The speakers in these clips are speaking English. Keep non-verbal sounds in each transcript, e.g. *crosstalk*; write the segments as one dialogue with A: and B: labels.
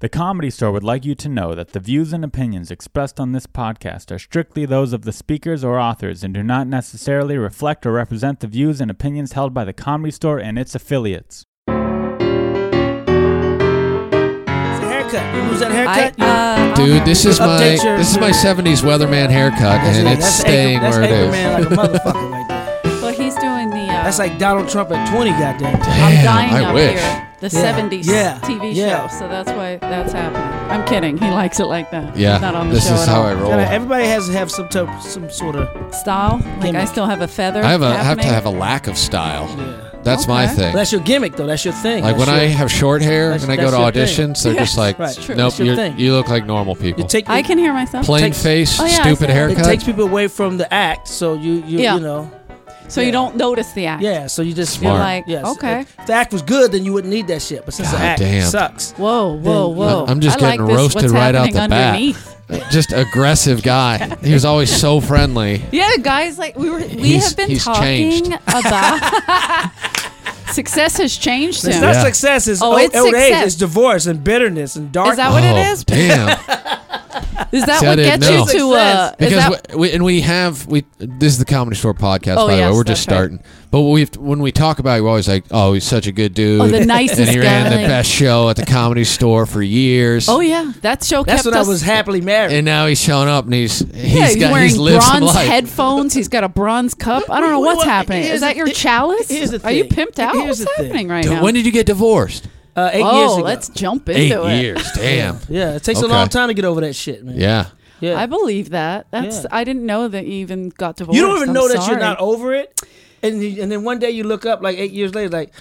A: The Comedy Store would like you to know that the views and opinions expressed on this podcast are strictly those of the speakers or authors and do not necessarily reflect or represent the views and opinions held by the Comedy Store and its affiliates.
B: It's a haircut. You lose that haircut. you-
C: I, uh,
D: Dude, this is my
B: Update your-
D: this is my '70s weatherman haircut,
B: that's
D: and
B: like-
D: it's
B: that's
D: staying
B: Anchor-
D: where it is.
B: That's
D: *laughs*
B: Anchorman like a motherfucker right there.
C: well, he's doing the. Uh,
B: That's like Donald Trump at 20, goddamn.
C: I'm
D: Damn,
C: dying
D: I
C: up
D: wish.
C: here. The
B: Yeah,
C: 70s
B: yeah,
C: TV
B: yeah.
C: show. So that's why that's happening. I'm kidding. He likes it like that.
D: Yeah,
C: He's not on the
D: this
C: show
D: is
C: at
D: how
C: all.
D: I roll.
B: Gotta-
D: I
B: Everybody has to have some type, some sort of.
C: Style. Like I
B: Gimmick.
C: still have a feather.
D: have a have to
C: happening.
D: have a lack of style.
B: Yeah.
D: That's my
C: Okay.
D: thing.
B: That's your gimmick, though. That's your thing.
D: Like
B: That's
D: when I
B: your-
D: have short hair
B: That's-
D: and I go
B: that's
D: to
B: your
D: auditions, they're just like,
B: Right. It's true.
D: nope,
B: It's your
D: you
B: thing.
D: you look like normal people.
B: You take.
C: I can hear myself.
D: Plain
B: takes-
D: face,
C: Oh, yeah, I
D: stupid
C: see that.
B: It
D: haircut.
B: takes people away from the act, so you you
C: Yeah.
B: you know
C: so you don't notice the act.
B: yeah. So you just
C: You're
D: Smart.
C: like,
B: Yes.
C: okay.
B: If the act was good, then you wouldn't need that shit. But since
D: God
B: the act
D: damn.
B: sucks,
C: Whoa, whoa,
B: Then-
C: whoa.
D: I'm just
C: I
D: getting
C: like this,
D: roasted
C: what's
D: right out
C: happening
D: the bat.
C: underneath.
D: Just aggressive guy. He was always so friendly.
C: Yeah, guys, like we were, we
D: He's-
C: have been
D: he's
C: talking
D: changed.
C: about success has changed
B: it's
C: him.
B: not
D: Yeah.
B: success. It's
C: Oh,
B: old,
C: it's
B: old age.
C: success.
B: It's divorce and bitterness and darkness.
C: Is that what it
D: Oh,
C: is?
D: Damn.
C: Is that
D: See, I
C: what
D: didn't
C: gets you
D: know.
C: to? Uh, is
D: because
C: that,
D: we, we- and we have we this is the comedy store podcast
C: Oh,
D: by the
C: yes,
D: way we're just
C: that's right.
D: starting but we have when we talk about it, we're always like oh he's such a good dude
C: Oh, the nicest
D: and he ran
C: guy.
D: the best show at the comedy store for years
C: oh yeah, that show
B: That's
C: kept
B: when
C: us.
B: I was happily married.
D: and now he's showing up and he's he's
C: yeah, he's,
D: got
C: wearing
D: he's lived some
C: bronze
D: life
C: headphones. He's got a bronze cup. I don't know
B: Wait,
C: what's
B: wait,
C: happening.
B: here's
C: Is that
B: the
C: your
B: thi-
C: chalice?
B: here's the
C: Are you
B: thing.
C: pimped out?
B: Here's
C: what's
B: the thing.
C: happening right
D: Dude,
C: now?
D: when did you get divorced
B: uh, eight
C: oh,
B: years ago.
C: let's jump into
D: eight
C: it. *laughs*
D: years damn
B: yeah, it takes a
D: Okay.
B: long time to get over that shit, man.
D: yeah
B: Yeah.
C: I believe that. That's.
B: Yeah.
C: I didn't know that you even got divorced.
B: you don't even
C: I'm
B: know that
C: sorry.
B: you're not over it, and you- and then one day you look up like eight years later, like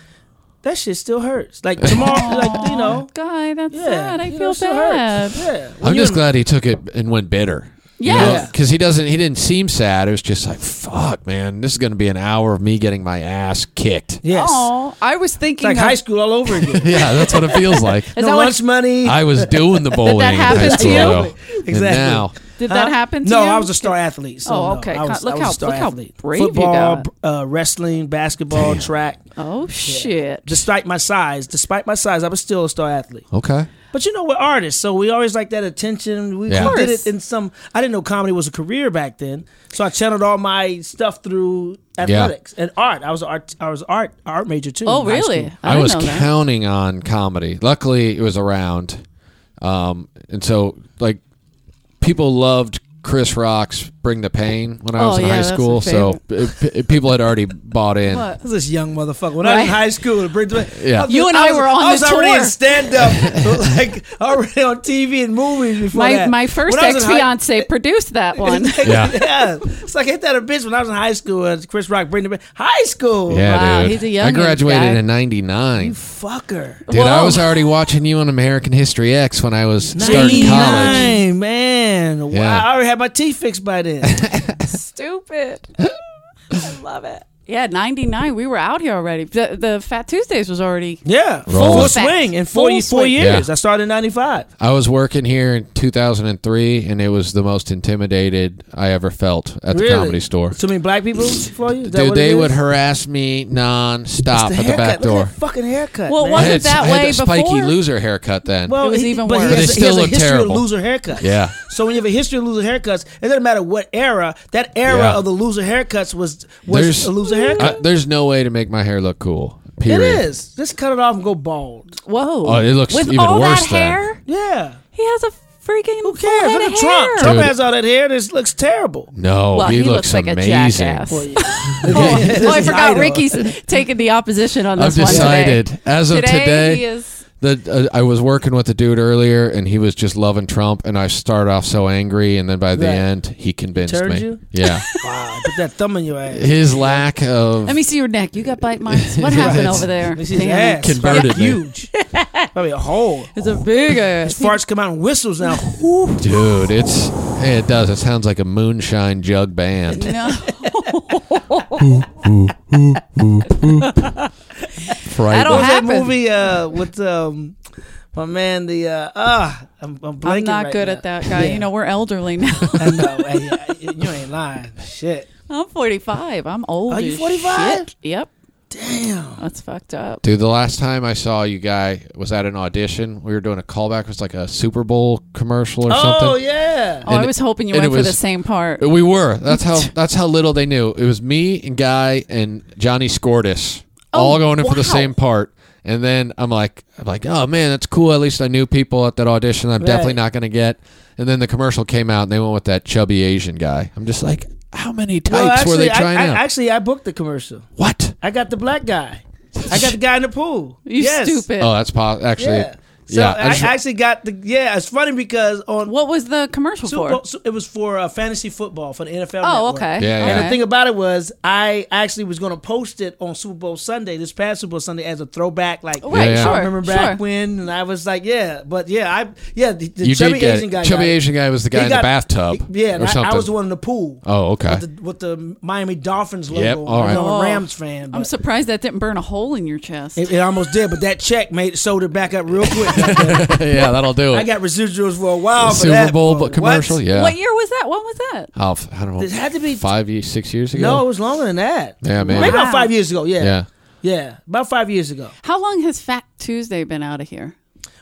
B: that shit still hurts. Like
C: *laughs*
B: tomorrow, like you know,
C: guy. That's
B: yeah,
C: sad. I
B: you know,
C: feel
B: it still
C: bad.
B: hurts. Yeah, When
D: I'm
B: you
D: just
B: in-
D: glad he took it and went bitter
C: Yeah.
D: because he doesn't he didn't seem sad it was just like fuck man this is gonna be an hour of me getting my ass kicked
B: Yes,
C: Oh, I was
B: it's
C: thinking
B: like
C: of-
B: high school all over
C: *laughs*
B: again.
D: *laughs* yeah that's what it feels like
C: Is
B: no
C: that what-
B: lunch money. *laughs*
D: I was doing the bowling. in
C: happen
D: high
C: to
D: school,
C: you?
D: though. And
B: Exactly.
D: now,
C: Did that
B: Huh?
C: happen to
B: no,
C: you?
B: I was a star athlete. So
C: Oh,
B: no,
C: okay.
B: I was,
C: Look
B: I was
C: how-
B: a star
C: look how
B: athlete.
C: brave you
B: Football,
C: got.
B: b- uh, wrestling, basketball, track.
C: Oh shit.
B: Despite my size, despite my size, I was still a star athlete.
D: okay.
B: But you know, we're artists, so we always like that attention. We, we
D: Yeah. Of
B: did
C: course.
B: it in some. I didn't know comedy was a career back then, so I channeled all my stuff through athletics and art. I was an art. I was an art art major too.
C: Oh
B: in high
C: really?
B: school.
D: I,
C: didn't
D: was
C: know that.
D: counting on comedy. Luckily, it was around, um, and so like people loved Chris Rock's "Bring the Pain" when I
C: Oh,
D: was in
C: yeah,
D: high
C: that's my
D: school. So p- p- people had already bought in.
C: What?
B: This is young motherfucker. When I was in
C: Right.
B: high school, to bring to
D: Yeah.
C: You and I
B: was,
C: were on
B: I was
C: the
B: already
C: tour.
B: in stand
C: *laughs*
B: up, *laughs* like already on TV and movies before
C: My
B: that.
C: my first
B: When I was in
C: ex
B: high-
C: fiance
B: *laughs*
C: produced that one.
D: Yeah.
B: It's like hit that a bitch when I was in high school. And Chris Rock bring the bitch. High school.
D: Yeah,
C: Wow,
D: dude.
C: he's a young
D: I graduated
C: guy.
D: in '99.
B: Fucker.
D: Dude, I
C: Whoa.
D: was already watching you on American History X when I was starting
B: 99,
D: college.
B: man. Wow.
D: Yeah.
B: I already had my teeth fixed by
D: *laughs*
B: then.
C: Stupid. I love it. Yeah, ninety nine. We were out here already. The the Fat Tuesdays was already.
B: Yeah.
D: Rolling.
B: Full swing in four,
C: Full
B: four
C: swing.
B: years.
D: Yeah.
B: I started in 95.
D: I was working here in 2003, and it was the most intimidated I ever felt at the
B: Really?
D: comedy store.
B: Too many black people for you? Is that
D: Dude,
B: what it
D: they
B: is?
D: would harass me non-stop
B: It's
D: at the back
B: haircut. Look at
D: door.
B: that fucking haircut.
C: Well,
B: man.
D: I
C: wasn't
D: had,
C: that
D: I had
C: way
D: a spiky
C: before?
D: loser haircut then.
B: Well,
C: It was
B: he-
C: even
B: but He
C: worse. But
B: has,
D: it
B: he has
D: still
B: a
D: looked
B: history
D: terrible.
B: of loser haircuts.
D: Yeah.
B: So when you have a history of loser haircuts, it doesn't matter what era. That era
D: Yeah.
B: of the loser haircuts was was
D: There's-
B: a loser haircut.
D: I- there's no way to make my hair look cool.
B: it
D: Period.
B: is. Just cut it off and go bald.
C: Whoa.
D: Oh, it looks
C: With
D: even
C: all
D: worse
C: that
D: then.
C: hair.
B: Yeah.
C: He has a freaking. Who
B: cares? Look at Trump.
C: Hair.
B: Trump
D: Dude.
B: has all that hair. This looks terrible.
D: No,
C: Well,
D: he,
C: he
D: looks,
C: looks like
D: amazing.
C: a jackass. *laughs*
B: This
D: *laughs*
C: Oh, I
B: is
C: forgot
B: idol.
C: Ricky's taking the opposition on
D: I've
C: this one
D: decided
C: today.
D: as of
C: Today,
D: today,
C: he is.
D: that uh, I was working with a dude earlier, and he was just loving Trump, and I started off so angry, and then by the
B: Right.
D: end, he convinced
B: Turned
D: me.
B: you?
D: Yeah,
B: Wow, put that thumb in your
D: *laughs*
B: ass.
D: his lack of
C: Let me see your neck. You got bite
D: *laughs*
C: marks. What happened over there?
B: This is
C: Damn.
B: ass.
D: Converted me. *laughs*
B: huge. Probably a hole.
C: It's a big
B: *laughs*
C: ass.
B: His farts come out in whistles now.
D: Dude, it's it does. It sounds like a moonshine
B: *laughs*
D: jug band.
C: No.
D: Fright.
C: I don't
B: What was that
C: happen.
B: movie uh, with um, my man? The uh, ah, I'm, I'm blanking.
C: I'm not
B: right
C: good
B: now.
C: at that guy.
B: Yeah.
C: You know, we're elderly now.
B: *laughs*
C: *laughs*
B: I know. Hey, I- you ain't lying. Shit.
C: I'm 45. I'm old.
B: Are you
C: as
B: 45?
C: shit. Yep.
B: Damn.
C: That's fucked up.
D: Dude, the last time I saw you guy was at an audition. We were doing a callback. It was like a Super Bowl commercial or something.
B: Oh yeah.
C: Oh,
D: And-
C: I was hoping you
D: and
C: went
D: it
C: for the
D: was-
C: same part.
D: We were.
B: *laughs*
D: That's how. That's how little they knew. It was me and Guy and Johnny Scortis
B: Oh,
D: all going in for the
C: wow.
D: same part. And then I'm like, I'm like, oh man, that's cool. At least I knew people at that audition. I'm definitely
B: Right.
D: not going to get. And then the commercial came out, and they went with that chubby Asian guy. I'm just like, how many types
B: Well,
D: were
B: actually,
D: they
B: I-
D: trying
B: I,
D: out?
B: actually, I booked the commercial.
D: what?
B: I got the black guy. I got the guy in the pool.
C: *laughs* You
B: yes.
C: stupid.
D: Oh, that's pos- actually.
B: Yeah.
D: Yeah.
B: So
D: I just-
B: I actually got the yeah. It's funny because on
C: what was the commercial
B: Super
C: for?
B: Bowl- so it was for uh, fantasy football for the NFL.
C: oh,
B: Network.
C: okay.
D: Yeah,
B: And
D: yeah.
B: the thing about it was, I actually was going to post it on Super Bowl Sunday, this past Super Bowl Sunday, as a throwback. Like,
C: Right,
D: Yeah, yeah.
C: sure.
B: I remember back
C: Oh, sure.
B: when, and I was like, yeah, but yeah, I yeah, the, the
D: you
B: chubby
D: did get
B: Asian
D: it.
B: guy,
D: chubby
B: got it.
D: Asian guy was the guy
B: He
D: in
B: got-
D: the bathtub.
B: yeah, and
D: or
B: I-
D: something.
B: I, was the one in the pool.
D: Oh, okay.
B: With the, with the Miami Dolphins logo.
D: Yep, all right.
B: I'm a
C: Oh.
B: Rams fan.
C: I'm
B: But
C: surprised that didn't burn a hole in your chest.
B: it, it almost did, but that check made sold it back up real
D: *laughs*
B: quick.
D: *laughs* yeah, that'll do it.
B: *laughs* I got residuals for a while.
D: The
B: for
D: Super
B: that,
D: Bowl
B: but
D: bu-
B: what?
D: commercial. Yeah.
C: What year was that? What was that?
D: Oh, f- I don't know.
B: It had to be-
D: five, ye- six years ago.
B: No, it was longer than that.
D: Yeah, man.
B: Maybe
C: Wow.
B: about five years ago. Yeah.
D: Yeah.
B: yeah. About five years ago.
C: How long has Fat Tuesday been out of here?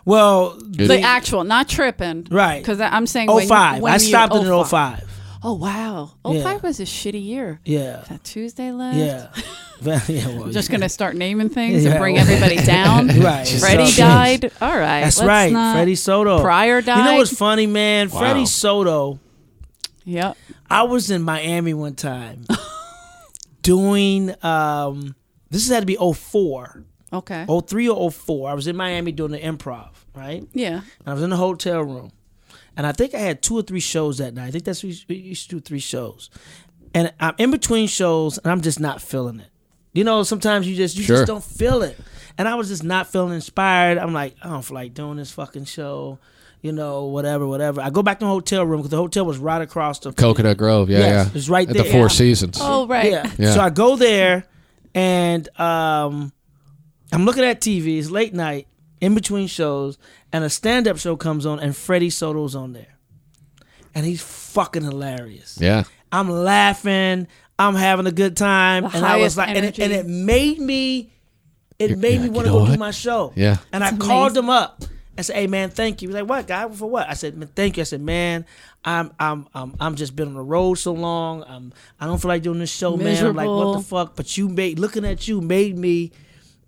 B: Well,
C: The actual, not tripping.
B: Right.
C: Because I'm saying
B: oh
C: when you-
B: five.
C: when
B: I
C: were you-
B: stopped it in
C: 05.
B: 05.
C: Oh, wow. Oh
B: Yeah.
C: five was a shitty year.
B: Yeah.
C: Fat Tuesday left.
B: Yeah. *laughs* yeah well,
C: Just going to start naming things and
B: Yeah. *laughs*
C: bring everybody down.
D: *laughs*
B: Right.
C: Freddie
B: So-
C: died. All right.
B: That's
C: let's
B: right.
C: not-
B: Freddie Soto.
C: Pryor
B: You know
C: died.
B: what's funny, man? Freddie Soto.
C: Yep.
B: I was in Miami one
C: *laughs*
B: time doing um this had to be 04,
C: Okay.
B: 03 or 04. I was in Miami doing the improv, right?
C: Yeah.
B: And I was in the hotel room, and I think I had two or three shows that night. I think that's we we used to do three shows, and I'm in between shows, and I'm just not feeling it. You know, sometimes you just you
D: Sure.
B: just don't feel it, and I was just not feeling inspired. I'm like, I don't feel like doing this fucking show. You know, whatever, whatever. I go back to the hotel room because the hotel was right across the
D: Coconut Grove. Yeah,
B: Yes,
D: yeah.
B: it's right
D: At the
B: there.
D: Four
B: Yeah.
D: Seasons.
C: Oh, right.
B: yeah.
D: Yeah.
B: So I go there and um, I'm looking at TV. It's late night, in between shows, and a stand up show comes on, and Freddie Soto's on there. And he's fucking hilarious.
D: Yeah.
B: I'm laughing. I'm having a good time.
C: The
B: and I was
C: highest
B: like, and it, and
C: energy.
B: it made me, it
D: You're-
B: made
D: you're
B: me
D: like,
B: want to
D: you know
B: go do
D: what?
B: my show.
D: Yeah.
B: And I
C: That's
B: called
C: amazing.
B: him up. I said, "Hey man, thank you." He's like, "What, guy? For what?" I said, man, "Thank you." I said, "Man, I'm, I'm, I'm, I'm just been on the road so long. I'm, I don't feel like doing this show, man. I'm like, what
C: Miserable.
B: the fuck? But you made looking at you made me,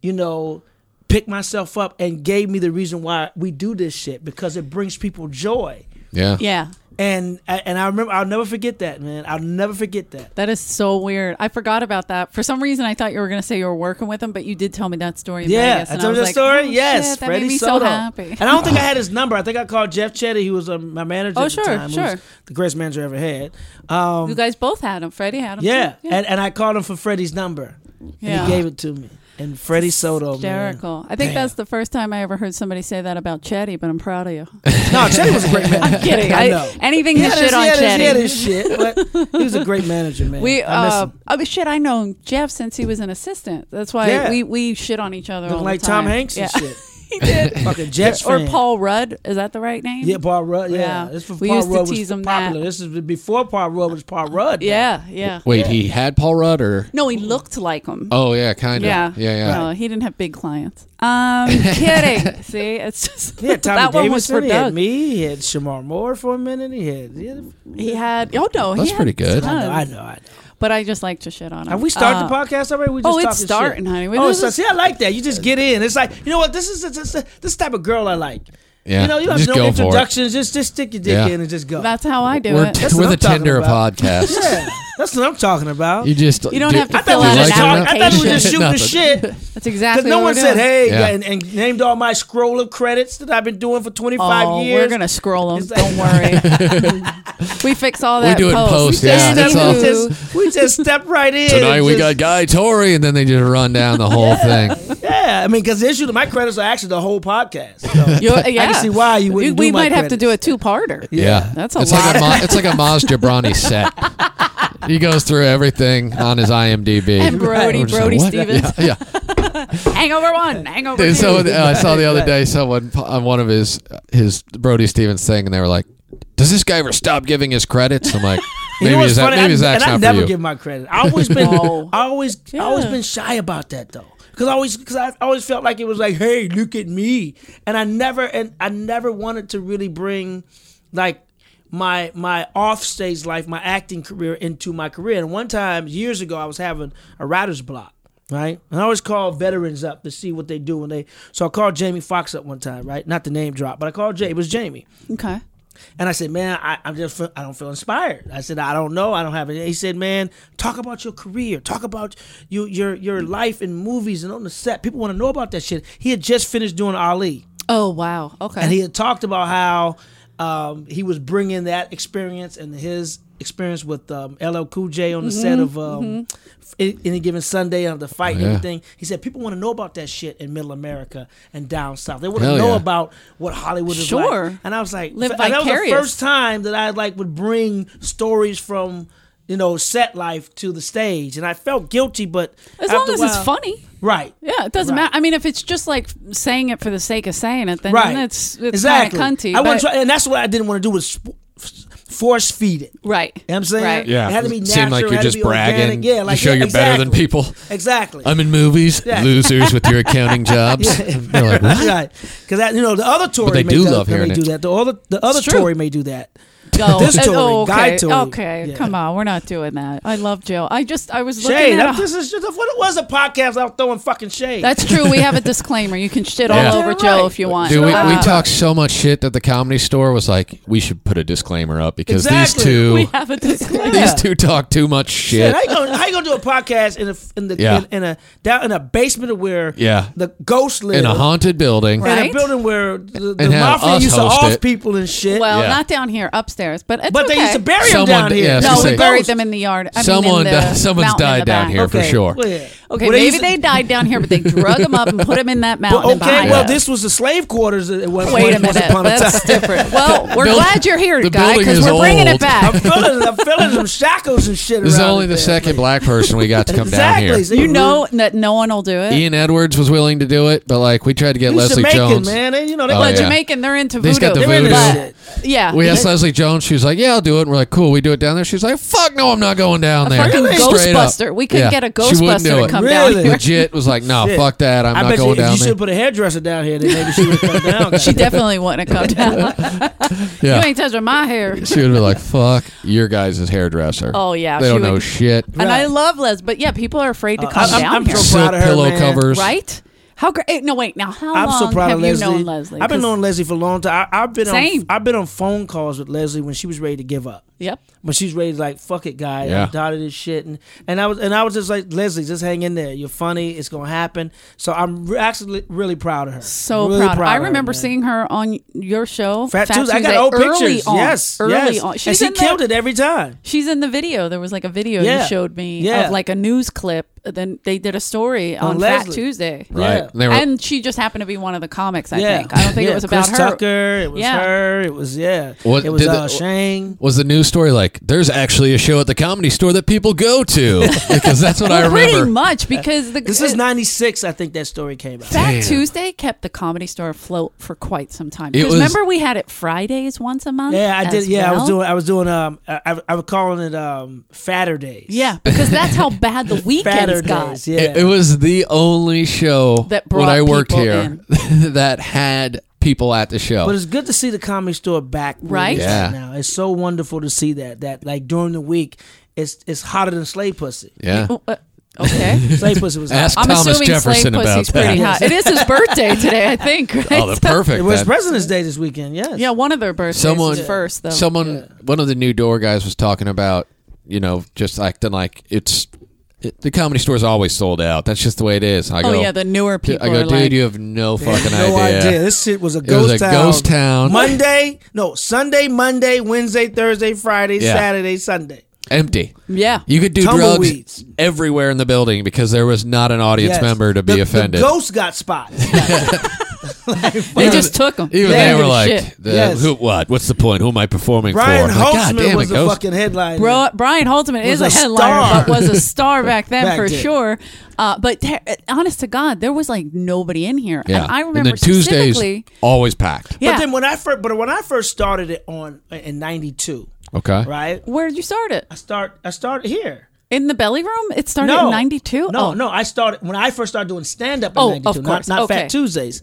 B: you know, pick myself up and gave me the reason why we do this shit because it brings people joy.
D: Yeah.
C: Yeah.
B: And and I remember, I'll never forget that, man. I'll never forget that.
C: That is so weird. I forgot about that. For some reason, I thought you were going to say you were working with him, but you did tell me that story. In
B: Yeah,
C: Vegas,
B: I
C: and
B: told
C: was
B: you that
C: like,
B: story.
C: oh,
B: yes,
C: shit, that
B: Freddie
C: made me
B: Soto.
C: so happy.
B: And I don't think
C: *laughs*
B: I had his number. I think I called Jeff Cheddar. He was um, my manager.
C: Oh,
B: at
C: sure,
B: the time, who was
C: sure.
B: the greatest manager I ever had. Um,
C: You guys both had him. Freddie had him.
B: yeah,
C: too.
B: And, and I called him for Freddie's number.
C: Yeah.
B: And he gave it to me. And Freddie Soto, man.
C: Hysterical. I think that's the first time I ever heard somebody say that about Chetty, but I'm
B: *laughs*
C: proud of you.
B: No, Cheddar was a
C: *laughs*
B: great manager. I'm
C: Kidding.
B: I
C: I-
B: know.
C: anything
B: He
C: to
B: had his-
C: shit on
B: he had his- He had
C: Chetty.
B: his shit, but he was a great manager, man.
C: We,
B: I miss
C: uh,
B: him.
C: oh, but shit, I know Jeff since he was an assistant. That's why
B: Yeah.
C: we, we shit on each other all
B: Looking
C: the
B: like
C: time.
B: Tom Hanks
C: yeah.
B: and shit.
C: *laughs* he did.
B: Fucking Jets
C: or
B: fan.
C: Paul Rudd. Is that the right name?
B: Yeah,
C: *laughs*
B: Paul Rudd. Yeah.
C: Yeah.
B: This was
C: We
B: Paul
C: used to
B: Rudd was
C: tease him that.
B: popular. This is before Paul Rudd was Paul Rudd. though.
C: Yeah, yeah.
D: Wait, he had Paul Rudd or?
C: No, he looked like him.
D: Oh yeah, kind of.
C: Yeah.
D: Yeah. Yeah. Yeah.
C: No, he didn't have big
D: *laughs*
C: clients. Um, kidding. See, it's just
B: He
C: *laughs*
B: had Tommy
C: that one was
B: Davidson.
C: for
B: he had
C: Doug.
B: me. He had Shamar Moore for a minute. He had. He had
C: He had. Oh no, he
D: That's
C: had
D: pretty good.
B: I
C: tons.
B: know. I know. I know.
C: But I just like to shit on him.
B: Have we started the
C: Uh,
B: podcast already? We just
C: oh, it's
B: talking shit.
C: starting, honey. We-
B: oh,
C: this
B: so,
C: is-
B: see, I like that. You just get in. It's like you know what? This is this, this, this type of girl I like.
D: Yeah.
B: You know, you don't have
D: Just
B: no
D: go for it.
B: introductions. Just just stick your dick
D: Yeah.
B: in and just go.
C: That's how I do
D: We're,
C: it.
B: That's what
D: we're
B: I'm
D: the
B: talking
D: Tinder of
B: about. *laughs*
D: podcasts.
B: yeah, that's what I'm talking about.
D: You just
C: You don't have to
B: I thought
C: fill
B: we
C: out
B: were
C: an
B: just talking. I thought we were
C: application.
B: just shooting the shit.
D: *laughs*
C: That's
B: Because
C: exactly.
B: no
C: what
B: one
C: we're
B: said,
C: doing.
B: "Hey,"
D: Yeah.
B: and, and named all my scroll of credits that I've been doing for 25
C: oh,
B: years.
C: We're gonna scroll them.
B: It's like-
C: Don't worry.
D: *laughs*
C: we fix all that.
D: do it in post,
C: post.
D: yeah, that's all.
B: we,
C: Anywho,
B: just, we just stepped right in.
D: Tonight
B: and
D: we
B: just-
D: got Guy Tori, and then they just run down the whole thing.
B: *laughs* Yeah, I mean, because the issue, my credits are actually the whole podcast. So.
C: you're- yeah.
B: can see why you wouldn't do
C: We
B: my
C: might have to
B: credits.
C: do a two-parter.
D: Yeah,
C: That's a
D: it's
C: lot.
D: Like a, Ma- it's like a
B: *laughs*
D: Maz Jabrani set. He goes through everything on his IMDb.
C: And Brody-
D: We're just
C: Brody
D: "What?"
C: Stevens.
B: *laughs*
D: Yeah, yeah.
C: Hangover one, hangover two.
D: Dude, someone, uh, I saw the other day someone po- on one of his his Brody Stevens thing, and they were like, "Does this guy ever stop giving his credits?" I'm like,
B: *laughs* You know
D: Maybe
B: what's
D: is that-
B: funny?
D: maybe
B: I,
D: is
B: and
D: that's
B: I
D: not for
B: never
D: you.
B: give my credit. I always been,
C: No.
B: I always, I always
C: Yeah.
B: been shy about that though, because I always, because I always felt like it was like, hey, look at me, and I never, and I never wanted to really bring, like, my my offstage life, my acting career into my career. And one time years ago, I was having a writer's block. Right, and I always call veterans up to see what they do when they. So I called Jamie Foxx up one time, right? Not the name drop, but I called Jay. It was Jamie,
C: Okay.
B: and I said, man, I, I'm just, I don't feel inspired. I said, I don't know, I don't have it. He said, man, talk about your career, talk about you, your your life in movies and on the set. People want to know about that shit. He had just finished doing Ali,
C: Oh wow. Okay.
B: and he had talked about how um, he was bringing that experience and his experience with um, LL Cool J on the
C: Mm-hmm,
B: set of um, Any- Any Given Sunday on the fight and
D: Oh, yeah.
B: everything. He said people want to know about that shit in Middle America and down south. They want to
D: Hell
B: know
D: yeah.
B: about what Hollywood is like.
C: Sure.
B: And I was like,
C: Live
B: and that was the
C: vicarious.
B: first time that I like would bring stories from. You know, set life to the stage, and I felt guilty, but
C: as
B: after
C: long
B: a
C: as it's
B: while-
C: funny.
B: right?
C: Yeah, it doesn't
B: Right.
C: matter. I mean, if it's just like saying it for the sake of saying it, then
B: right.
C: that's it's
B: exactly.
C: kind of cunty.
B: I wouldn't
C: but-
B: try, and that's what I didn't want to do was sp- f- force feed it.
C: right.
B: You know what I'm saying?
C: Right.
D: Yeah.
B: It had to be
D: It
B: natural.
D: seemed like
B: it
D: you're
B: had to
D: just
B: be organic.
D: bragging.
B: Yeah, like
D: You show
B: yeah,
D: you're better than
B: exactly.
D: people.
B: Exactly.
D: I'm in movies,
B: Yeah.
D: losers with your
B: *laughs*
D: accounting jobs. They're like, what?
B: right. Because you know the other Tory
D: they
B: may
D: do
B: do,
D: love
B: may
D: hearing
B: do
D: it.
B: that. The other the other
C: true.
B: Tory may do that. *laughs*
C: Go.
B: This
C: Uh,
B: Tory,
C: oh, okay.
B: guy Tory.
C: Okay,
B: Yeah.
C: come on, we're not doing that. I love Jill. I just I was looking
B: Shade.
C: at.
B: That,
C: a-
B: this is just what it was a podcast. I was throwing fucking shade.
C: that's true. We have a disclaimer. You can shit
D: Yeah.
C: all over
B: Right.
C: Jill if you want.
D: Dude, we, we
C: Uh,
D: talked so much shit that the comedy store was like, we should put a disclaimer up because
B: Exactly.
D: these two,
C: we have a disclaimer.
B: Yeah.
D: these two talk too much shit.
B: Man, how you gonna how you gonna do a podcast in a in the
D: Yeah.
B: in, in a down in a basement of where
D: Yeah.
B: the ghosts live
D: in a haunted building.
C: Right.
B: in a building where the, the
D: And have
B: mafia
D: us
B: used to
D: host
B: off
D: it.
B: people and shit.
C: Well,
D: Yeah.
C: not down here, upstairs, but it's
B: but
C: okay.
B: they used to bury them
D: Someone-
B: down here.
D: yeah, I was
C: No,
D: gonna
C: we
D: say-
C: buried them in the yard. I
D: Someone
C: mean, in
D: di-
C: the
D: someone's
C: mountain in
D: died
C: the
D: down
C: back.
D: here. for sure.
B: well, yeah.
C: Okay,
B: Well,
C: maybe
B: used to-
C: they died down here, but they drug them up and put them in that mountain.
B: Well,
C: and
B: okay,
C: behind
B: well,
C: us.
B: this was the slave quarters at one
C: Wait
B: point,
C: a minute,
B: once upon a
C: that's
B: time. *laughs*
C: different. Well, we're
D: build-
C: glad you're here,
D: the
C: guy,
D: building
C: because
D: is
C: we're bringing
D: old.
C: it back.
B: I'm feeling, I'm feeling some shackles and shit.
D: This is
B: around
D: only
B: it
D: the
B: there.
D: second black person we got to come
B: exactly.
D: down here.
B: So
C: You know
B: Mm-hmm.
C: that no one will do it.
D: Ian Edwards was willing to do it, but like we tried to get
B: you
D: Leslie
B: Jamaican,
D: Jones.
B: man. They, you know, they
D: Oh,
C: Well,
B: let
D: yeah.
B: you
C: Jamaican, they're into voodoo.
D: They just got the
B: They're in
D: voodoo.
B: this
C: but,
B: shit.
C: Yeah.
D: We asked Leslie Jones. She was like, "Yeah, I'll do it." And we're like, "Cool, we do it down there." She's like, "Fuck no, I'm not going down there."
C: fucking
D: Straight up.
C: Ghostbuster. We couldn't
D: Yeah,
C: get a
D: she wouldn't do
C: Ghostbuster to
D: it.
C: come
B: Really?
C: down here.
D: Legit was like,
B: *laughs*
D: "No,
B: Shit.
D: fuck that. I'm
B: I
D: not
B: bet
D: going
B: you,
D: down
B: you
D: there."
B: should put a hairdresser down here. Then maybe she would come down.
C: *laughs* She definitely wouldn't have come
B: *laughs*
C: down.
D: Yeah.
C: You ain't touching my hair.
D: she would be like, "Fuck your guys' hairdresser."
C: Oh, yeah,
D: they
C: she
D: don't
C: would-
D: know shit.
C: And I
B: Right.
C: love Les, but yeah, people are afraid to
B: Uh,
C: come
B: I'm-
C: down
B: I'm
C: here.
B: so-
D: Silk
B: proud of her,
D: pillow
B: man.
D: covers,
C: right? How great. No, wait. Now, how
B: I'm
C: long
B: so proud
C: have
B: of Leslie.
C: you known Leslie?
B: I've been
C: 'Cause-
B: knowing Leslie for a long time. I, I've been
C: Same.
B: on I've been on phone calls with Leslie when she was ready to give up.
C: Yep.
B: When she's ready to like fuck it, guy,
D: Yeah.
B: I'm tired of this shit, and and I was and I was just like Leslie, just hang in there. You're funny. It's gonna happen. So I'm re- actually really proud of her.
C: So
B: Really
C: proud. I
B: of her,
C: remember
B: man.
C: seeing her on your show,
B: Fat, Tuesday. I got old
C: early
B: pictures.
C: On,
B: yes,
C: early
B: yes.
C: on.
B: and
C: She's
B: she
C: in the-
B: killed it every time.
C: She's in the video. There was like a video
B: Yeah.
C: you showed me
B: Yeah.
C: of like a news clip. Then they did a story
B: On
C: on, Fat
B: Leslie.
C: Tuesday.
D: right?
B: Yeah.
D: And they were
C: And she just happened to be one of the comics, I
B: yeah,
C: think. I don't think
B: Yeah,
C: it was about
B: Chris
C: her.
B: Tucker. It was
C: Yeah.
B: her. It was yeah.
D: What-
B: it was
D: did
B: uh,
D: the-
B: Shane.
D: was the news story like there's actually a show at the comedy store that people
C: *laughs*
D: go to because that's what I remember.
C: Pretty much because the
B: This is '96. I think that story came out.
C: Fat
D: Damn.
C: Tuesday kept the comedy store afloat for quite some time.
D: It
C: Because
D: was-
C: remember we had it Fridays once a month.
B: Yeah, I did.
C: as
B: Yeah, I
C: well?
B: was doing. I was doing. Um, I, I- I was calling it um, fatter days.
C: Yeah, because that's how bad
B: *laughs*
C: the
B: fatter
C: weekends got.
B: days. Yeah,
D: It, it was the only show
C: That
D: when
C: brought
D: I worked
C: people
D: here *laughs* that had people at the show.
B: but it's good to see the comedy store back. where
C: Right?
B: it is
D: Yeah.
B: now, it's so wonderful to see that. That like during the week, it's it's hotter than slave pussy.
D: yeah.
C: *laughs* Oh, uh,
B: *laughs*
C: Okay.
D: *laughs*
B: Slave pussy was.
D: Ask
B: hot.
C: I'm
D: Thomas
C: assuming
D: Jefferson
C: Slave
D: about
C: Pussy's pretty
D: that.
C: hot. It is his birthday today, I think. Right?
D: *laughs* Oh, the perfect.
B: It was
D: then.
B: President's Day this weekend. Yes.
C: yeah, one of their birthdays
D: Someone-
C: is first though.
D: Someone, one of the new door guys was talking about, you know, just acting like it's it, the comedy store's always sold out. That's just the way it is. I
C: oh
D: go,
C: yeah, the newer
D: I
C: people
D: go,
C: are
D: dude,
C: like,
D: you have no fucking
B: no idea.
D: idea.
B: This shit was a
D: It was
B: ghost
D: a
B: town.
D: ghost town,
B: Monday, no Sunday, Monday, Wednesday, Thursday, Friday,
D: Yeah.
B: Saturday, Sunday.
D: empty.
C: yeah.
D: You could do
B: Tumbleweeds.
D: drugs everywhere in the building because there was not an audience
B: Yes.
D: member to be
B: The- the
D: offended.
B: ghost got
D: *laughs*
B: spotted.
C: they just took them.
D: Even
B: Yeah.
D: they were
B: Shit.
D: like, the-
B: Yes.
D: who, what? What's the point? Who am I performing
B: Brian
D: for? I'm like,
B: Holtzman
D: God damn
B: was
D: it,
B: the
D: Ghost.
B: fucking headline.
C: Bro, Brian Holtzman is
B: a
C: a headliner,
B: star.
C: but was a
B: *laughs*
C: star back then
B: Back
C: for
B: then.
C: sure. Uh, but te- honest to God, there was like nobody in here,
D: Yeah.
C: and I remember
D: the Tuesdays
C: specifically.
D: always packed.
C: Yeah,
B: But then when I first, but when I first started it on in '92,
D: Okay.
B: right?
C: Where did you start it?
B: I start I started here.
C: In the belly room? It started
B: no,
C: in 92?
B: No,
C: oh.
B: no. I started when I first started doing stand up in
C: Oh, of
B: 92, not,
C: course.
B: not
C: Okay.
B: Fat Tuesdays.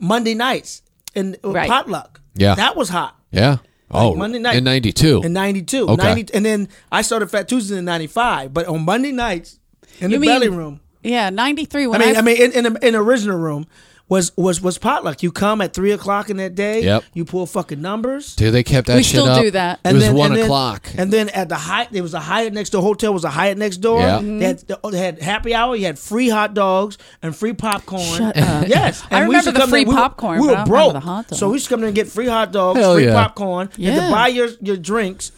B: Monday nights in uh,
C: Right.
B: potluck.
D: Yeah.
B: That was hot
D: Yeah. Oh,
B: Monday night.
D: in '92.
B: in 92.
D: Okay.
B: 90, and then I started Fat Tuesdays in 95, but on Monday nights in
C: You
B: the
C: mean-
B: belly room.
C: Yeah, 93
B: I
C: when I,
B: mean, I, mean, in, in, the- in the original room was was was potluck. You come at three o'clock in that day.
D: Yep.
B: You pull fucking numbers.
D: Dude, they kept that
C: We
D: shit
C: still
D: up.
C: do that.
D: It was one o'clock.
B: Then, and then at the Hyatt, there was a Hyatt next door hotel. Was a Hyatt next door.
D: Yeah.
B: They, had, they had happy hour. You had free hot dogs and free popcorn.
C: Shut
B: *laughs*
C: up.
B: Yes,
C: I
B: And we used
C: remember
B: to
C: the
B: come
C: free
B: there- we were-
C: popcorn,
B: We
C: but
B: were
C: I don't
B: broke,
C: remember the hot dog.
B: so we used to come there and get free hot dogs,
D: Hell
B: free
D: yeah.
B: popcorn, and to
C: Yeah.
B: buy your your drinks,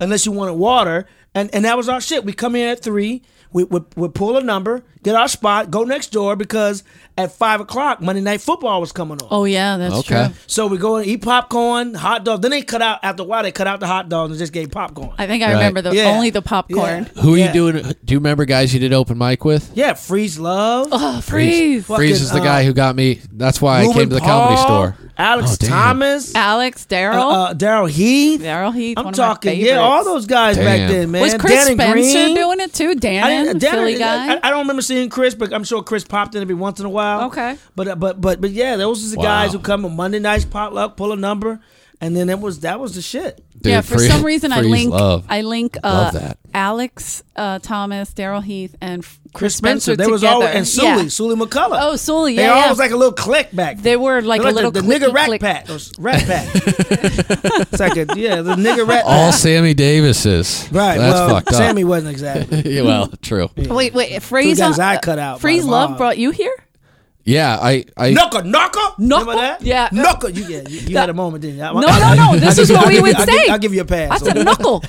B: unless you wanted water. And and that was our shit. We come in at three. We, we, we pull a number, get our spot, go next door because at five o'clock Monday Night Football was coming on.
C: Oh, yeah, that's
D: Okay.
C: true.
B: So we go and eat popcorn, hot dog. Then they cut out after a while. They cut out the hot dogs and just gave popcorn.
C: I think I
D: Right.
C: remember the
B: Yeah.
C: only the popcorn.
B: Yeah.
D: Who are
B: Yeah.
D: you doing? Do you remember guys you did open mic with?
B: Yeah, freeze love.
C: Oh, freeze.
B: Fucking,
D: Freeze is the
B: uh,
D: guy who got me. That's why I
B: Ruben
D: came to the comedy
B: Paul,
D: store.
B: Alex
D: Oh, damn.
B: Thomas, uh,
C: Alex, Daryl.
B: uh, Daryl Heath.
C: Daryl Heath.
B: I'm
C: one
B: talking,
C: Of my
B: yeah,
C: favorites.
B: all those guys back
D: Damn.
B: then, man.
C: Was Chris
B: Dan and
C: Spencer
B: Green.
C: doing it too?
B: I
C: Dan,
B: didn't, Dan-
C: Philly guy.
B: I, I don't remember seeing Chris, but I'm sure Chris popped in every once in a while.
C: Okay.
B: but uh, but but but yeah, those are the
D: Wow.
B: guys who come on Monday nights potluck, pull a number, and then it was that was the shit.
D: Dude,
C: yeah, for
D: Free-
C: some reason I
D: Freeze
C: link
D: Love.
C: I link uh,
D: Love that.
C: Alex uh, Thomas, Daryl Heath, and F-
B: Chris
C: Chris
B: Spencer,
C: Spencer.
B: they
C: together.
B: was always and Sully,
C: Yeah.
B: Sully McCullough.
C: Oh, Sully,
B: they
C: yeah,
B: all
C: yeah.
B: was like a little clique back.
C: They were like
B: They're
C: a little
B: the, the
C: clicky
B: nigga rat
C: click.
B: pack, those rat
C: *laughs*
B: pack. it's like a yeah, the nigga rat.
D: All Sammy Davises.
B: right,
D: That's
B: well,
D: fucked up.
B: Sammy wasn't exactly.
D: *laughs* yeah, well, true.
C: Wait, wait, Freeze.
B: guys
C: uh,
B: I cut out by
C: Freeze
B: the
C: Love
B: mob.
C: brought you here.
D: Yeah, I. I
B: Knuckle, knuckle,
C: Knuckle?
B: Remember that?
C: Yeah.
B: Knuckle. You, yeah, you, you had a moment, didn't you? I-
C: No,
B: *laughs* I-
C: no, no.
B: I
C: This
B: give
C: is
B: you-
C: what
B: I
C: we
B: give-
C: would
B: I give-
C: say.
B: I'll give you a pass.
C: I said knuckle.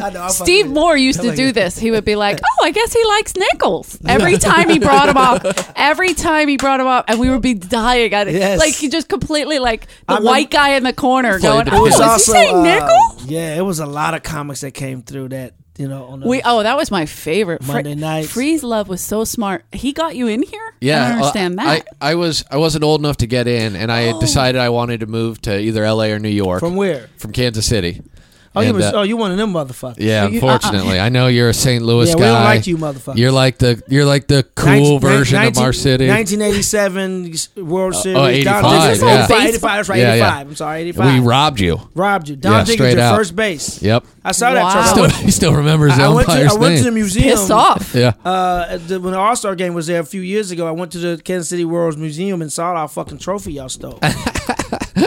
B: *laughs* I know, I'm fucking
C: Steve
B: with you.
C: Moore used to
B: Like
C: do
B: it.
C: this. He would
B: *laughs*
C: be like, "Oh, I guess he likes nickels." Every time he brought him up, every time he brought him up, and we would be dying at it.
B: Yes.
C: Like he just completely like the
B: I remem-
C: white guy in the corner
D: Played
C: going,
D: the
C: "Oh,
D: piano.
C: is
D: It was
C: he saying
B: uh,
C: nickel?"
B: Yeah, it was a lot of comics that came through that. You know, on the,
C: We oh, that was my favorite. Fre-
B: Monday nights.
C: Freeze Love was so smart. He got you in here.
D: Yeah,
C: I don't
D: uh,
C: understand that.
D: I, I was I wasn't old enough to get in, and I had decided I wanted to move to either L.A. or New York
B: Oh. from where?
D: from Kansas City.
B: Oh, you
D: And,
B: was
D: uh,
B: oh you one of them motherfuckers.
D: Yeah,
C: You- uh-uh.
D: unfortunately, I know you're a St. Louis
B: Yeah, we
D: guy.
B: don't like you motherfuckers.
D: You're like the you're like the cool version of our city.
B: 1987 World Series.
D: oh, 85,
B: Dixon-
C: yeah.
B: Sorry, 85. That's right,
D: Yeah, yeah.
B: 85. I'm sorry, 85.
D: we robbed you.
B: robbed you. Don
D: Yeah,
B: Dickens at
D: straight out.
B: first base.
D: Yep.
B: I saw
C: Wow.
B: that.
D: Still,
B: Charles.
D: he still remembers the
B: I went, to, I
D: umpire's
B: went to the
D: name.
B: museum.
C: Piss off.
D: yeah.
B: Uh, at the, when the All Star game was there a few years ago, I went to the Kansas City World's Museum and saw our fucking trophy y'all
D: *laughs*
B: stole.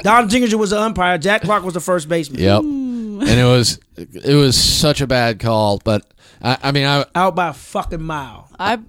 B: Don Dinger was the umpire. Jack Clark was the first baseman.
D: Yep. and it was it was such a bad call, but I, I mean I
B: Out by a fucking mile.
C: I,
D: I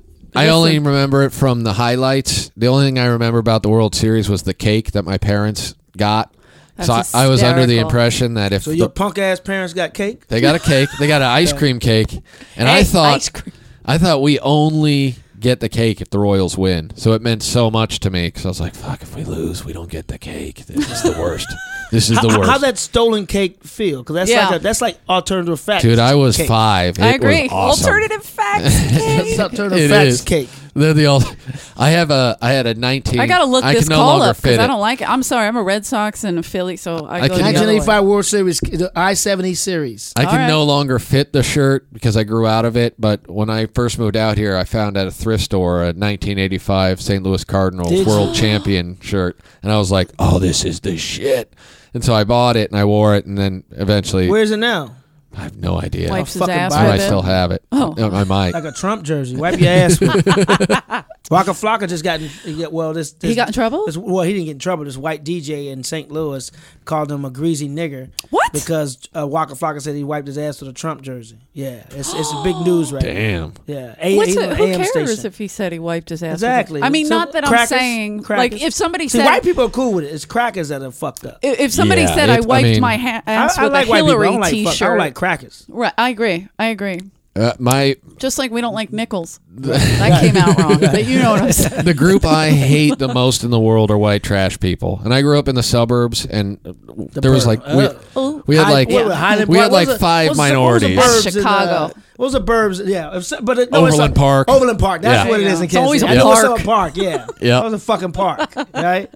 C: listen,
D: only remember it from the highlights. The only thing I remember about the World Series was the cake that my parents got. so
C: That's
D: I, I was under the
C: hysterical.
D: impression that if
B: So
D: the-
B: your punk ass parents got cake?
D: they got a cake,
C: *laughs*
D: they got an ice cream cake, and I
C: Hey,
D: thought
C: ice cream.
D: I thought we only get the cake if the Royals win. So it meant so much to me because I was like, "Fuck! If we lose, we don't get the cake. This is
C: *laughs*
D: the worst. This is the
B: How,
D: worst."
B: how that stolen cake feel? Because that's
C: Yeah.
B: like a, that's like alternative facts.
D: Dude, I was
B: Cake.
D: five.
C: I
D: It was
C: agree.
D: awesome.
C: Alternative
D: *laughs*
C: facts.
B: It's alternative
D: It
B: facts
D: is.
B: cake.
D: They're the old. I have a. I had a nineteen.
C: I gotta look
D: I
C: this
D: can no
C: call
D: longer
C: up because
D: fit
C: I
D: it.
C: don't like it. I'm sorry, I'm a Red Sox and a Philly, so I,
D: I
C: go
D: can-
C: the other way.
B: 1985 World Series, the I 70 series.
D: I can
C: All
D: no longer fit the shirt because I grew out of it. But when I first moved out here, I found at a thrift store a 1985 St. Louis Cardinals
B: Did you?
D: World Champion shirt, and I was like, "Oh, this is the shit." And so I bought it and I wore it, and then eventually,
B: Where's it now?
D: I have no idea.
C: Wipes his
B: fucking
C: ass
D: I
B: buy
C: with
D: might
C: it.
D: still have it.
C: Oh.
D: No,
B: *laughs*
D: I might.
B: Like a Trump jersey. Wipe your ass. with it.
D: *laughs*
B: Waka Flocka just got in, yeah, well. This, this
C: He got in trouble?
B: This, well, he didn't get in trouble. This white DJ in St. Louis called him a greasy nigger
C: What?
B: because uh, Waka Flocka said he wiped his ass with a Trump jersey. Yeah, it's it's a big news right now.
D: Damn.
B: Yeah, A-
C: What's
B: he's
C: it,
B: on
C: who
B: AM
C: cares
B: station.
C: if he said he wiped his ass? with it?
B: Exactly.
C: I mean,
B: So
C: not that
B: crackers-
C: I'm saying
B: crackers.
C: like if somebody
B: See,
C: said
B: white people are cool with it. It's crackers that are fucked up.
C: if if somebody
D: Yeah,
C: said I
D: it- I
C: wiped
D: mean-
C: my ha-
B: I,
C: ass
B: I
C: with
B: like
C: a
B: white people. I
C: Hillary
B: don't like fuck, I
C: T-shirt,
B: don't like crackers.
C: right? I agree. I agree.
D: Uh, my
C: Just like we don't like
D: *laughs*
C: nickels. that came out wrong, but you know what I'm saying.
D: the group I hate the most in the world are white trash people. And I grew up in the suburbs, and there was
B: burn.
D: like we,
B: Ugh.
C: Oh,
D: we had
B: Hi-
D: like
B: what was it, Highland
D: we
B: Park? What
D: had like
B: was the-
D: five
B: what was the- what was the
D: minorities.
B: burbs in, uh,
C: Chicago.
B: what What was the Burbs? Yeah, if so- but it, no,
D: Overland
B: it's a,
D: Park.
B: Overland Park. That's
D: Yeah.
B: what it is in
C: It's
B: Kansas.
C: always a
B: City. I know it's
C: park.
B: a park. Yeah,
D: *laughs* Yeah.
B: It was a fucking park, right?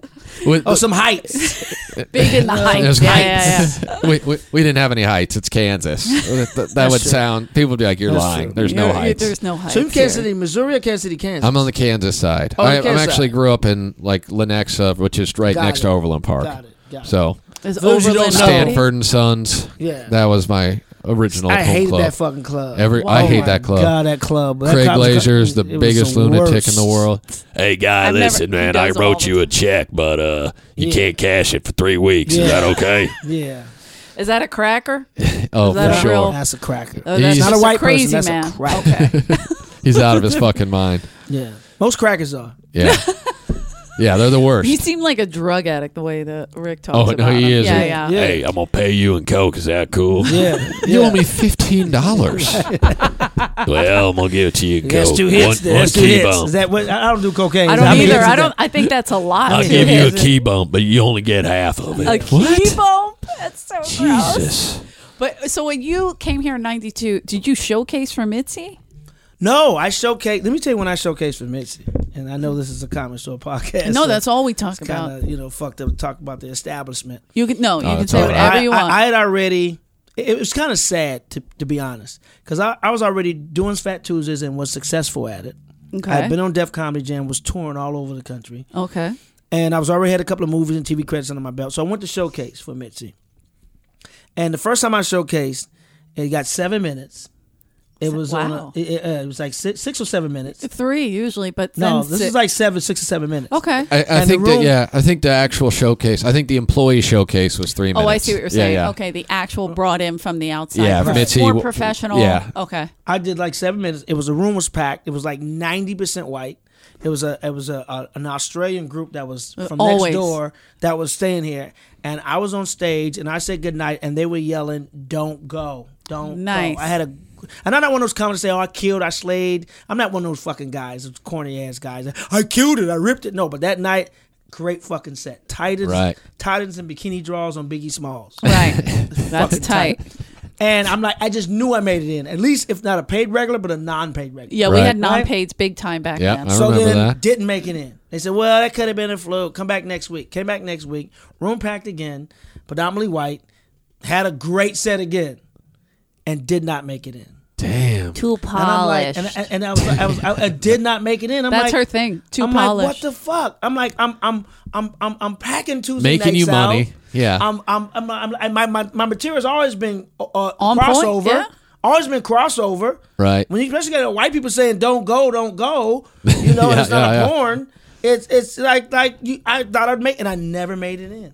D: With-
B: Oh, some heights.
C: Big in the
D: There's
C: heights. Yeah, yeah, yeah.
D: heights. uh, *laughs* we, we, we didn't have any heights.
B: *laughs*
D: It's Kansas. That, that- that would
B: true.
D: sound, people would be like, you're
B: That's
D: lying.
B: true.
D: There's
C: You're-
D: no
C: you're-
D: heights.
C: There's no heights.
B: so you Kansas
C: here.
B: City, Missouri, or Kansas City, Kansas?
D: I'm on the Kansas side.
B: Oh, the
D: I,
B: Kansas
D: I'm actually
B: side.
D: grew up in like Lenexa, which is right
B: Got
D: next
B: it.
D: to Overland Park.
B: Got it. Got it.
D: So
C: There's
B: Those you don't
C: Overland
B: know.
C: Park.
D: Stanford and Sons.
B: Yeah.
D: That was my original
B: I
D: home
B: hated
D: club.
B: that fucking club.
D: Every- I
B: Oh
D: hate
B: my
D: that club.
B: God, that club. That
D: Craig
B: club was-
D: Lazer's the
B: it was
D: biggest
B: the
D: lunatic in
B: worst.
D: the world.
E: Hey guy,
C: I've never- he
E: listen, man, I
C: does them all
E: wrote
C: the
E: you a check, but uh you
B: Yeah.
E: can't cash it for three weeks.
B: Yeah.
E: Is that okay?
B: Yeah,
C: Is that a cracker?
D: Oh,
C: Is that
D: for
C: a
D: sure.
C: real-
B: that's a cracker.
C: Oh,
D: He's-
C: that's
D: Not
B: Not
C: just
B: a white
C: crazy
B: person.
C: man.
B: That's a cracker.
D: He's out of his
B: *laughs*
D: fucking mind.
B: yeah, most crackers are.
D: Yeah. yeah, they're the worst.
C: He seemed like a drug addict the way that Rick talks
D: Oh, no,
C: about
D: he
C: him.
D: is.
C: Yeah, *laughs*
D: Yeah.
C: yeah.
B: Yeah.
E: Hey, I'm gonna pay you in coke. Is that cool?
B: *laughs* Yeah,
D: you
B: yeah.
D: owe me fifteen
B: *laughs*
D: dollars.
E: *laughs* well, I'm gonna give it to you in coke.
B: That's two hits.
E: One-
B: there.
E: one
B: That's two
E: key
B: hits.
E: bump.
B: Is that what? I I don't do cocaine.
C: I
B: How
C: don't
B: many
C: either.
B: hits is that?
C: I don't. I think that's a lot.
E: I'll
C: too.
E: give you a
C: Is it-
E: key bump, but you only get half of it.
C: A key bump. That's so gross.
E: Jesus.
C: But so when you came here in '92, did you showcase for Mitzi?
B: No, I showcase. Let me tell you when I showcase for Mitzi, and I know this is a comic store podcast.
C: no, that's all we talk about.
B: kind of you know fucked up. to Talk about the establishment.
C: you can no, you can
D: that's
C: say
D: Oh, all right.
C: whatever
B: I,
C: you
B: I-
C: want.
B: I had already. It it was kind of sad to, to be honest, because I, I was already doing Fat Tuesdays and was successful at it.
C: okay.
B: I'd been on Def Comedy Jam, was touring all over the country,
C: okay.
B: and I was already had a couple of movies and TV credits under my belt. So I went to showcase for Mitzi, and the first time I showcased, it got seven minutes. It was
C: Wow.
B: on a, it, it, uh, it was like six, six or seven minutes.
C: Three usually, but
B: No,
C: then
B: this
C: si-
B: is like seven, six or seven minutes.
C: okay.
D: I, I
B: And
D: think
B: the
D: that
B: room-
D: yeah, I think the actual showcase. I think the employee showcase was three minutes.
C: oh, I see what you're
D: Yeah,
C: saying.
D: yeah.
C: Okay, the actual brought in from the outside.
D: Yeah,
C: Prof-
D: Mitzi
C: more
D: w-
C: professional.
D: yeah.
C: Okay.
B: I did like seven minutes. It was the room was packed. It was like ninety percent white. It was a it was a, a an Australian group that was from
C: Uh, Always.
B: next door that was staying here, and I was on stage and I said goodnight, and they were yelling, "Don't go, don't
C: Nice.
B: go." I had a. And I'm not one of those comics that say, "Oh, I killed, I slayed." I'm not one of those fucking guys, those corny ass guys. I killed it, I ripped it. No, but that night, great fucking set. Titans,
D: Right.
B: Titans and bikini draws on Biggie Smalls.
D: *laughs*
C: Right. That's tight.
B: And I'm like, I just knew I made it in. At least, if not a paid regular, but a non-paid regular.
C: Yeah, we
D: Right.
C: had
B: Right.
C: non-paids big time back
D: Yeah,
C: then.
D: I
B: So
D: remember
B: then
D: that.
B: didn't make it in. They said, well, that could have been a fluke. Come back next week. Came back next week. Room packed again. Predominantly white. Had a great set again, and did not make it in.
D: Damn.
C: Too
B: And I'm like, and,
C: polished.
B: and, and I was, I was, I, I did not make it in. I'm like,
C: That's her thing. Too
B: I'm like, what
C: polished.
B: the fuck? I'm like, I'm, I'm, I'm, I'm, I'm packing Tuesday
D: Making
B: nights
D: you
B: out.
D: money. Yeah.
B: I'm, I'm, I'm, I'm, i my, my, my material's always been uh,
C: On point,
B: crossover.
C: yeah.
B: Always been crossover.
D: Right.
B: When you especially got white people saying "Don't go, don't go,"
D: *laughs*
B: you know, and
D: Yeah,
B: it's not
D: yeah,
B: a
D: yeah.
B: porn. It's it's like like you. I thought I'd make, and I never made it in.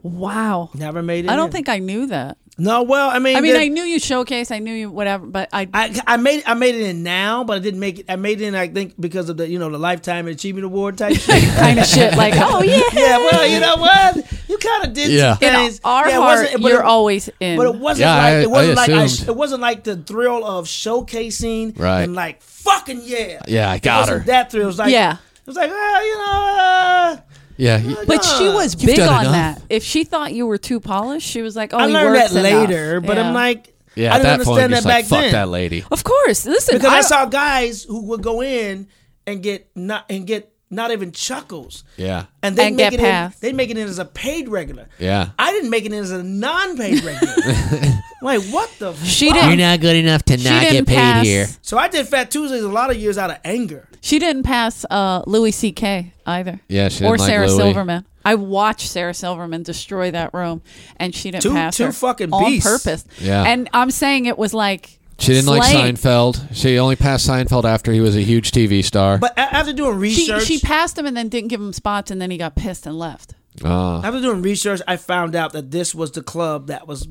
C: wow.
B: Never made it.
C: I don't
B: in.
C: think I knew that.
B: No, well, I mean,
C: I mean,
B: the-
C: I knew you showcase. I knew you whatever, but I.
B: I, I made I made it in now, but I didn't make it. I made it in, I think, because of the you know the lifetime achievement award type shit.
C: *laughs* kind of shit like oh yeah
B: *laughs* yeah, well, you know what? You kind of did.
D: Yeah.
B: some
C: in
B: things.
C: our
B: yeah, it
C: heart
B: wasn't- but
C: you're
B: it-
C: always in
B: But it wasn't
D: Yeah,
B: like
D: I-
B: it wasn't
D: I
B: like I sh-
D: assumed.
B: it wasn't like the thrill of showcasing
D: Right.
B: and like fucking yeah.
D: Yeah, I
B: It
D: got
B: wasn't
D: her.
B: That thrill it was like
C: Yeah.
B: It was like well, you know. Uh,
D: Yeah. y-
C: but she was
D: You've
C: big
D: done
C: on
D: enough.
C: that if she thought you were too polished she was like oh
B: I
C: he
B: learned
C: works
B: that
C: enough.
B: later, but
C: Yeah.
B: I'm like,
D: Yeah.
B: I
D: At
B: didn't
D: that point,
B: understand
D: you're
B: that
D: just
B: back
D: like, fuck
B: then
D: that lady.
C: of course listen
B: because I,
C: I,
B: saw guys who would go in and get not and get not even chuckles.
D: Yeah.
B: And they
C: And
B: make
C: get
B: it in,
C: passed.
B: they make it in as a paid regular.
D: Yeah.
B: I didn't make it in as a non-paid regular.
D: *laughs*
B: I'm like what the
C: she
B: fuck?
C: didn't
D: not good enough to
C: she didn't pass
B: So I did Fat Tuesdays a lot of years out of anger.
C: she didn't pass uh Louis C.K. either
D: Yeah, she
C: or
D: didn't like
C: Sarah
D: Louis.
C: Silverman I watched Sarah Silverman destroy that room and she didn't
B: Two-
C: pass
B: two
C: her
B: fucking
C: on
B: beasts.
C: purpose
D: Yeah.
C: and I'm saying it was like
D: She didn't like
C: slaying.
D: Seinfeld. She only passed Seinfeld after he was a huge TV star.
B: But a- after doing
C: she,
B: research,
C: she passed him and then didn't give him spots and then he got pissed and left
D: Ah.
B: after doing research, I found out that this was the club that was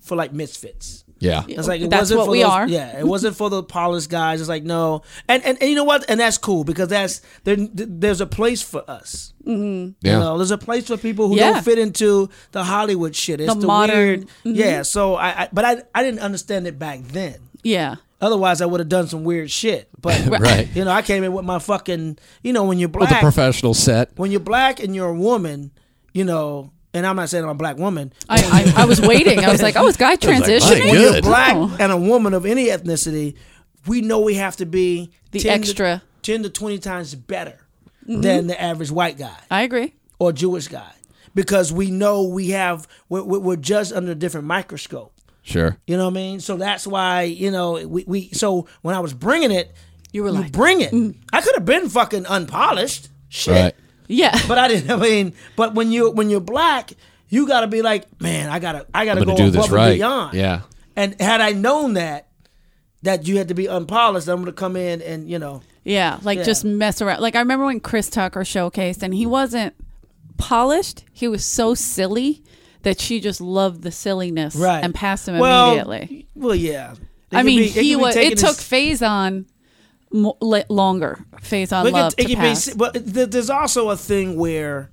B: for like misfits.
D: yeah.
B: It's like it
C: That's
B: wasn't
C: what
B: for
C: we
B: those-
C: are.
B: Yeah, it wasn't for the polished guys. It's like no, and, and and you know what? And that's cool because that's there. There's a place for us. You
D: Yeah.
B: know, there's a place for people who
C: Yeah.
B: don't fit into the Hollywood shit. It's
C: The
B: the,
C: modern- mm-hmm.
B: weird. Yeah. So I, I, but I, I didn't understand it back then.
C: yeah
B: Otherwise, I would have done some weird shit. But
D: *laughs* *laughs* Right.
B: you know, I came in with my fucking. You know, when you're
D: With a
B: black,
D: professional set.
B: when you're black and you're a woman, you know, and I'm not saying I'm a black woman.
C: I, I, I was waiting. I was like, oh, is
D: *laughs*
C: guy
E: like, my
C: transitioning?
E: God.
B: You're
E: Good.
B: black
C: Oh.
B: and a woman of any ethnicity. We know we have to be
C: The
B: 10 to-
C: extra. Mm-hmm.
B: ten to twenty times better than the average white guy
C: *laughs* I agree.
B: or Jewish guy because we know we have we're, we're we're judged under a different microscope.
D: Sure.
B: You know what I mean? So that's why you know we, we so when I was bringing it,
C: You were
B: you
C: like, mm-hmm.
B: bring it. I could have been fucking unpolished, shit.
D: Right.
C: yeah.
B: But I didn't. *laughs* I mean, but when you when you're black, you got to be like, man, I gotta I gotta
D: I'm
B: go
D: gonna do
B: above
D: this
B: and
D: right.
B: beyond.
D: Yeah.
B: And had I known that that you had to be unpolished, I'm gonna come in and you know
C: Yeah, like
B: Yeah.
C: just mess around. Like I remember when Chris Tucker showcased, and he wasn't polished. He was so silly that she just loved the silliness
B: right
C: and passed him
B: well,
C: immediately.
B: Well, yeah. It
C: I
B: could
C: mean,
B: be- could
C: he
B: be
C: was.
B: taken
C: It took
B: as-
C: Faison mo- le- longer. Faison
B: Look at-
C: love
B: it
C: to
B: could be-
C: pass.
B: but th- there's also a thing where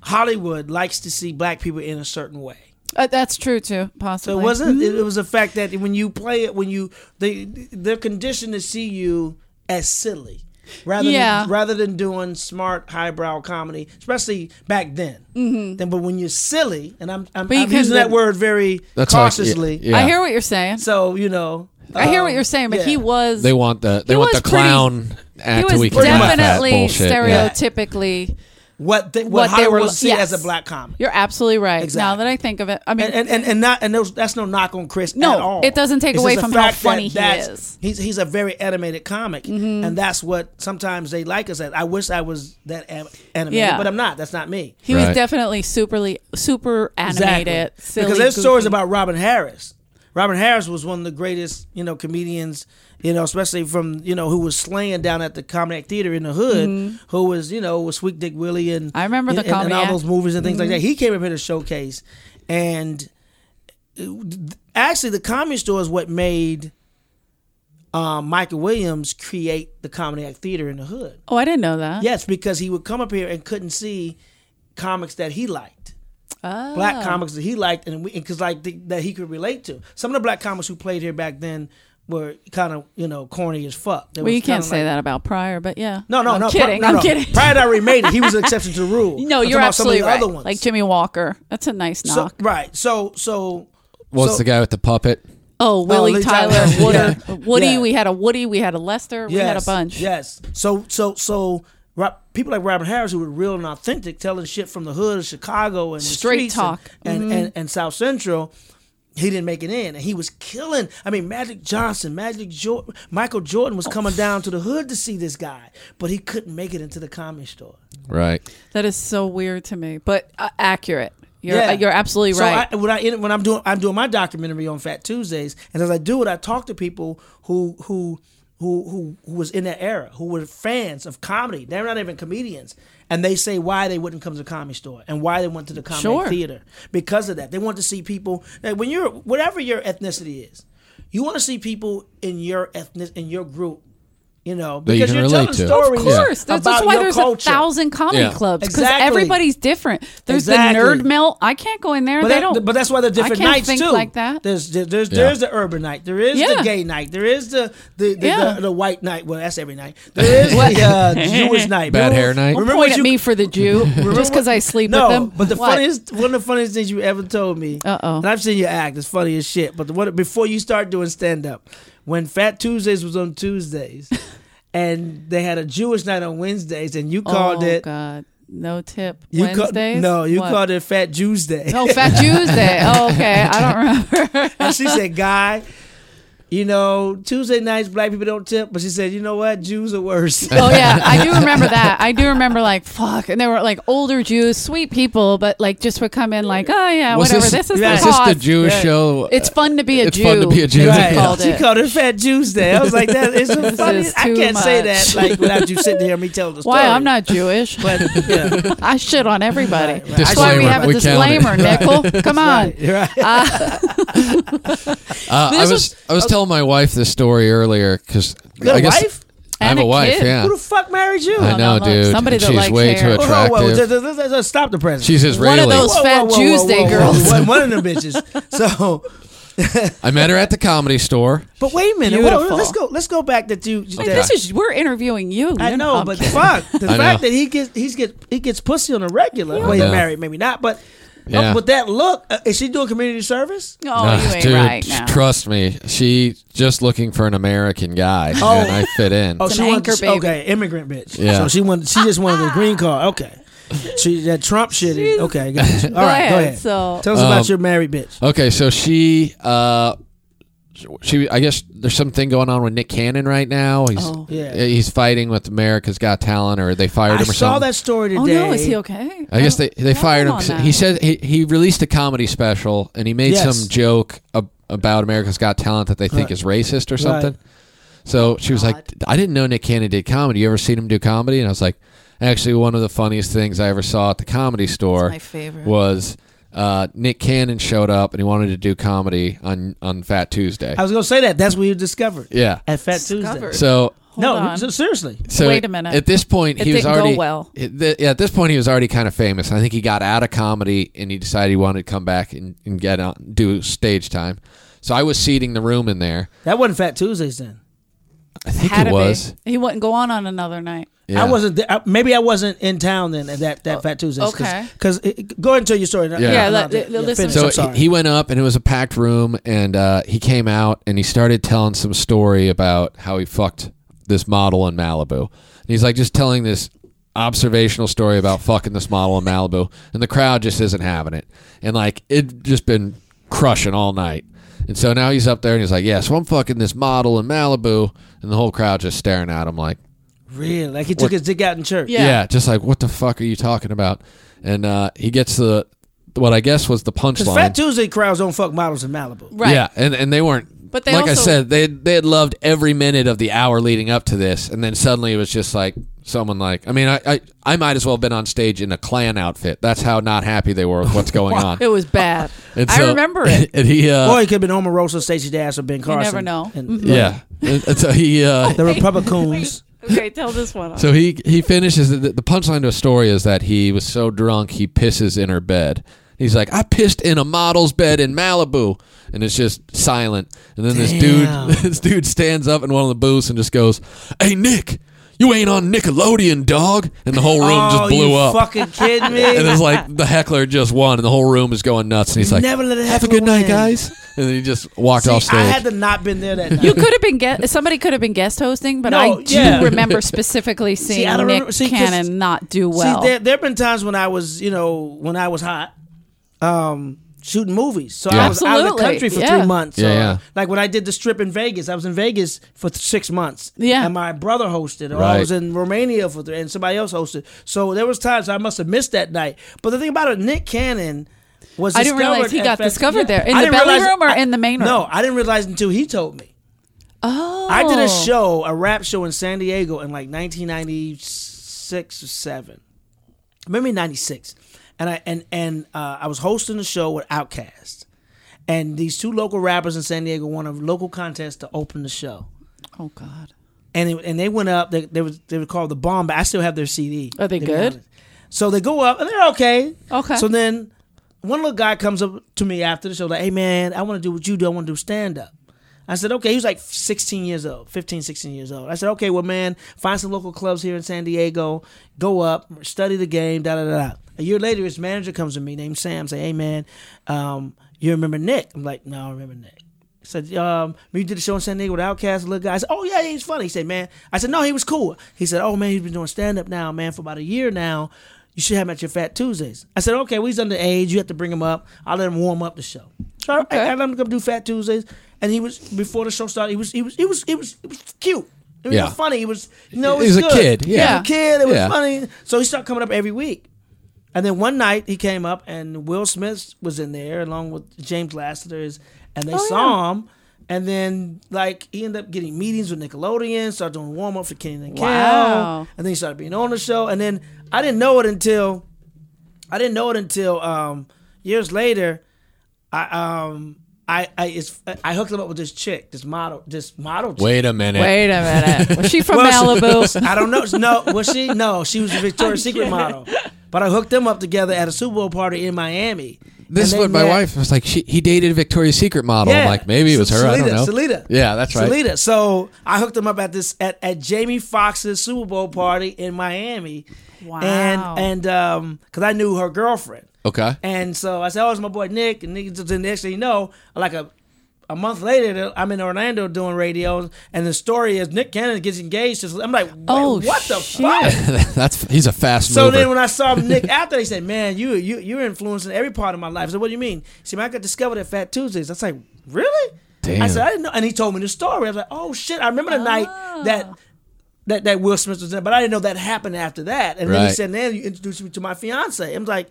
B: Hollywood likes to see black people in a certain way.
C: Uh, that's true too.
B: So
C: Possibly. Mm-hmm.
B: it wasn't. It, it was the fact that when you play it, when you they they're conditioned to see you as silly, rather
C: Yeah.
B: than, rather than doing smart highbrow comedy, especially back then. Mm-hmm. Then, but when you're silly, and I'm I'm,
C: But you
B: I'm
C: can-
B: using that word very
D: That's how I- yeah,
B: cautiously.
D: yeah.
C: I hear what you're saying.
B: So you know,
C: I hear what
B: um,
C: you're saying, but he
B: yeah.
C: was.
D: They want the they want
C: was
D: the clown
C: he
D: act
C: was
D: we can laugh at
C: definitely
D: bullshit. Yeah.
C: stereotypically.
B: what they, what,
C: What they
B: Hollywood
C: were-
B: will see
C: yes.
B: as a black comedy.
C: You're absolutely right. Now
B: Exactly.
C: that I think of it, I mean,
B: and and, and, and not and those, that's no knock on Chris
C: No,
B: at all.
C: it doesn't take
B: It's
C: away
B: just
C: from
B: the
C: how
B: fact that
C: funny he
B: that's-
C: is. Mm-hmm.
B: He's he's a very animated comic, and that's what sometimes they like us at. I wish I was that am- animated,
C: Yeah.
B: but I'm not. That's not me.
C: he
D: Right.
C: was definitely superly super animated. silly,
B: because there's stories
C: goofy.
B: about Robin Harris. Robin Harris was one of the greatest, you know, comedians, you know, especially from you know who was slaying down at the Comedy Act Theater in the hood, who was you know was Sweet Dick Willie and
C: Mm-hmm. I remember the Mm-hmm.
B: and, and, and
C: Comedy
B: all
C: Act.
B: those movies and things like that. He came up here to showcase, and it- actually the Comedy Store is what made um, Michael Williams create the Comedy Act Theater in the hood.
C: Oh, I didn't know that.
B: Yes, because he would come up here and couldn't see comics that he liked
C: Oh.
B: black comics that he liked and because like the, that he could relate to. Some of the black comics who played here back then were kind of you know corny as fuck. They
C: Well,
B: was
C: you can't
B: kinda
C: say
B: like-
C: that about Pryor, but yeah.
B: No, no,
C: I'm
B: no. Pri-
C: Kidding.
B: no,
C: I'm
B: no.
C: kidding.
B: Prior to I remade it, he was an exception to the rule.
C: *laughs* No,
B: I'm
C: you're
B: talking about some of
C: absolutely
B: the
C: right.
B: Other ones.
C: Like Jimmy Walker. That's a nice
B: so,
C: knock.
B: right. So so
D: What's
B: so-
D: the guy with the puppet?
C: oh, Willie
B: Lee
C: Tyler,
B: Tyler.
C: Woodard,
B: *laughs* Yeah.
C: Woody.
B: Yeah.
C: We had a Woody. We had a Lester. We had a
B: Yes,
C: bunch.
B: Yes. So so so Rob, people like Robert Harris who were real and authentic, telling shit from the hood of Chicago and the
C: Straight
B: streets
C: talk. Mm-hmm.
B: and, and, and, and South Central. He didn't make it in, and he was killing. I mean, Magic Johnson, Magic Jordan, Michael Jordan was coming down to the hood to see this guy, but he couldn't make it into the comic store.
D: Right.
C: That is so weird to me, but uh, accurate. You're
B: Yeah.
C: uh, you're absolutely
B: So
C: right.
B: I, when I in- when I'm doing I'm doing my documentary on Fat Tuesdays, and as I do it, I talk to people who who who who, who was in that era, who were fans of comedy. They're not even comedians, and they say why they wouldn't come to the comedy store and why they went to the comedy
C: Sure.
B: theater because of that. They want to see people like, when you're whatever your ethnicity is, you want to see people in your ethnic in your group. You know,
D: you
B: because
D: can
B: are
D: relate
B: telling
D: to. Of
B: stories
C: of course, that's, that's
B: about
C: why
B: your
C: there's
B: culture.
C: a thousand comedy
D: Yeah.
C: clubs because
B: Exactly.
C: everybody's different. There's
B: Exactly.
C: the nerd melt. I can't go in there.
B: But,
C: they
B: that-
C: don't.
B: but that's why they're different
C: I can't
B: nights
C: think
B: too.
C: Like that.
B: There's there- there's
D: Yeah.
B: there's the urban night. There is
C: Yeah.
B: the gay night. There is the the the,
C: Yeah.
B: the, the white night. Well, that's every night. There is the uh, Jewish night.
D: Bad hair night.
C: Don't
B: Remember
C: point
B: what
C: at
B: you
C: me for
B: *laughs*
C: the Jew just because I sleep
B: no,
C: with them.
B: but the
C: What?
B: funniest one of the funniest things you ever told me.
C: Uh-oh.
B: And I've seen you act. It's funny as shit. But the one before you start doing stand up, when Fat Tuesdays was on
C: *laughs*
B: Tuesdays, and they had a Jewish night on Wednesdays, and you called
C: oh,
B: it.
C: God. No tip.
B: You ca-
C: Wednesdays?
B: no, you
C: What?
B: called it Fat Tuesday.
C: *laughs* Oh, Fat
B: *laughs*
C: Tuesday. Oh, okay. I don't remember. *laughs*
B: And she said, "Guy, you know Tuesday nights black people don't tip," but she said, "You know what? Jews are worse."
C: *laughs* oh yeah, I do remember that. I do remember like fuck, and they were like older Jews, sweet people, but like just would come in like, oh yeah,
D: Was
C: whatever.
D: this-
C: This, is
B: yeah.
C: the
D: Is this
C: cost.
D: the Jewish show?
C: It's fun to be a
D: It's
C: Jew.
D: fun to be a Jew.
C: they
D: Right.
C: called
B: she
C: it.
B: called it Fat Tuesday. I was like, "That is the
C: This is
B: funniest." I
C: too
B: can't say
C: much.
B: that like without you sitting here and me telling the story.
C: Why I'm not Jewish, but *laughs*
B: Yeah.
C: I shit on everybody.
B: Right, right.
C: That's why we
D: Disclaimer.
C: have a
D: We
C: disclaimer,
D: count
C: Nickel. Come on.
B: You're right.
D: Uh, I
C: This
D: was,
C: was-
D: I was telling my wife this story earlier because
B: Your
D: I guess
B: wife?
D: I have
C: And
D: a
C: a
D: wife.
C: kid.
D: Yeah,
B: Who the fuck married you?
D: I
C: no,
D: know,
C: no.
D: dude.
C: Somebody
D: and
C: that
D: she's
C: likes
D: way
C: hair.
D: too
B: Whoa,
C: Whoa,
B: whoa, whoa,
D: attractive.
B: Oh, just- just- just stop the present.
D: She's Israeli.
C: those- Fat Tuesday girls.
B: One, one of them bitches. So,
D: I met her at the comedy store.
B: But wait a minute. whoa,
C: Beautiful.
B: let's go. Let's go back to you.
C: Like, This is we're interviewing you.
B: I
C: You're
B: know,
C: not-
B: but fuck the
D: *laughs* I
B: fact
D: know.
B: that he gets he's get he gets pussy on a regular.
D: Yeah.
B: Well,
D: I
B: he's
D: know.
B: married, maybe not, but
D: Yeah.
B: uh, with that look, uh, is she doing community service?
C: *laughs* *laughs* oh,
D: Ugh,
C: you ain't
D: dude,
C: right now.
D: trust me, she's just looking for an American guy,
B: Oh.
D: and I fit in.
B: Oh,
C: It's
B: she
C: an
B: wanted
C: anchor, baby. Ah.
B: okay, immigrant bitch.
D: Yeah.
B: So she wanted she just wanted a green card. Okay. She that Trump shit. Is, okay, got
C: *laughs*
B: you. All
C: Go
B: right,
C: ahead,
B: go ahead.
C: so-
B: tell us
D: Um,
B: about your married bitch.
D: Okay, so she, uh, she, I guess there's something going on with Nick Cannon right now. He's,
C: Oh.
B: Yeah.
D: he's fighting with America's Got Talent, or they fired
B: I
D: him
B: saw
D: or something.
B: that story today.
C: Oh no, is he okay?
D: I guess they, they
C: I
D: fired him.
C: don't
D: 'cause
C: know
D: He
C: that.
D: said he, he released a comedy special and he made
B: Yes.
D: some joke ab- about America's Got Talent that they think
B: Right.
D: is racist or something.
B: Right.
D: So she was like, I didn't know Nick Cannon did comedy. You ever seen him do comedy? And I was like, actually, one of the funniest things I ever saw at the comedy store
C: my favorite.
D: was uh, Nick Cannon showed up and he wanted to do comedy on, on Fat Tuesday.
B: I was gonna say that. That's what you discovered
D: yeah.
B: at Fat Tuesday.
C: Discovered.
D: So
C: Hold
B: No,
C: on.
B: so seriously.
D: so
C: Wait a minute.
D: At this point,
C: It
D: he was
C: didn't go
D: already
C: well.
D: It, th- yeah, at this point, he was already kind of famous. I think he got out of comedy and he decided he wanted to come back and, and get on do stage time. So I was seating the room in there.
B: That wasn't Fat Tuesdays then.
D: I think
C: Had to
D: it
C: be.
D: was.
C: He wouldn't go on on another night.
D: Yeah.
B: I wasn't. There. I- Maybe I wasn't in town then at that that Fat Tuesday.
C: Oh, okay.
B: Because go ahead and tell your story. Yeah.
D: Yeah,
C: let- let- listen.
D: So
B: I'm sorry.
D: he went up and it was a packed room and uh, he came out and he started telling some story about how he fucked this model in Malibu. And he's like just telling this observational story about fucking this model in Malibu and the crowd just isn't having it. And like it just been crushing all night. And so now he's up there and he's like, "Yeah, so I'm fucking this model in Malibu." And the whole crowd just staring at him like
B: really, like he took his dick out in church.
C: Yeah.
D: yeah. just like what the fuck are you talking about? And uh, he gets the what I guess was the
B: Because
D: punchline.
B: Fat Tuesday crowds don't fuck models in Malibu.
C: Right.
D: Yeah, and, and they weren't.
C: But they
D: like I
C: also-
D: said, they they had loved every minute of the hour leading up to this, and then suddenly it was just like someone like I mean I I, I might as well have been on stage in a Klan outfit. That's how not happy they were
C: *laughs*
D: with what's going on.
C: It was bad.
D: *laughs* And
C: I
D: so-
C: remember it.
D: *laughs* And he uh,
B: Or it could have been Omar Rosa, Stacey Dash, or Ben Carson.
C: never know. Mm-hmm.
B: And-
D: yeah, and, and so he uh,
B: The
C: *laughs*
B: Republicans.
C: Okay, tell this one.
D: so he he finishes the, the punchline to a story is that he was so drunk he pisses in her bed. He's like, I pissed in a model's bed in Malibu, and it's just silent. And then
B: Damn.
D: *laughs* this dude, this dude stands up in one of the booths and just goes, "Hey Nick, you ain't on Nickelodeon, dog!" And the whole room
B: oh,
D: just blew
B: you
D: up.
B: fucking kidding me?
D: *laughs* and it's like the heckler just won, and the whole room is going nuts. And he's like,
B: Never let a
D: "Have a
B: heckler
D: good night,
B: win."
D: guys." And then he just walked off
B: See,
D: stage.
B: I had to not been
D: *laughs*
B: there that night.
C: you could have been guest. Somebody could have been guest hosting, but
B: No,
C: I do
B: yeah.
C: remember
D: *laughs*
C: specifically seeing
B: I
C: Nick
B: don't remember- see, 'cause-
C: Cannon not do well.
B: See, there there have been times when I was, you know, when I was hot, um, shooting movies. So
D: Yeah.
B: I was out of the
C: Absolutely,
B: country for
C: yeah.
B: three months.
D: Yeah,
B: or-
D: yeah.
B: Like when I did the strip in Vegas, I was in Vegas for th- six months.
C: Yeah.
B: And my brother hosted, or I
D: Right.
B: was in Romania for three, and somebody else hosted. So there was times I must have missed that night. But the thing about it, Nick Cannon. Was
C: I didn't
B: discovered
C: realize he
B: at
C: got
B: Fest-
C: discovered there. In
B: I
C: the
B: didn't
C: belly
B: realize-
C: room or
B: I-
C: in the main room?
B: No, I didn't realize until he told me.
C: oh,
B: I did a show, a rap show in San Diego in like 1996 or seven, maybe 96, and I and and uh, I was hosting a show with Outkast, and these two local rappers in San Diego won a local contest to open the show,
C: Oh God.
B: and it, and they went up. They, they was they were called the Bomb. But I still have their CD.
C: Are they
B: to be
C: good?
B: honest. So they go up and they're okay.
C: Okay.
B: So then one little guy comes up to me after the show like, "Hey man, I want to do what you do. I want to do stand up." I said, "Okay." He was like 16 years old, 15, 16 years old. I said, "Okay, well man, find some local clubs here in San Diego. Go up, study the game. Da da da." da. A year later, his manager comes to me named Sam. Say, "Hey man, um, you remember Nick?" I'm like, "No, I remember Nick." He said, um, you did a show in San Diego with Outcast, little guy. I said, oh yeah, he's funny. He said, man. I said, no, he was cool. He said, oh man, he's been doing stand up now, man, for about a year now. You should have him at your Fat Tuesdays. I said, okay, well, he's underage. You have to bring him up. I'll let him warm up the show. So I- I, I let him come do Fat Tuesdays, and he was before the show started. He was he was he was he was, he was cute. It was
D: Yeah.
B: funny. He was you know it
D: He was a
B: good.
D: kid,
C: yeah.
B: He was a kid. It was
D: Yeah.
B: funny. So he started coming up every week. And then one night he came up and Will Smith was in there along with James Lasseter's, and they saw him. And then like he ended up getting meetings with Nickelodeon, started doing warm up for Kenny and
C: Wow.
B: Kel, and then he started being on the show. And then I didn't know it until I didn't know it until um, years later. I um I I it's, I hooked him up with this chick, this model, this model. Chick.
D: Wait a minute.
C: Wait
B: *laughs*
C: a minute. Was she from
B: Well, she-
C: Malibu?
B: I don't know. No, was she?
C: *laughs*
B: No, she was a Victoria's Secret model. But I hooked them up together at a Super Bowl party in Miami.
D: This
B: And
D: is
B: they
D: what my
B: met-
D: wife was like. She, he dated a Victoria's Secret model. I'm like, maybe it was her.
B: Salida,
D: I don't know.
B: Salida.
D: Yeah, that's right.
B: Salida. So I hooked him up at this at, at Jamie Foxx's Super Bowl party in Miami.
C: Wow.
B: And and um, because I knew her girlfriend.
D: Okay.
B: And so I said, "Oh, it's my boy Nick." And Nick just the next thing you know, like a a month later, I'm in Orlando doing radio, and the story is Nick Cannon gets engaged. to- I'm like, wait,
C: Oh,
B: what the
C: shit.
B: fuck?
D: *laughs* that's he's a fast
B: So
D: mover.
B: then when I saw Nick *laughs* after, he said, "Man, you you you're influencing every part of my life." I said, "What do you mean?" He said, "Man, I got discovered at Fat Tuesdays." I was like, "Really?"
D: Damn.
B: I said, "I didn't know," and he told me the story. I was like, "Oh shit!" I remember the night
C: Ah.
B: that. That, that Will Smith was in, but I didn't know that happened after that. And then he
D: Right.
B: said, "Then you introduced me to my fiance." I was like,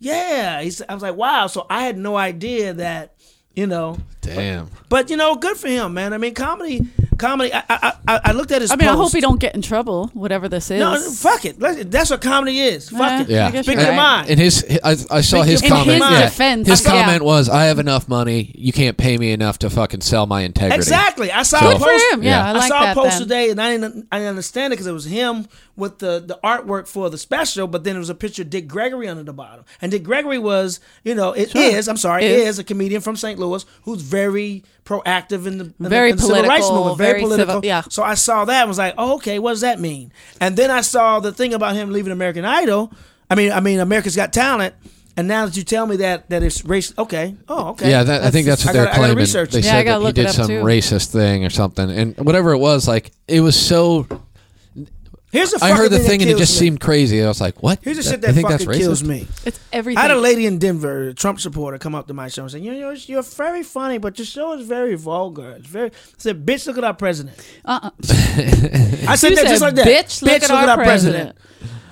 B: "Yeah." He said, "I was like, wow." So I had no idea that, you know.
D: Damn.
B: But you know, good for him, man. I mean, comedy, comedy. I I, I, I looked at his.
C: I mean, I hope
B: post.
C: he don't get in trouble, whatever this is.
B: No, fuck it. Let- That's what comedy is. Fuck
C: Yeah.
B: it.
D: Yeah.
C: guess
B: Speak
C: you're
B: your
C: right.
B: mind.
D: And his, I, I saw
B: Speak
D: his
B: your
D: comment.
B: mind. In his
D: yeah.
C: defense,
D: his
C: yeah.
D: comment was, "I have enough money. You can't pay me enough to fucking sell my integrity."
B: Exactly. I saw
D: So-
B: a
D: Good for
B: post.
C: him. Yeah, I like
B: saw
C: that
B: a post
C: then.
B: today, and I didn't, I didn't understand it because it was him with the, the artwork for the special, but then it was a picture of Dick Gregory under the bottom, and Dick Gregory was, you know, it is, I'm sorry,
C: Is.
B: is. a comedian from St. Louis who's very proactive in the, in the-
C: Very
B: in the civil rights
C: political,
B: movement, very,
C: very civil-
B: political.
C: yeah.
B: So I saw that and was like, oh, okay, what does that mean? And then I saw the thing about him leaving American Idol. I mean, I mean, America's Got Talent. And now that you tell me that that it's race, okay, oh, okay,
D: Yeah, that, I think that's what
B: I
D: they're
B: gotta- I gotta
D: claiming.
B: research
D: They
B: it.
C: Yeah, I
D: said
C: gotta
D: that he
C: look it
D: did
C: up,
D: some
C: too.
D: racist thing or something, and whatever it was, like it was so.
B: Here's the
D: I
B: fucking
D: heard the
B: that
D: thing and it
B: kills
D: just
B: me.
D: seemed crazy. I was like, "What?"
B: Here's the
D: That-
B: shit
D: I
B: that
D: think
B: fucking
D: that's
B: kills
D: racist?
B: me.
C: It's
B: I
C: everything.
B: had a lady in Denver, a Trump supporter, come up to my show and say, "You know, you're very funny, but your show is very vulgar. It's very." I said, "Bitch, look at our president."
C: Uh-uh.
B: *laughs* I said
C: You
B: that
C: said,
B: just like that.
C: "Bitch, look at our president."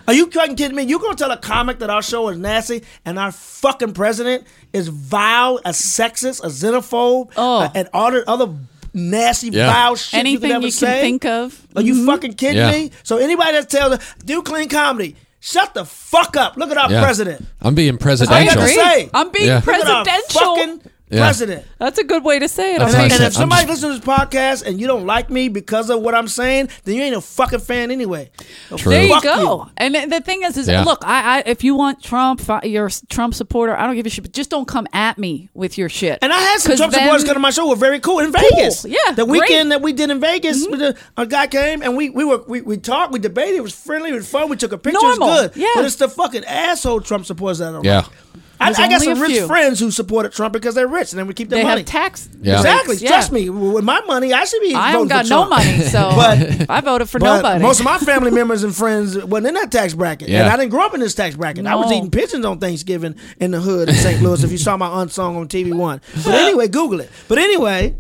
B: Are you fucking kidding me? You gonna tell a comic that our show is nasty and our fucking president is vile, a sexist, a xenophobe,
C: Oh.
B: uh, and all the other nasty,
D: Yeah.
B: vile shit
C: Anything
B: you could
C: you
B: ever
C: can
B: say?
C: think of. Mm.
B: Are you fucking kidding
D: Yeah.
B: me? So anybody that tells do clean comedy, shut the fuck up. Look at our
D: Yeah.
B: president.
D: I'm being
C: I
D: presidential.
B: That's what I'm
C: agree.
B: saying.
C: I'm being
D: Yeah.
B: Look at our
C: presidential.
B: fucking
D: Yeah.
B: president.
C: That's a good way to say it.
D: That's
C: I
D: how I
B: And
C: think.
D: said-
B: if
D: I'm
B: somebody
D: just-
B: listens to this podcast and you don't like me because of what I'm saying, then you ain't a fucking fan anyway. So
D: True.
C: There you
B: fuck
C: go. And th- the thing is, is
D: Yeah.
C: look, I, I, if you want Trump, fi- you're a s- Trump supporter. I don't give a shit, but just don't come at me with your shit.
B: And I had some
C: 'Cause
B: Trump
C: then-
B: supporters come to my show. who Were very cool in Vegas.
C: yeah,
B: the
C: great. Mm-hmm.
B: weekend that we did in Vegas, with the- a guy came and we we were we, we talked, we debated. It was friendly, it was fun. We took a picture.
C: Normal,
B: It was good.
C: yeah.
B: But it's the fucking asshole Trump supporters that I don't
D: Yeah.
B: like. I,
C: There's
B: I got
C: only
B: some
C: a
B: rich
C: few.
B: friends who supported Trump because they're rich and then we keep their
C: they
B: money.
C: have tax.
D: Yeah.
B: Exactly.
C: breaks. Yeah.
B: Trust me, w- with my money, I should be.
C: I haven't
B: voting for
C: got no
B: Trump.
C: money, so
B: *laughs* But-
C: I voted for
B: But
C: nobody.
B: most of my
C: *laughs*
B: family members and friends wasn't in that tax bracket,
D: Yeah.
B: and I didn't grow up in this tax bracket. I was
C: No.
B: eating pigeons on Thanksgiving in the hood in St. Louis. if you saw my aunt's song on TV One,
C: *laughs*
B: but anyway, Google it. But anyway,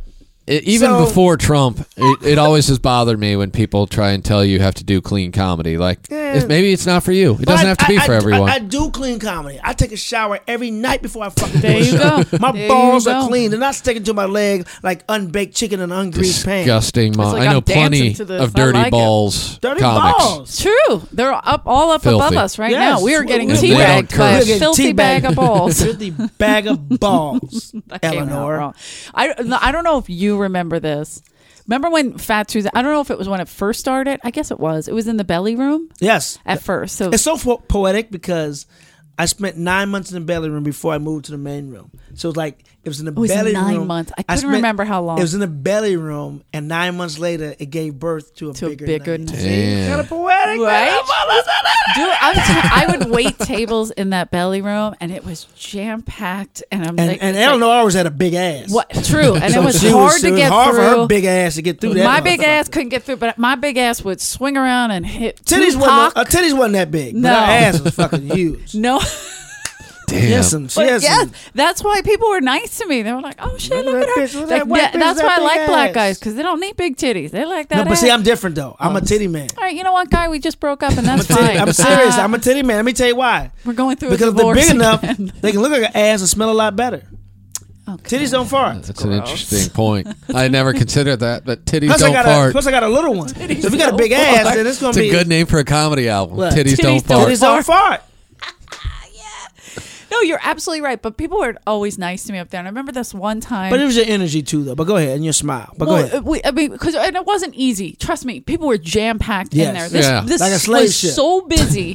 D: It- E, even
B: So-
D: before Trump, it, it always has bothered me when people try and tell you you have to do clean comedy. Like,
B: Yeah.
D: if maybe it's not for you. It doesn't
B: I-
D: have to be
B: I-
D: for
B: I-
D: everyone.
B: I, I do clean comedy. I take a shower every night before I fucking
C: There
B: do a
C: you
B: show.
C: go.
B: My
C: There you
B: balls
C: go.
B: are clean. They're not sticking to my leg like unbaked chicken and ungreased pan.
D: Disgusting. Mom.
C: It's like
D: I know
C: I'm dancing
D: plenty
C: to this.
D: of
C: I
D: dirty
C: like it.
D: balls
B: Dirty
D: comics.
B: balls.
C: True. They're up all up above
D: Filthy.
C: us right
B: Yes.
C: now. We are getting
B: They don't
C: teabagged by a
D: curse. We're
B: getting
C: filthy bag
B: teabagged.
C: of
B: *laughs*
C: balls.
B: Filthy bag
C: *laughs*
B: of balls,
C: That came out
B: Eleanor.
C: wrong. I, no, I don't know if you remember this. Remember when Fat Tuesday? I don't know if it was when it first started. I guess it was. It was in the belly room
B: Yes.
C: at first. So
B: It's so po- poetic because I spent nine months in the belly room before I moved to the main room. So it's like it was in the
C: Oh, was
B: belly
C: nine
B: room.
C: months. I couldn't remember how long.
B: It was in the belly room, and nine months later, it gave birth to a
C: To a
B: bigger,
C: bigger
B: nut.
C: nut.
D: Damn.
B: Kind of poetic,
C: Right?
B: right?
C: Dude, I'm t- I would wait tables in that belly room, and it was jam packed. And I'm
B: And,
C: like,
B: and
C: it's like,
B: Eleanor always had a big ass.
C: what? True, and
B: So
C: it was
B: she
C: hard
B: it
C: to
B: was
C: get
B: hard
C: through.
B: for her big ass to get through that.
C: my big
B: motherfucker.
C: ass couldn't get through, but my big ass would swing around and hit
B: Titties
C: Tupac.
B: wasn't, her titties wasn't that big.
C: No.
B: But her ass was fucking huge.
C: *laughs* no,
D: Damn.
B: Yes, some. She
C: but
B: has
C: yes,
B: some-
C: that's why people were nice to me. They were like, "Oh shit,
B: Look
C: look
B: at
C: at
B: that
C: her."
B: bitch, look at
C: Like,
B: that white
C: yeah,
B: bitch,
C: that's
B: that
C: why I
B: big
C: like black
B: ass.
C: guys because they don't need big titties. They like that.
B: No, but see,
C: ass.
B: I'm different though. I'm a titty man.
C: All right, you know what, guy? We just broke up, and
B: *laughs*
C: that's fine.
B: I'm serious.
C: Uh,
B: I'm a titty man. Let me tell you why.
C: *laughs* We're going through
B: Because
C: a
B: if they're
C: divorce
B: big enough,
C: again. *laughs*
B: they can look like an ass and smell a lot better.
C: Okay.
B: Titties don't fart.
D: That's an interesting
B: *laughs*
D: point. I never considered that, but titties
B: Plus I,
D: don't
B: got a,
D: fart.
B: plus, I got a little one. So if you got a
C: don't
B: big ass,
C: fart.
B: then it's going
D: It's
B: to be.
D: a good name for a comedy album.
B: What?
D: Titties,
C: Titties don't
D: don't fart.
B: Titties don't fart.
C: No, you're absolutely right. But people were always nice to me up there. And I remember this one time.
B: But it was your energy too, though. But go ahead and your smile. But go
C: well,
B: ahead.
C: we, I mean, because and it wasn't easy. Trust me, people were jam packed
B: Yes.
C: in there. This,
D: Yeah.
C: this
B: Like a slave
C: was
B: ship.
C: so busy.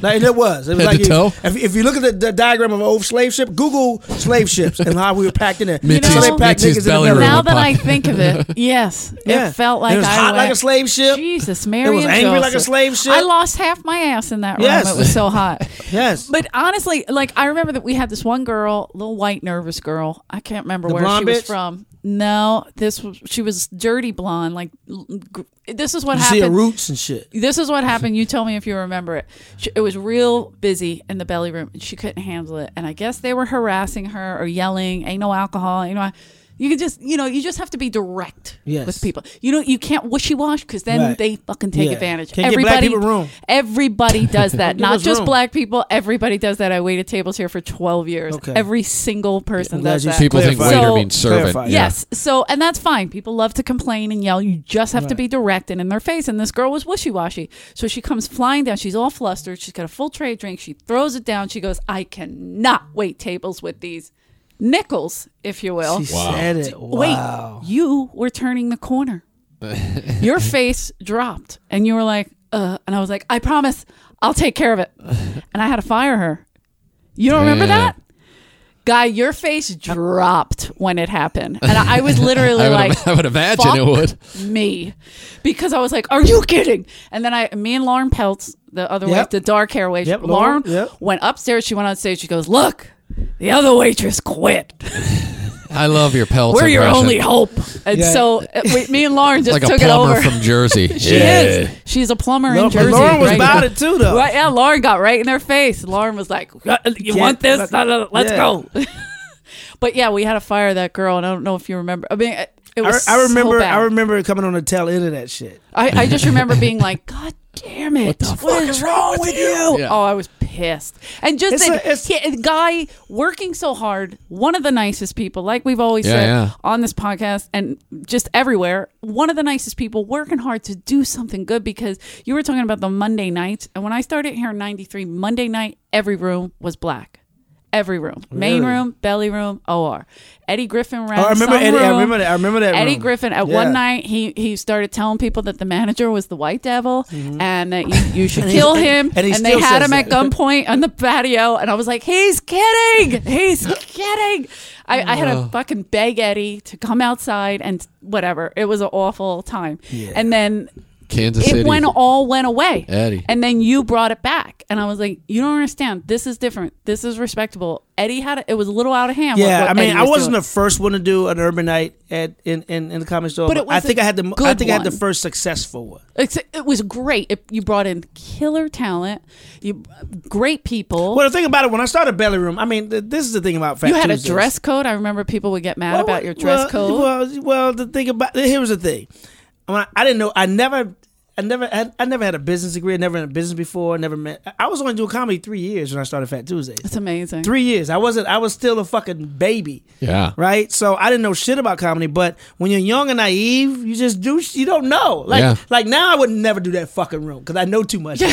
B: *laughs* Like, and it was. It was
D: Head
B: like
D: to toe?
B: you, if, if you look at the, the diagram of an old slave ship, Google slave ships and how we were packed in there.
C: Mitzi's-
B: so they packed
D: Mitzi's
B: niggas in the
D: belly
B: middle.
D: room.
C: now
D: Real
C: that I
D: pop.
C: think of it, yes,
B: Yeah.
C: it felt like
B: it was
C: I
B: hot like a
C: went-
B: slave ship.
C: Jesus, Mary
B: was
C: and
B: angry like a
C: Joseph.
B: slave ship.
C: I lost half my ass in that room.
B: Yes.
C: It was so hot.
B: *laughs* Yes.
C: But honestly, like I remember that we had this one girl, little white nervous girl. I can't remember
B: The
C: where she
B: blonde
C: was
B: bitch?
C: from. No, this was she was dirty blonde. Like l- gr- this is what
B: you see
C: happened.
B: her roots and shit.
C: this is what happened. You tell me if you remember it. She, it was real busy in the belly room, and she couldn't handle it. And I guess they were harassing her or yelling, "Ain't no alcohol." You know, you can just, you know, you just have to be direct
B: Yes.
C: with people. You know, you can't wishy wash because then
B: Right.
C: they fucking take
B: Yeah.
C: advantage.
B: Can't give black people room. *laughs*
C: everybody does that.
B: Give
C: Not
B: us
C: just
B: room.
C: black people. Everybody does that. I waited tables here for twelve years.
B: Okay.
C: Every single person
B: I'm glad
C: does
B: you
C: that.
D: People think
C: Clarify.
D: waiter
C: So-
D: means servant.
B: Clarify. Yeah.
C: Yes. So, and that's fine. People love to complain and yell. You just have to be direct and in their face. And this girl was wishy washy. So she comes flying down. She's all flustered. She's got a full tray of drinks. She throws it down. She goes, I cannot wait tables with these nickels, if you will.
B: She said it. Wow.
C: Wait, you were turning
B: *laughs*
C: the corner. Your face dropped, and you were like, uh, and I was like, I promise, I'll take
B: *laughs*
C: care of it. And I had to fire her. You don't remember
D: Damn.
C: that? Guy, your face dropped when it happened. And I
B: *laughs*
C: I was literally
D: I would,
C: like,
D: I would imagine it
C: fuck
D: would.
C: me because I was like, "Are you kidding?" And then I, me and Lauren Peltz, the other
B: Yep.
C: wife, the dark hair waitress,
B: Yep, Lauren,
C: Lauren
B: yep.
C: went upstairs. She went on stage. She goes, "Look, the other waitress quit.
D: I love your pelt.
C: We're your
D: impression.
C: only hope." And
B: Yeah.
C: so uh, we, me and Lauren just
D: like a
C: took it
D: plumber
C: over. *laughs*
D: from Jersey.
C: she
E: Yeah.
C: is. She's a plumber in
B: Lauren- but
C: Jersey.
B: Lauren was
C: right?
B: about it too, though.
C: Right, yeah, Lauren got right in their face. Lauren was like, "Uh, "You want this? No, no, no, Let's
B: Yeah.
C: go." *laughs* but yeah, we had to fire that girl, and I don't know if you remember. I mean, it- it
B: I,
C: was.
B: I remember.
C: So bad.
B: I remember coming on the tail end of that shit.
C: I, I just
B: *laughs*
C: remember being like, God damn it. what is wrong with you?
D: Yeah.
C: Oh, I was pissed. And just
B: It's
C: that
B: a- it's-
C: he- a guy working so hard, one of the nicest people, like we've always
D: Yeah,
C: said
D: yeah.
C: on this podcast and just everywhere, one of the nicest people working hard to do something good because you were talking about the Monday nights. And when I started here in 93, Monday night, every room was black. Every room, main
B: Really?
C: room, belly room, OR. Eddie Griffin ran.
B: Oh, I remember
C: some
B: Eddie. I
C: room.
B: remember that. I remember that.
C: Eddie
B: room.
C: Griffin at
B: Yeah.
C: one night he he started telling people that the manager was the white devil and that you, you should kill him
B: Mm-hmm. *laughs* and
C: and,
B: he
C: they
B: still
C: had
B: says
C: him at
B: that.
C: gunpoint on the patio and I was like he's kidding
B: *gasps*
C: he's kidding I, I had to fucking beg Eddie to come outside and whatever it was an awful time and then
D: Kansas
C: it
D: City.
C: went all went away
D: Eddie.
C: and then you brought it back and I was like you don't understand this is different this is respectable Eddie had a, it was a little out of hand what-
B: Yeah,
C: what
B: I mean,
C: Eddie
B: I
C: was
B: wasn't
C: doing.
B: the first one to do an urban night at in in, in the comedy store,
C: But
B: but,
C: it was
B: I think
C: a
B: I had the I
C: good
B: think I had the
C: one.
B: first successful one.
C: It's, it was great. It, you brought in killer talent, you great people.
B: Well, the thing about it, when I started Belly Room, I mean, th- this is the thing about Fat
C: you had a
B: Tuesdays.
C: dress code. I remember people would get mad
B: Well,
C: about your dress
B: Oh, well,
C: code.
B: Well, well, the thing about here was the thing. When I, I didn't know. I never, I never, had, I never had a business degree. I never in a business before. I never met. I was only doing comedy three years when I started Fat Tuesdays.
C: it's amazing.
B: Three years. I wasn't. I was still a fucking baby.
D: Yeah.
B: Right. So I didn't know shit about comedy. But when you're young and naive, you just do. sh- You don't know. Like
D: Yeah.
B: like now, I would never do that fucking room because I know too much.
D: *laughs*
B: but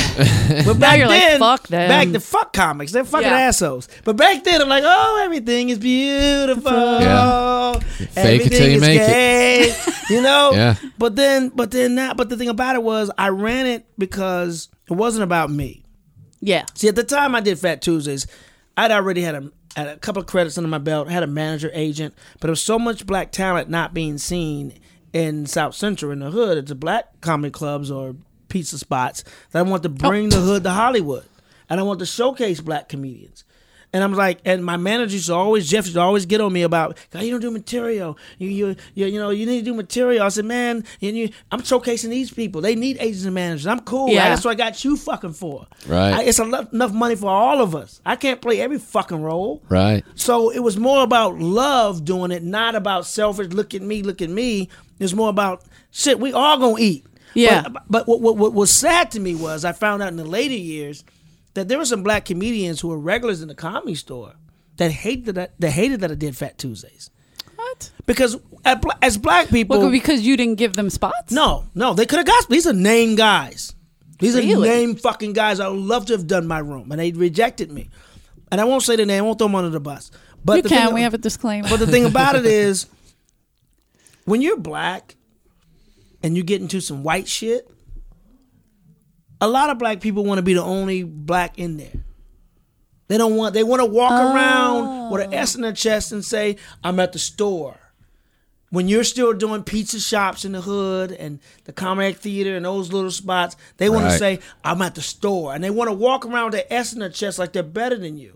C: Now
B: back
C: you're like,
B: then,
C: fuck them.
B: back the fuck comics. They're fucking
C: Yeah.
B: assholes. But back then, I'm like, oh, everything is beautiful.
D: Yeah.
B: Everything
D: Fake it till you
B: is
D: make it.
B: gay. You know.
D: *laughs* Yeah.
B: But then, but then that. But the thing about it was, I ran it because it wasn't about me.
C: yeah,
B: See, at the time I did Fat Tuesdays, I'd already had a, had a couple of credits under my belt, had a manager, agent, but there was so much black talent not being seen in South Central, in the hood, at the black comedy clubs or pizza spots, that I want to bring the hood to Hollywood. And I want to showcase black comedians. And I'm like, and my manager used to always, Jeff used to always get on me about, God, you don't do material. You, you, you, you know, you need to do material. I said, man, you, you, I'm showcasing these people. They need agents and managers. I'm cool.
C: Yeah.
B: That's what I got you fucking for.
D: Right.
B: I- it's enough, enough money for all of us. I can't play every fucking role.
D: Right.
B: So it was more about love doing it, not about selfish. Look at me, look at me. It's more about shit. We all gonna eat.
C: Yeah.
B: But, but what, what what was sad to me was I found out in the later years that there were some black comedians who were regulars in the comedy store that hated that that hated that I did Fat Tuesdays
C: what?
B: because at, bla- as black people,
C: Well, because you didn't give them spots.
B: no, no, they could have got. These are name guys. These are
C: Really?
B: name fucking guys. I would love to have done my room, and they rejected me. and I won't say the name. I won't throw them under the bus. But
C: you
B: the thing
C: can. We
B: a-
C: have a disclaimer.
B: But the thing about it is, when you're black and you get into some white shit, a lot of black people want to be the only black in there. They don't want. They want to walk around with an S in their chest and say, "I'm at the store." When you're still doing pizza shops in the hood and the comic theater and those little spots, they want to
D: Right.
B: say, "I'm at the store," and they want to walk around with an S in their chest like they're better than you.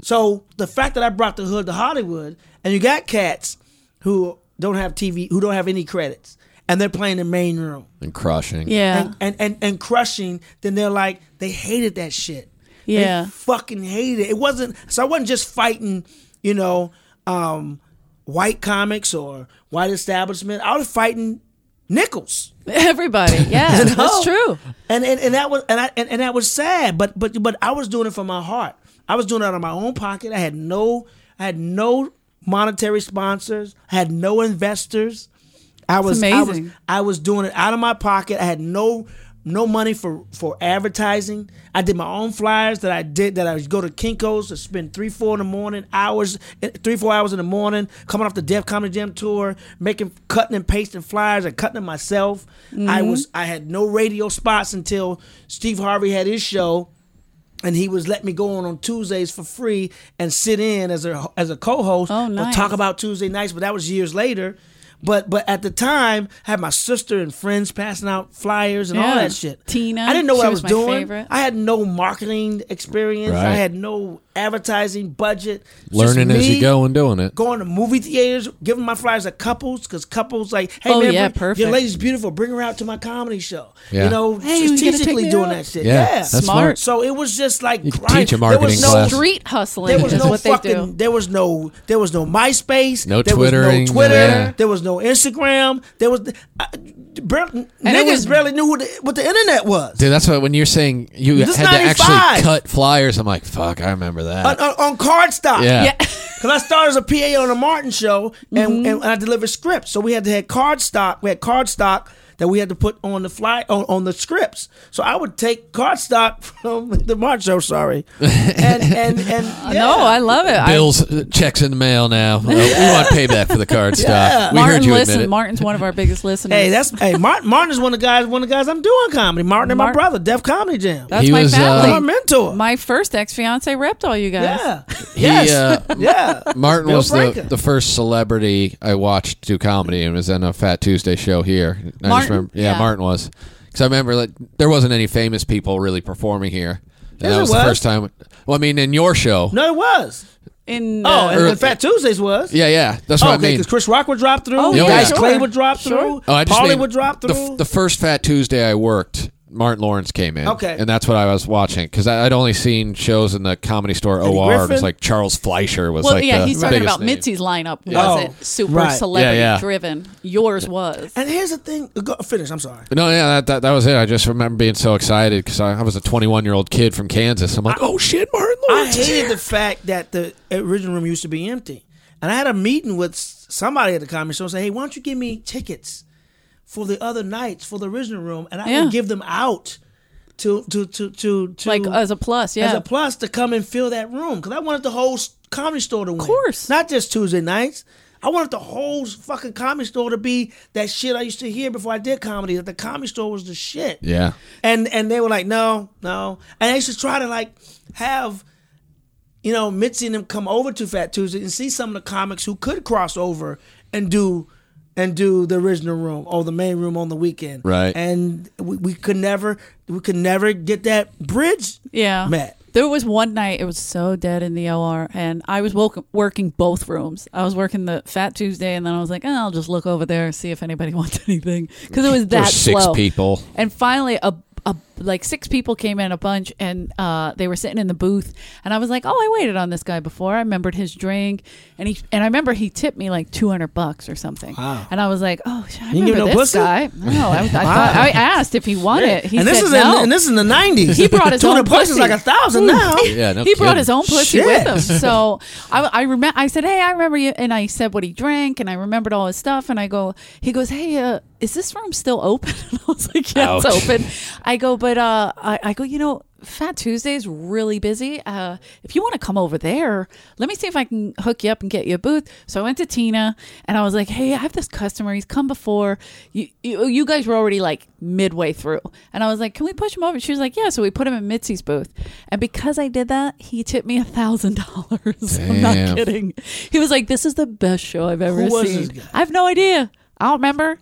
B: So the fact that I brought the hood to Hollywood, and you got cats who don't have TV, who don't have any credits, and they're playing the main room
D: and crushing.
C: yeah.
B: and, and, and and crushing, then they're like they hated that shit. They
C: Yeah.
B: fucking hated it. It wasn't so I wasn't just fighting, you know, um, white comics or white establishment. I was fighting nickels.
C: *laughs*
B: *laughs*
C: Everybody. Yeah. That's true.
B: And, and and that was and I and, and that was sad, but but but I was doing it from my heart. I was doing it out of my own pocket. I had no I had no monetary sponsors. I had no investors. I was I was
C: amazing.
B: I was doing it out of my pocket. I had no no money for for advertising. I did my own flyers that I did that I would go to Kinkos to spend three four in the morning hours eh, three four hours in the morning coming off the Def Comedy Jam tour making cutting and pasting flyers and cutting them myself. I was I had no radio spots until Steve Harvey had his show and he was letting me go on on Tuesdays for free and sit in as a as a co-host
C: Oh,
B: or
C: nice.
B: talk about Tuesday nights, but that was years later. But but at the time, I had my sister and friends passing out flyers and all
C: Yeah.
B: that shit.
C: Tina,
B: I didn't know what
C: she
B: I was,
C: was my
B: doing.
C: favorite.
B: I had no marketing experience. I
D: Right.
B: had no advertising budget. It's just
D: Learning as
B: me
D: you go and doing it.
B: Going to movie theaters, giving my flyers to couples because couples like, hey
C: Oh,
B: man,
C: yeah,
B: bring-
C: perfect.
B: your lady's beautiful. Bring her out to my comedy show.
D: Yeah.
B: You know,
C: Hey, you gonna take
B: strategically
C: me
B: doing
C: out?
B: that shit.
D: Yeah,
B: Yeah,
D: that's
C: Smart.
D: smart.
B: so it was just like
D: You can
B: grind.
D: teach a
B: there
D: marketing
B: was no,
D: class.
C: Street hustling
B: There was
C: is
B: no
C: what they
B: fucking.
C: do.
B: There was no. There was no MySpace.
D: No
B: there
D: Twittering,
B: Was no Twitter.
D: yeah.
B: There was no Instagram. There was I, barely,
C: And it
B: niggas
C: was-
B: barely knew what the, what the internet was.
D: Dude, that's what when you're saying you
B: This is
D: had to
B: 95.
D: actually cut flyers. I'm like, fuck, I remember
B: on,
D: that.
B: on, on cardstock.
D: yeah.
C: Yeah.
B: Because I started as a PA on the Martin show
D: Mm-hmm.
B: and, and I delivered scripts. So we had to have card stock. We had card stock that we had to put on the fly on, on the scripts. So I would take card stock *laughs* from the Martin show, sorry.
D: *laughs*
B: And and, and
C: *laughs* No,
B: yeah.
C: I love it. I-
D: Bills, uh, checks in the mail now. Uh, we want payback for
B: *laughs*
D: the card stock. We
C: Martin,
D: heard you
C: listen.
D: admit it.
C: Martin's one of our biggest listeners.
B: Hey, that's hey Martin Martin is one of the guys one of the guys I'm doing comedy. Martin and my
C: Martin-
B: brother, Def Comedy Jam.
C: that's
D: He
C: my
D: was, uh,
C: family.
B: my mentor.
C: my first ex fiance repped all you guys.
B: yeah.
D: He,
B: yes. *laughs*
D: uh,
B: yeah.
D: Martin
B: Bill
D: was the,
B: Franken.
D: the first celebrity I watched do comedy and was on a Fat Tuesday show here. I
C: Martin?
D: just remember, yeah,
C: Yeah.
D: Martin was. Because I remember like, there wasn't any famous people really performing here. And
B: Yes,
D: that
B: it
D: was,
B: was.
D: the first time. Well, I mean, in your show.
B: No, it
D: *laughs*
B: was.
C: In
B: Oh,
C: uh,
B: and,
D: Early-
B: and Fat Tuesdays was.
D: Yeah, yeah. That's
B: Oh,
D: what
B: okay,
D: I mean.
B: because Chris Rock would drop through,
C: Oh,
D: yeah,
B: Dice
D: sure.
B: Clay would drop
C: Sure.
B: through,
D: Oh, I just
B: Paulie
D: mean
B: would drop
D: the-
B: through.
D: The, first Fat Tuesday I worked, Martin Lawrence came in.
B: Okay.
D: And that's what I was watching because I'd only seen shows in the comedy store OR. And it was
B: Griffin?
D: like Charles Fleischer was
C: well,
D: like
C: yeah,
D: the
C: he's talking
D: biggest
C: about
D: name.
C: Mitzi's lineup
B: Yeah.
C: wasn't
B: Oh,
C: super
B: right. Yeah,
C: celebrity
D: yeah.
C: driven. Yours was.
B: And here's the thing. Go, finish. I'm sorry.
D: No, yeah, that, that, that was it. I just remember being so excited because I, I was a 21 year old kid from Kansas. I'm like, oh shit, Martin
B: I
D: Lawrence. is here.
B: hated the fact that the original room used to be empty, and I had a meeting with s- somebody at the comedy show and say, "Hey, why don't you give me tickets for the other nights for the original room, and I
C: Yeah.
B: will give them out to to to to, to
C: like as a plus, yeah.
B: as a plus to come and fill that room because I wanted the whole s- comedy store to win. Of
C: course.
B: not just Tuesday nights. I wanted the whole fucking comedy store to be that shit I used to hear before I did comedy. That the comedy store was the shit.
D: Yeah.
B: and and they were like, no, no. And I used to try to like have, you know, Mitzi and them come over to Fat Tuesday and see some of the comics who could cross over and do and do the original room or the main room on the weekend.
D: Right.
B: And we, we could never we could never get that bridge.
C: Yeah.
B: Matt.
C: There was one night it was so dead in the OR, and I was woke, working both rooms. I was working the Fat Tuesday, and then I was like, oh, I'll just look over there and see if anybody *laughs* wants anything because it was
D: There were
C: that
D: six
C: slow.
D: people.
C: And finally, a, a like six people came in a bunch, and uh, they were sitting in the booth. And I was like, "Oh, I waited on this guy before. I remembered his drink, and he and I remember he tipped me like two hundred bucks or something.
B: Wow.
C: And I was like, "Oh, shit, I
B: You didn't give
C: remember
B: no
C: this
B: pussy?
C: guy. No, I, I thought I asked if he wanted it. He
B: and this
C: said
B: is
C: no.
B: in, and this is in the nineties.
C: He brought his own
B: bucks is
C: pussy.
B: like a thousand
C: *laughs*
B: now.
D: Yeah, no
C: he brought
D: kidding.
C: his own pussy
B: Shit.
C: with him. So I, I remember. I said, "Hey, I remember you," and I said what he drank, and I remembered all his stuff. And I go, he goes, "Hey, uh, *laughs* is this room still open?" And I was like, "Yeah,
E: Ouch.
C: it's open." I go, but uh, I, I go, you know. Fat Tuesday's really busy. Uh, if you want to come over there, let me see if I can hook you up and get you a booth. So I went to Tina and I was like, hey, I have this customer. He's come before. You, you, you guys were already like midway through. And I was like, can we push him over? She was like, yeah. So we put him in Mitzi's booth. And because I did that, he tipped me a $1,000. *laughs* I'm
D: Damn.
C: not kidding. He was like, this is the best show I've ever
B: Who was
C: seen.
B: this guy?
C: I have no idea. I don't remember.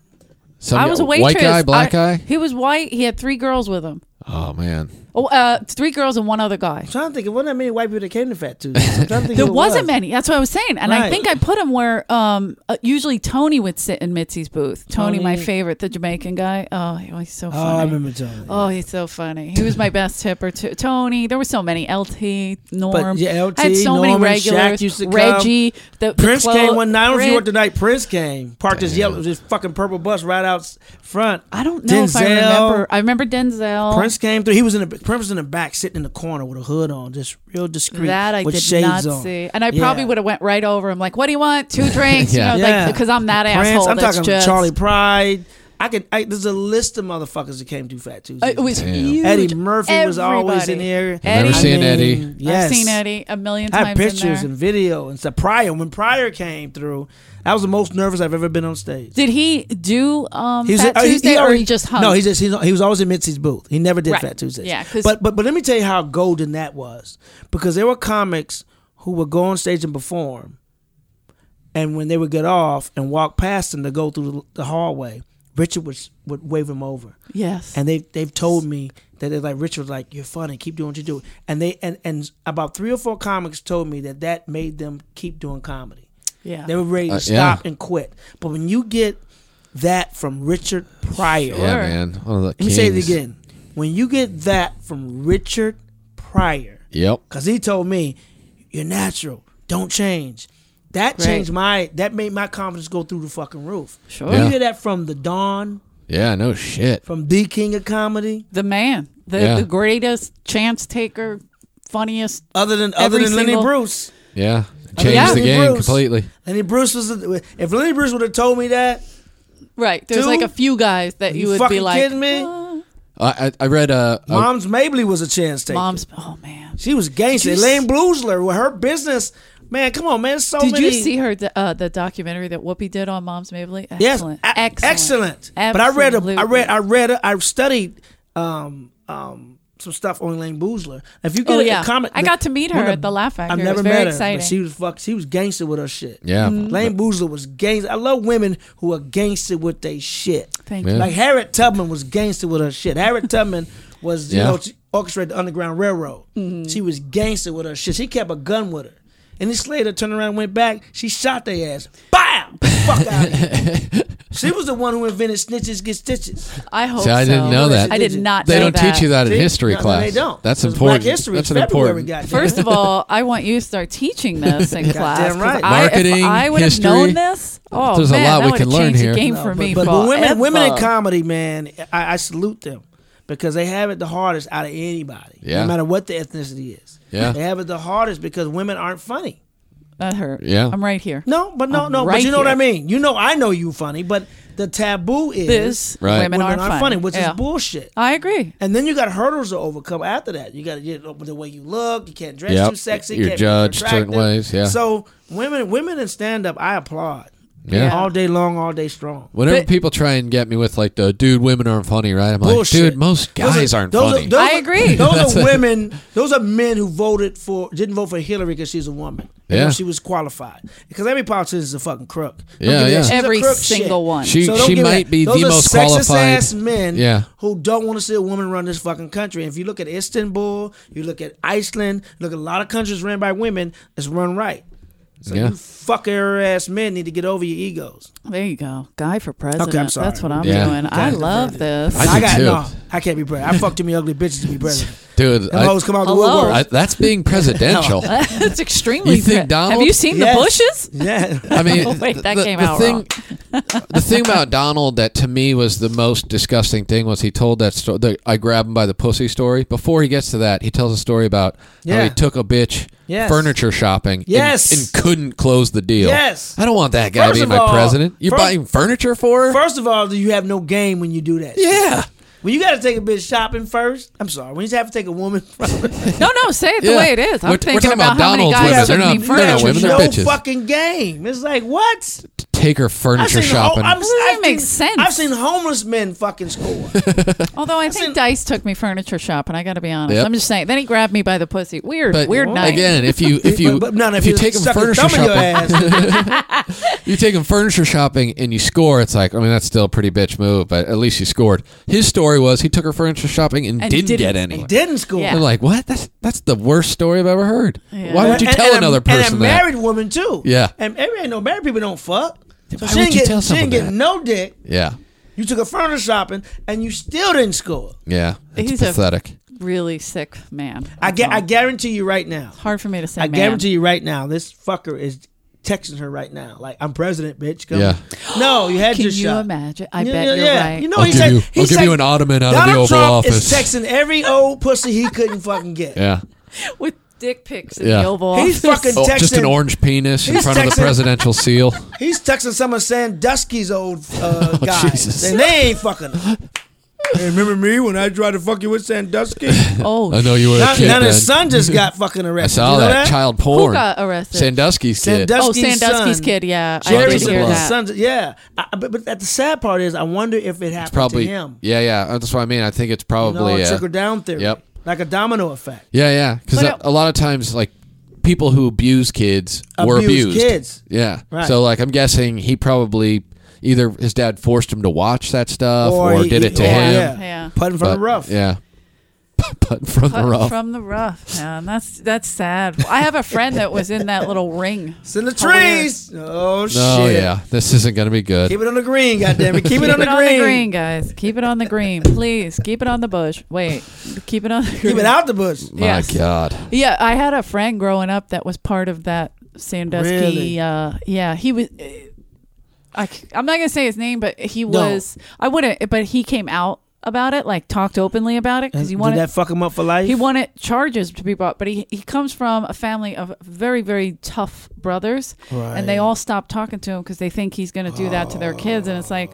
D: Some
C: I was a waitress.
D: White guy, black
C: I-
D: guy.
C: He was white. He had three girls with him.
D: Oh man,
C: Oh, uh, three girls and one other guy.
B: I'm trying to think. It wasn't that many white people that came to Fat Tuesday. I'm trying to think
C: *laughs* There
B: who it
C: wasn't
B: was.
C: many. That's what I was saying, and I
B: Right.
C: think I put him where um, uh, usually Tony would sit in Mitzi's booth. Tony, my
B: Tony.
C: favorite, the Jamaican guy. Oh, he- oh, he's so
B: Oh, I
C: funny.
B: remember Tony.
C: Oh, he's so funny. He was my best tipper too. Tony, there were so many. LT, Norm,
B: But yeah, LT,
C: I had so many
B: Norman,
C: regulars.
B: Shaq used to come.
C: Reggie, the, the
B: Prince
C: clo-
B: came one night. I don't know if you
C: Prince-
B: went the night Prince came. Parked his yellow, his fucking purple bus right out s- front.
C: I don't know if I
B: Denzel.
C: remember. I remember Denzel.
B: Prince came through. He was in the Prince was in the back, sitting in the corner with a hood on, just real discreet.
C: That I
B: with
C: did
B: shades
C: not
B: on.
C: see, and I
B: Yeah.
C: probably would have went right over him. Like, what do you want?
B: *laughs*
C: Two drinks,
D: Yeah.
C: you know,
B: Yeah.
C: like because I'm that
B: Prince,
C: asshole.
B: I'm
C: that's
B: talking
C: just,
B: Charlie Pride. I could. I, there's a list of motherfuckers that came through Fat Tuesday.
C: Uh, It was
D: Damn.
C: huge.
B: Eddie Murphy was always
C: Everybody.
B: in here.
C: Eddie.
D: Never seen
B: I mean,
D: Eddie.
B: Yes.
C: I've seen Eddie a million
B: I
C: times.
B: have pictures
C: in there.
B: and video and stuff. Pryor, when Pryor came through, that was the most nervous I've ever been on stage.
C: Did he do um,
B: He was-
C: Fat
B: uh,
C: Tuesday, or
B: already-
C: he just hung?
B: No, he just he's, he was always in Mitzi's booth. He never did
C: Right.
B: Fat Tuesdays.
C: Yeah, 'cause-
B: but but but let me tell you how golden that was because there were comics who would go on stage and perform, and when they would get off and walk past them to go through the, the hallway, Richard would would wave him over,
C: yes.
B: and they they've told me that they're like Richard was like you're funny, keep doing what you do, and they and and about three or four comics told me that that made them keep doing comedy.
C: yeah.
B: They were ready to
D: Uh, yeah.
B: stop and quit. But when you get that from Richard Pryor,
D: yeah,
C: Sure.
D: man. One of the
B: let me say it
D: kings.
B: again. When you get that from Richard Pryor,
D: Yep.
B: because he told me, you're natural, don't change. That
C: Right.
B: changed my, that made my confidence go through the fucking roof.
C: Sure.
B: You
D: Yeah.
B: hear that from the Don,
D: Yeah. No shit.
B: from the king of comedy,
C: The man, the,
D: Yeah.
C: the greatest chance taker, funniest.
B: other than other
C: Every
B: than Lenny
C: single-
B: Bruce.
D: Yeah. Changed
C: yeah.
D: the
B: Lenny
D: game
B: Bruce.
D: completely.
B: Lenny Bruce was, the- if Lenny Bruce would have told me that,
C: Right. There's
B: Dude,
C: like a few guys that
B: you
C: you, would be
B: fucking
C: like,
B: kidding me?
C: "Ah."
D: I I, I read uh, a
B: Mom's Mabley was a chance taker.
C: Mom's. Oh man.
B: She was gangster.
C: Did you
B: Elaine Boozler with her business. Man, come on, man. So
C: Did
B: many.
C: you see her the, uh, the documentary that Whoopi did on Mom's Mabley?
B: Yes,
C: Excellent.
B: a-
C: excellent.
B: excellent. But I read, a, I read,
C: Absolutely.
B: I read, a, I studied um, um, some stuff on Elaine Boozler. If you get
C: Oh,
B: a- a
C: yeah.
B: comment,
C: I got to meet her
B: one of-
C: at the Laugh Factory.
B: I've
C: It
B: never
C: was
B: met
C: very
B: her.
C: exciting.
B: But she was fuck. She was gangster with her shit.
D: yeah.
B: Elaine Boozler was gangster. I love women who are gangster with their shit.
C: Thank
D: Yeah.
C: you.
B: Like Harriet Tubman was gangster with her shit.
D: *laughs*
B: Harriet Tubman was, you
D: Yeah. Mm-hmm.
B: know, she orchestrated the Underground Railroad. She was gangster with her shit. She kept a gun with her. And then Slater turned around, and went back. She shot their ass. Bam! Fuck out. of
D: *laughs*
B: here. She was the one who invented snitches get stitches.
C: I hope
D: See, I didn't
C: so.
D: know that.
C: I did not.
D: They
C: know
D: don't teach you that in
B: See?
D: history
B: No, no,
D: class.
B: they don't.
D: That's
B: 'Cause
D: important.
B: Black history
D: That's
B: is
D: an
B: February,
D: important.
B: goddamn.
C: First of all, I want you to start teaching
B: *laughs*
C: this in class. 'cause
B: right.
C: I,
D: Marketing,
C: if I would have
D: history.
C: known this, oh
D: There's a
C: man,
D: lot
C: that
D: we
C: would
D: can
C: have
D: learn
C: changed
D: here.
C: The game
B: No,
C: for
B: but,
C: me,
B: but women, women in
C: forever.
B: comedy, man, I, I salute them because they have it the hardest out of anybody,
D: Yeah.
B: no matter what the ethnicity is.
D: Yeah.
B: they have it the hardest because women aren't funny.
C: That hurt.
D: Yeah.
C: I'm right here.
B: No, but no,
C: I'm
B: no, but
C: right
B: you know what I
C: here.
B: mean. You know, I know you funny, but the taboo is
C: This
D: Right.
C: women,
B: women
C: aren't,
B: aren't funny, which
C: Yeah.
B: is bullshit.
C: I agree.
B: And then you got hurdles to overcome after that. You got to get up with the way you look. You can't dress
D: Yep.
B: too sexy.
D: You're
B: can't be
D: judged certain
B: attractive.
D: ways, yeah.
B: So women, women in stand up, I applaud
D: Yeah.
C: Yeah.
B: all day long, all day strong.
D: Whenever
C: But-
D: people try and get me with like the dude, women aren't funny, right? I'm
B: Bullshit.
D: like, dude, most
B: Those are-
D: guys aren't
B: those are-
D: funny.
B: those
C: I
B: are-
C: agree.
B: *laughs* Those are women. Those are men who voted for didn't vote for Hillary because she's a woman. They know
D: Yeah.
B: she was qualified. Because every politician is a fucking crook. Don't
D: Yeah,
B: give me
D: yeah.
B: that. She's a
C: Every
B: crook
C: single
B: shit.
C: one.
D: She
B: So don't
D: she
B: give me
D: might
B: that.
D: be
B: Those
D: the
B: are
D: most
B: sexist
D: qualified.
B: ass men
D: Yeah.
B: who don't want to see a woman run this fucking country. If you look at Istanbul, you look at Iceland, look at a lot of countries ran by women, it's run right. So
D: Yeah.
B: you fucker ass men need to get over your egos.
C: There you go. Guy for president.
B: Okay, I'm sorry.
C: That's what I'm
D: Yeah.
C: doing. I
B: for
C: love this.
D: I do
B: got
D: too.
B: no. I can't be president. I fuck too many ugly bitches to be
D: *laughs*
B: president.
D: Dude,
B: Them
D: I,
B: hoes come out the
C: Hello?
B: woodwork.
D: I, that's
B: *laughs*
D: being presidential.
C: *laughs* it's extremely.
D: You think
C: pre- Have
D: Donald-
C: you seen
B: Yes.
C: the bushes?
D: *laughs*
B: Yeah.
D: I mean,
C: Oh, *laughs* wait,
D: th-
C: that
D: the,
C: came
D: the
C: out
D: thing, *laughs* the thing about Donald that to me was the most disgusting thing was he told that story. The, I grab him by the pussy story. Before he gets to that, he tells a story about how
B: Yeah.
D: he took a bitch
B: Yes.
D: furniture shopping and-
B: Yes.
D: and, couldn't close the deal.
B: Yes.
D: I don't want that guy
B: First
D: being
B: of
D: my
B: all-
D: president.
B: *laughs*
D: You're
B: first-
D: buying furniture for her?
B: First of all, you have no game when you do that.
D: yeah.
B: When you got to take a bitch shopping first, I'm sorry. When you have to take a woman, *laughs* from
C: No, no, say it the
D: Yeah.
C: way it is. I'm
D: We're- we're
C: thinking
D: talking
C: about,
D: about
C: how many
D: Donald's
C: guys
D: women. They're
C: are
D: not-
C: need
D: they're not
C: furniture.
D: women, they're
B: no
D: bitches.
B: fucking game. It's like what?
D: Take her furniture shopping.
B: Ho- "Oh, I'm,
C: That doesn't
B: I've
C: even make
B: seen-
C: sense.
B: I've seen homeless men fucking score.
C: Although I think
B: Listen-
C: Dice took me furniture shopping. I got to be honest.
D: Yep.
C: I'm just saying. Then he grabbed me by the pussy. Weird,
D: But
C: weird night.
D: Again, if you *laughs*
B: *laughs*
D: if you
B: But- but no, no,
D: if you
B: you
D: take them
B: suck your
D: furniture
B: thumb in your
D: shopping, you take them furniture shopping and you score. It's like I mean that's still a pretty bitch move, but at least you scored. His story was he took her furniture shopping and,
C: And
D: didn't,
C: didn't-
D: get *laughs* any.
C: and
B: Didn't score.
C: Yeah.
D: They're like, what? That's that's the worst story I've ever heard. Why would you
B: And-
D: tell
B: and a-
D: another person
B: And a
D: that?
B: married woman too.
D: Yeah.
B: And every ain't no married people don't fuck. So she
D: Why would
B: didn't
D: you
B: get,
D: tell
B: she didn't
D: someone
B: get
D: that?
B: no dick.
D: yeah,
B: You took a furniture shopping and you still didn't score.
D: yeah, it's
C: He's a-
D: pathetic.
C: Really sick man.
B: I
C: That's
B: get,
C: all.
B: I guarantee you right now.
C: Hard for me to say.
B: I
C: man.
B: guarantee you right now. This fucker is texting her right now. Like I'm president, bitch. Come
D: Yeah.
B: No, you had
C: Can
B: your
C: you
B: shot.
C: imagine? I
B: Yeah,
C: bet
B: yeah,
C: you're
B: yeah.
C: right.
B: You know
D: I'll
B: he
D: give
B: said.
D: you-
B: he
D: I'll give
B: said-
D: you an ottoman out of the
B: Donald
D: Oval
B: Trump is
D: Office.
B: texting every old pussy he couldn't fucking get.
D: Yeah,
C: with dick pics in
D: Yeah.
C: the Oval
B: He's
C: Office.
D: *laughs*
B: fucking-
D: oh, just an
B: texting-
D: orange penis in
B: he's
D: front of
B: texting-
D: the presidential seal.
B: He's texting some of Sandusky's old
D: *laughs*
B: uh, guys,
D: Oh, Jesus.
B: and they ain't fucking. Him. Hey, remember me when I tried to fuck you with
D: *laughs*
B: Sandusky?
C: Oh,
D: I know you were a
B: now,
D: kid
B: now
D: then.
B: his son just got
D: *laughs*
B: fucking
D: I
B: arrested.
D: saw
B: you know
D: that child
C: who
D: porn.
C: got arrested?
D: Sandusky's kid.
B: Sandusky-
C: oh,
B: Sandusky's
C: Sandusky's
B: son.
C: kid. Yeah, I
B: Jerry's
C: did
D: Fucking
C: hear
D: blood.
C: that.
B: son's, yeah. I, I- but, but that the sad part is, I wonder if it happened
D: probably.
B: to him.
D: Yeah, yeah. That's what I mean. I think it's
B: You know,
D: probably uh,
B: trickle down theory.
D: yep.
B: Like a domino effect.
D: Yeah, yeah. Because
C: But
D: a,
C: it-
D: a lot of times, like people who abuse kids were
B: Abuse
D: abused.
B: kids.
D: Yeah.
B: Right.
D: So, like, I'm guessing he probably either his dad forced him to watch that stuff or,
B: he-
D: did
B: he-
D: it to
B: or-
D: him.
B: Yeah.
C: Yeah.
B: Putting from
D: But-
B: the rough.
D: Yeah. But from the
C: Cut
D: rough.
C: From the rough, man. That's that's sad. I have a friend that was in that little ring.
B: It's in the trees. Oh,
D: oh
B: shit.
D: yeah, this isn't gonna be good.
B: Keep it on the green, goddamn
D: *laughs*
B: it. Keep,
C: Keep
B: it on the
C: on
B: green.
C: the green, guys. Keep it on the green, please. Keep it on the bush. Wait, keep it on. The green.
B: Keep it out the bush.
D: My
C: yes.
D: God.
C: Yeah, I had a friend growing up that was part of that Sandusky.
B: Really?
C: Uh, yeah, he was. uh, I, am not gonna say his name, but he was. I wouldn't. But he came out about it, like talked openly about it because he wanted
B: Did that fuck him up for life?
C: he wanted charges to be brought, but he he comes from a family of very very tough brothers, and they
B: Right.
C: all stop talking to him because they think he's going to do that to their kids, and it's like,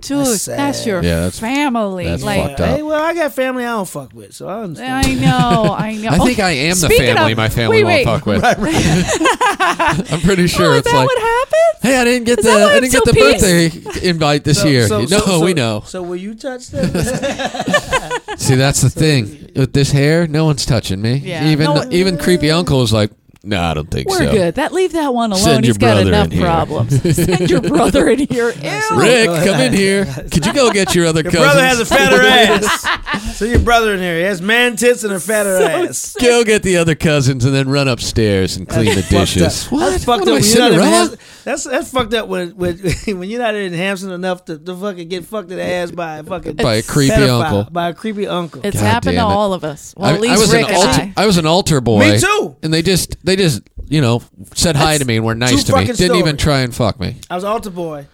C: dude, that's,
B: Oh. sad.
C: your
D: Yeah, that's-
C: family.
D: that's
C: like,
D: fucked up.
B: Hey, well, I got family I don't fuck with, so I understand.
C: I know,
D: *laughs*
C: I know.
D: I think I am the
C: oh, Speaking
D: family
C: of-
D: my family
C: wait, wait.
D: won't fuck with. *laughs* I'm pretty sure
C: *laughs* Oh, is
D: it's
C: that
D: like,
C: what happened?
D: hey, I didn't get
C: Is
D: the
C: that why
D: I
C: I'm
D: didn't
C: so
D: get the birthday invite this year.
B: So-
D: no,
B: so- so-
D: we know.
B: So will you touch
D: *laughs*
B: that?
D: See, that's the thing with this hair. No one's touching me.
C: Yeah.
D: Even
C: No one-
D: even creepy uncle was like, no, I don't think
C: We're
D: so.
C: good. That leave that one alone.
D: Send your
C: He's got
D: brother
C: enough
D: in here. *laughs*
C: problems. Send your brother in
B: *laughs*
C: here. Ew.
D: Rick, come in here. Could you go get your other
B: Your
D: cousins?
B: brother has a
D: *laughs*
B: fatter ass. so your brother in here, he has man tits and a fatter ass.
D: go get the other cousins and then run upstairs and clean the dishes. What?
B: That's fucked up.
D: What am I
B: when you're not
D: sitting
B: in
D: around?
B: Hans- That's that's fucked up when when, *laughs* when you're not in Hampson enough to, to fucking get fucked in the ass by a fucking
D: By a creepy
B: pedophile,
D: uncle.
B: By a creepy uncle.
C: It's
D: God
C: happened to
D: damn it.
C: all of us. Well,
D: I,
C: at
D: I
C: least
D: was
C: Rick
D: an
C: and
D: altar.
C: I.
D: I was an altar boy.
B: Me too.
D: And they just they just you know said hi
B: That's
D: to me and were
B: two
D: nice to me.
B: fucking
D: Didn't even
B: stories.
D: try and fuck me.
B: I was an altar boy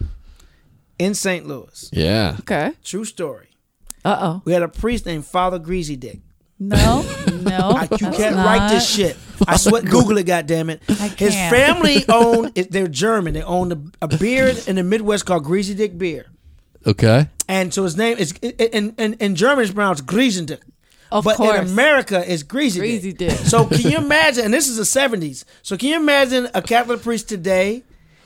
B: in St. Louis.
D: Yeah.
C: Okay.
B: True story.
C: Uh oh.
B: We had a priest named Father Greasy Dick. *laughs*
C: No. No.
B: I, you
C: Oh, that's
B: can't
C: not.
B: write this shit. I
C: *laughs*
B: swear, Google it, goddammit. His
C: can't.
B: family owned, it- they're German. They owned a, a beer in the Midwest called Greasy Dick Beer.
D: Okay.
B: And so his name is, in, in, in German, it's pronounced Greasy Dick.
C: Of
B: but
C: course.
B: in America, it's Greasy,
C: Greasy
B: Dick.
C: Dick.
B: *laughs* So can you imagine, and this is the 70s, so can you imagine a Catholic priest today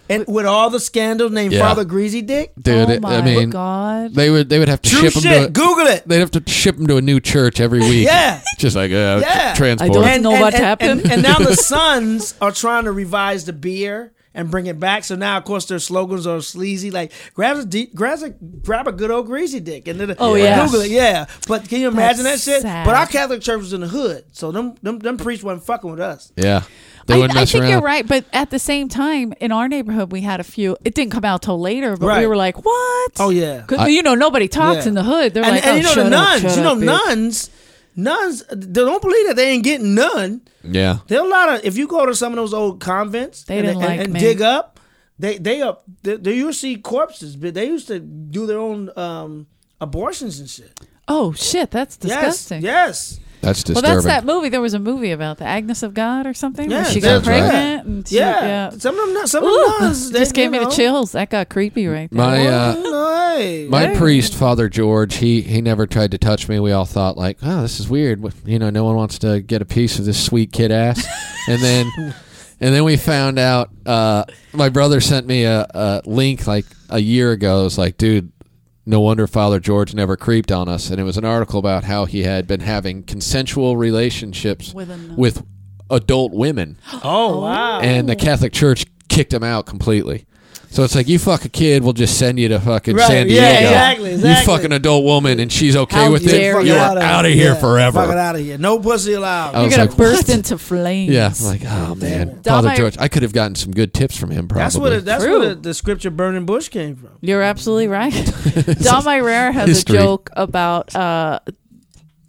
B: and with all the scandals named
D: Yeah.
B: Father Greasy Dick?
D: Dude,
C: oh
D: it-
C: my
D: I mean,
C: God.
D: they would they would have to
B: True
D: ship him to
B: shit.
D: a-
B: Google
D: *laughs*
B: it.
D: They'd have to ship him to a new church every week.
B: Yeah.
D: Just like uh,
B: Yeah.
D: transport.
C: I don't- know what happened.
B: And, and now
C: *laughs*
B: the Suns are trying to revise the beer and bring it back. So now, of course, their slogans are sleazy. Like grab a de- grab a grab a good old greasy dick and then
C: Oh,
B: like,
C: yeah.
B: Google it. Yeah, but can you imagine
C: That's
B: that shit?
C: sad.
B: But our Catholic church was in the hood, so them them, them priests wasn't fucking with us.
D: yeah. They
C: I,
D: wouldn't
C: I
D: mess
C: think
D: around.
C: you're right, but at the same time, in our neighborhood, we had a few. It didn't come out till later, but we
B: Right.
C: were like, "What?
B: Oh, yeah.
C: 'Cause,
D: I-
C: you know, nobody talks
B: Yeah.
C: in the hood. They're
B: and,
C: like,
B: and
C: "Oh,
B: you know
C: shut
B: the
C: up,
B: nuns,
C: shut
B: you know
C: up, bitch."
B: nuns, nuns. They don't believe that they ain't getting none.
D: Yeah.
B: There are a lot of if you go to some of those old convents
C: They
B: and,
C: didn't
B: and-
C: like
B: and
C: me.
B: dig up, they they up they, they used to see corpses, but they used to do their own um abortions and shit.
C: Oh shit, that's disgusting.
B: Yes, yes.
D: That's
C: Well,
D: disturbing.
C: that's that movie. There was a movie about the Agnes of God or something. where
B: Yeah,
C: she got
D: that's right.
C: pregnant. And she,
B: yeah.
C: yeah.
B: Some of them not. Some
C: Ooh,
B: of them not. They-
C: *laughs* just gave
B: you
C: me
B: know.
C: the chills. That got creepy right there.
D: My uh,
B: No, hey.
D: my
C: Hey.
D: priest, Father George, he he never tried to touch me. We all thought like, oh, this is weird. What- You know, no one wants to get a piece of this sweet
C: *laughs*
D: kid ass. and then and then we found out. Uh, my brother sent me a, a link like a year ago. It was like, dude. No wonder Father George never creeped on us. And it was an article about how he had been having consensual relationships
C: With another-
D: with adult women.
B: Oh wow.
D: and the Catholic Church kicked him out completely. So it's like you fuck a kid, we'll just send you to fucking
B: Right,
D: San Diego.
B: yeah, exactly, exactly.
D: You fuck an adult woman and she's okay
C: How
D: with
C: dare
D: it.
C: you.
D: You're
C: Fuck
D: out
B: outta
D: of,
B: here.
D: here
B: Yeah, Fuck it
D: forever.
B: out of here. No pussy allowed.
D: I
C: You're
D: was
C: going
D: like,
C: to burst into flames.
D: Yeah, I'm like oh man,
C: Dom,
D: Father
C: I-
D: George. I could have gotten some good tips from him. Probably.
B: That's what. It, that's
C: True.
B: where the, the scripture "burning bush" came from.
C: You're
B: *laughs*
C: absolutely right. Don Irera has
D: History.
C: a joke about uh,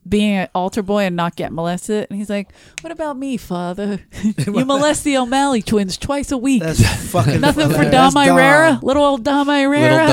C: being an altar boy and not get molested. And he's like, What about
B: *laughs*
C: me, father? you molest the O'Malley twins twice a week.
B: That's fucking
C: *laughs* Nothing for
B: hilarious.
C: Dom
B: That's
C: Irera. Little old Dom
D: Little
C: Irera.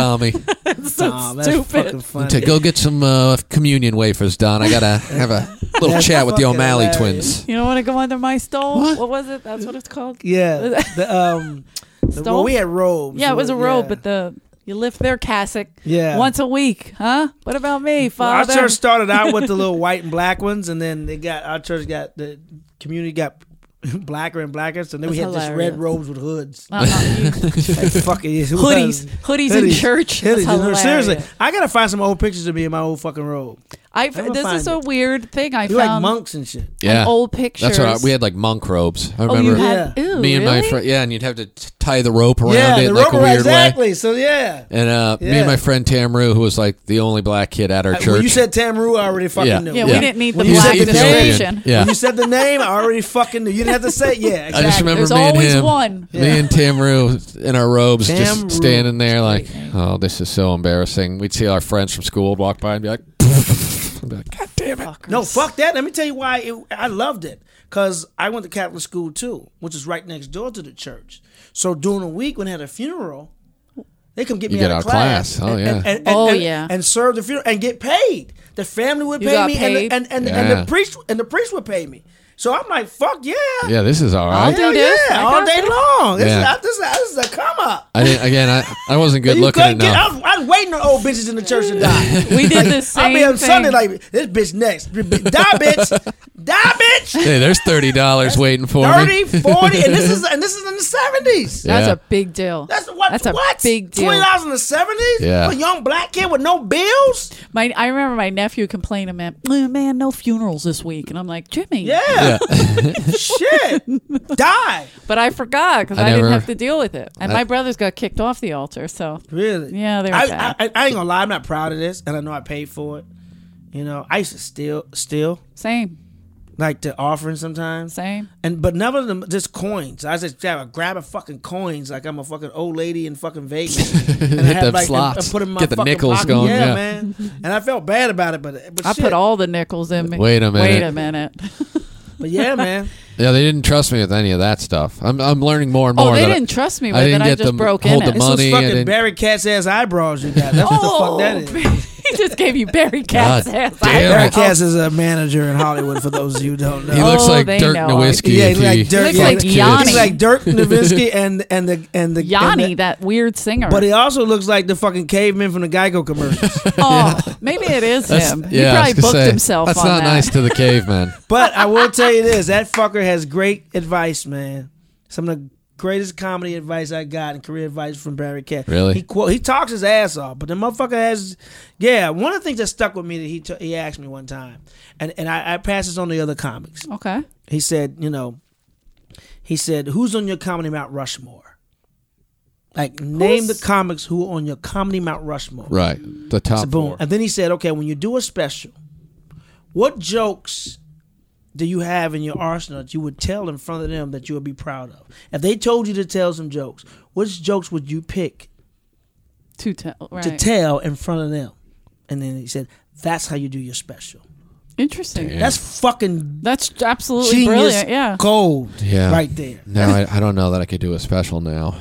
B: *laughs*
C: *laughs*
D: Dommy,
C: That's *laughs* so
B: Dom, that's fucking
C: stupid.
B: funny.
D: to go get some uh, communion wafers, Don. I gotta have a little
B: That's
D: chat with the
B: fucking
D: O'Malley
B: hilarious.
D: twins.
C: You don't want to go under my stole?
D: What?
C: What? was it? That's what it's called?
B: Yeah.
C: *laughs*
B: The, um, the,
C: Stole?
B: well, we had robes.
C: Yeah, it was a robe,
B: yeah.
C: but the you lift their cassock
B: Yeah.
C: once a week, huh? What about me,
B: Well, our
C: father?
B: church started out with the
C: *laughs*
B: little white and black ones, and then they got our church got the community got *laughs* blacker and blacker, so then we had
C: That's
B: just
C: hilarious.
B: red robes with
C: *laughs*
B: hoods. *laughs*
C: Uh-uh, you
D: *laughs*
B: Like, fuck it, it was-
C: hoodies, hoodies, in
B: *laughs* Hoodies.
C: church.
B: Hoodies.
C: That's
B: No, seriously,
C: hilarious.
B: I gotta find some old pictures of me in my old fucking robe.
C: I've,
B: I'm gonna
C: this is
B: find
C: a weird thing I
B: You like
C: found.
B: monks and shit.
D: Yeah,
C: old pictures.
D: That's what I, we had like monk robes. I
C: Oh,
D: remember.
C: you had ooh,
D: me and my
C: really?
D: friend, yeah, and you'd have to t- tie the rope around
B: yeah,
D: it
B: the robe
D: like a weird way.
B: exactly. So yeah.
D: And uh, me
B: Yeah.
D: and my friend Tamru, who was like the only black kid at our
B: Uh,
D: church.
B: When you said Tamru, I already fucking
D: Yeah.
B: knew.
C: Yeah,
D: Yeah.
C: we didn't need the
B: When you
C: black
B: said
C: and the
B: Ethiopian.
C: Asian.
D: yeah,
B: When you said the name, I already fucking knew. You didn't have to say it. Yeah,
D: I
B: exactly.
D: just remember
C: There's
D: me and
C: always
D: him,
C: one.
D: me and Tamru in our robes,
B: Tamru.
D: just standing there like, oh, this is so embarrassing. We'd see our friends from school would walk by and be like, *laughs* I'd be like, God damn it.
C: Fuckers.
B: No, fuck that. Let me tell you why it, I loved it. Because I went to Catholic school too, which is right next door to the church. So during the week when I had a funeral, they come get
D: You
B: me
D: get
B: out,
D: out of class. Oh,
B: and-
D: yeah.
B: And, and,
C: Oh,
B: and-
C: yeah.
B: And serve the funeral and get paid. The family would
C: You
B: pay
C: got
B: me
C: paid?
B: And, the, and, and, and
D: Yeah.
B: the priest and the priest would pay me. So I'm like, fuck yeah.
D: Yeah, this is all
C: I'll
D: right.
C: do
B: Hell
C: this. I
B: yeah, all
C: got
B: day
C: this.
B: long. This,
D: Yeah.
B: is, this, is, this is a come up.
D: I didn't, again, I, I wasn't good
B: You
D: looking
B: couldn't get,
D: enough.
B: I, was, I was waiting on old bitches in the church to
C: *laughs*
B: die. *laughs*
C: We did the same
B: I'll be on
C: thing.
B: Sunday like this bitch next. Die
C: *laughs*
B: bitch. Die bitch.
D: Hey, there's thirty dollars waiting for
B: 30,
D: me.
B: 40, and this is and this is in the seventies.
C: That's
D: Yeah.
C: a big deal.
B: That's what
C: That's a
B: what?
C: big deal.
B: Twenty dollars in the seventies?
D: Yeah.
B: A young black kid with no bills?
C: My, I remember my nephew complaining about, "Oh, man, no funerals this week, and I'm like, Jimmy.
B: Yeah. *laughs*
D: *laughs*
B: Shit. Die.
C: But I forgot because
D: I
C: I, didn't
D: never-
C: have to deal with it. And
D: I-
C: my brothers got kicked off the altar. So
B: Really?
C: Yeah, they were
B: I,
C: bad.
B: I, I, I ain't gonna lie, I'm not proud of this, and I know I paid for it. You know, I used to steal steal
C: same,
B: like the offering sometimes.
C: same.
B: And but none of them just coins. I just grab a grab a fucking coins like I'm a fucking old lady in fucking Vegas.
D: *laughs*
B: And I
D: Hit
B: had,
D: them
B: like,
D: slots.
B: and put 'em in my
D: Get the
B: fucking
D: nickels
B: pocket.
D: going, yeah.
B: man. And I felt bad about it, but, but
C: I
B: shit.
C: put all the nickels in me.
D: Wait a
C: Wait
D: minute.
C: a minute.
B: But
C: *laughs*
B: yeah, man.
D: Yeah, they didn't trust me with any of that stuff. I'm, I'm learning more and more.
C: Oh, they
D: that I-
C: didn't trust me
D: I
C: with it.
D: didn't
C: I
D: get
C: just
D: the-
C: broke
D: hold
C: in
D: the
C: it.
B: It's
D: Money
B: those fucking
D: and-
B: Barry Cat's ass eyebrows you got. That's what
C: Oh,
B: the fuck that is.
C: *laughs* he just gave you Barry Katz
D: *laughs* God
C: ass.
D: damn
B: Barry
D: it.
B: Katz is a manager in Hollywood. For those of you who don't know,
D: He looks
C: Oh,
D: like
C: they
D: Dirk
C: know.
D: Nowitzki.
B: yeah,
D: if
B: he's like
D: he
B: Dirk,
C: Looks
D: fucked
C: like
D: kids.
C: Yanni.
B: he's like Dirk Nowitzki and and the and the and
C: Yanni,
B: the-
C: that weird singer.
B: but he also looks like the fucking caveman from the Geico commercials.
D: *laughs*
C: oh, maybe it is
D: That's-
C: him.
D: yeah, I
C: he probably
D: was gonna
C: booked
D: say,
C: himself
D: That's
C: on
D: not
C: that.
D: nice to
C: *laughs*
D: the caveman.
B: But I will tell you this: that fucker has great advice, man. Some of the greatest comedy advice I got and career advice from Barry Katz.
D: Really?
B: He quote he talks his ass off, but the motherfucker has, yeah. One of the things that stuck with me that he t- he asked me one time, and and I, I passed this on to the other comics.
C: Okay.
B: He said, you know, he said, who's on your comedy Mount Rushmore? Like name the comics who are on your comedy Mount Rushmore.
D: right. The
B: So
D: top
B: boom.
D: four.
B: And then he said, okay, when you do a special, what jokes do you have in your arsenal that you would tell in front of them that you would be proud of? If they told you to tell some jokes, which jokes would you pick
C: To tell. Right.
B: to tell in front of them? And then he said, that's how you do your special.
C: Interesting.
B: That's fucking
C: That's absolutely
B: genius
C: brilliant. Yeah.
B: gold
D: Yeah.
B: right there.
D: No, I, I don't know that I could do a special now.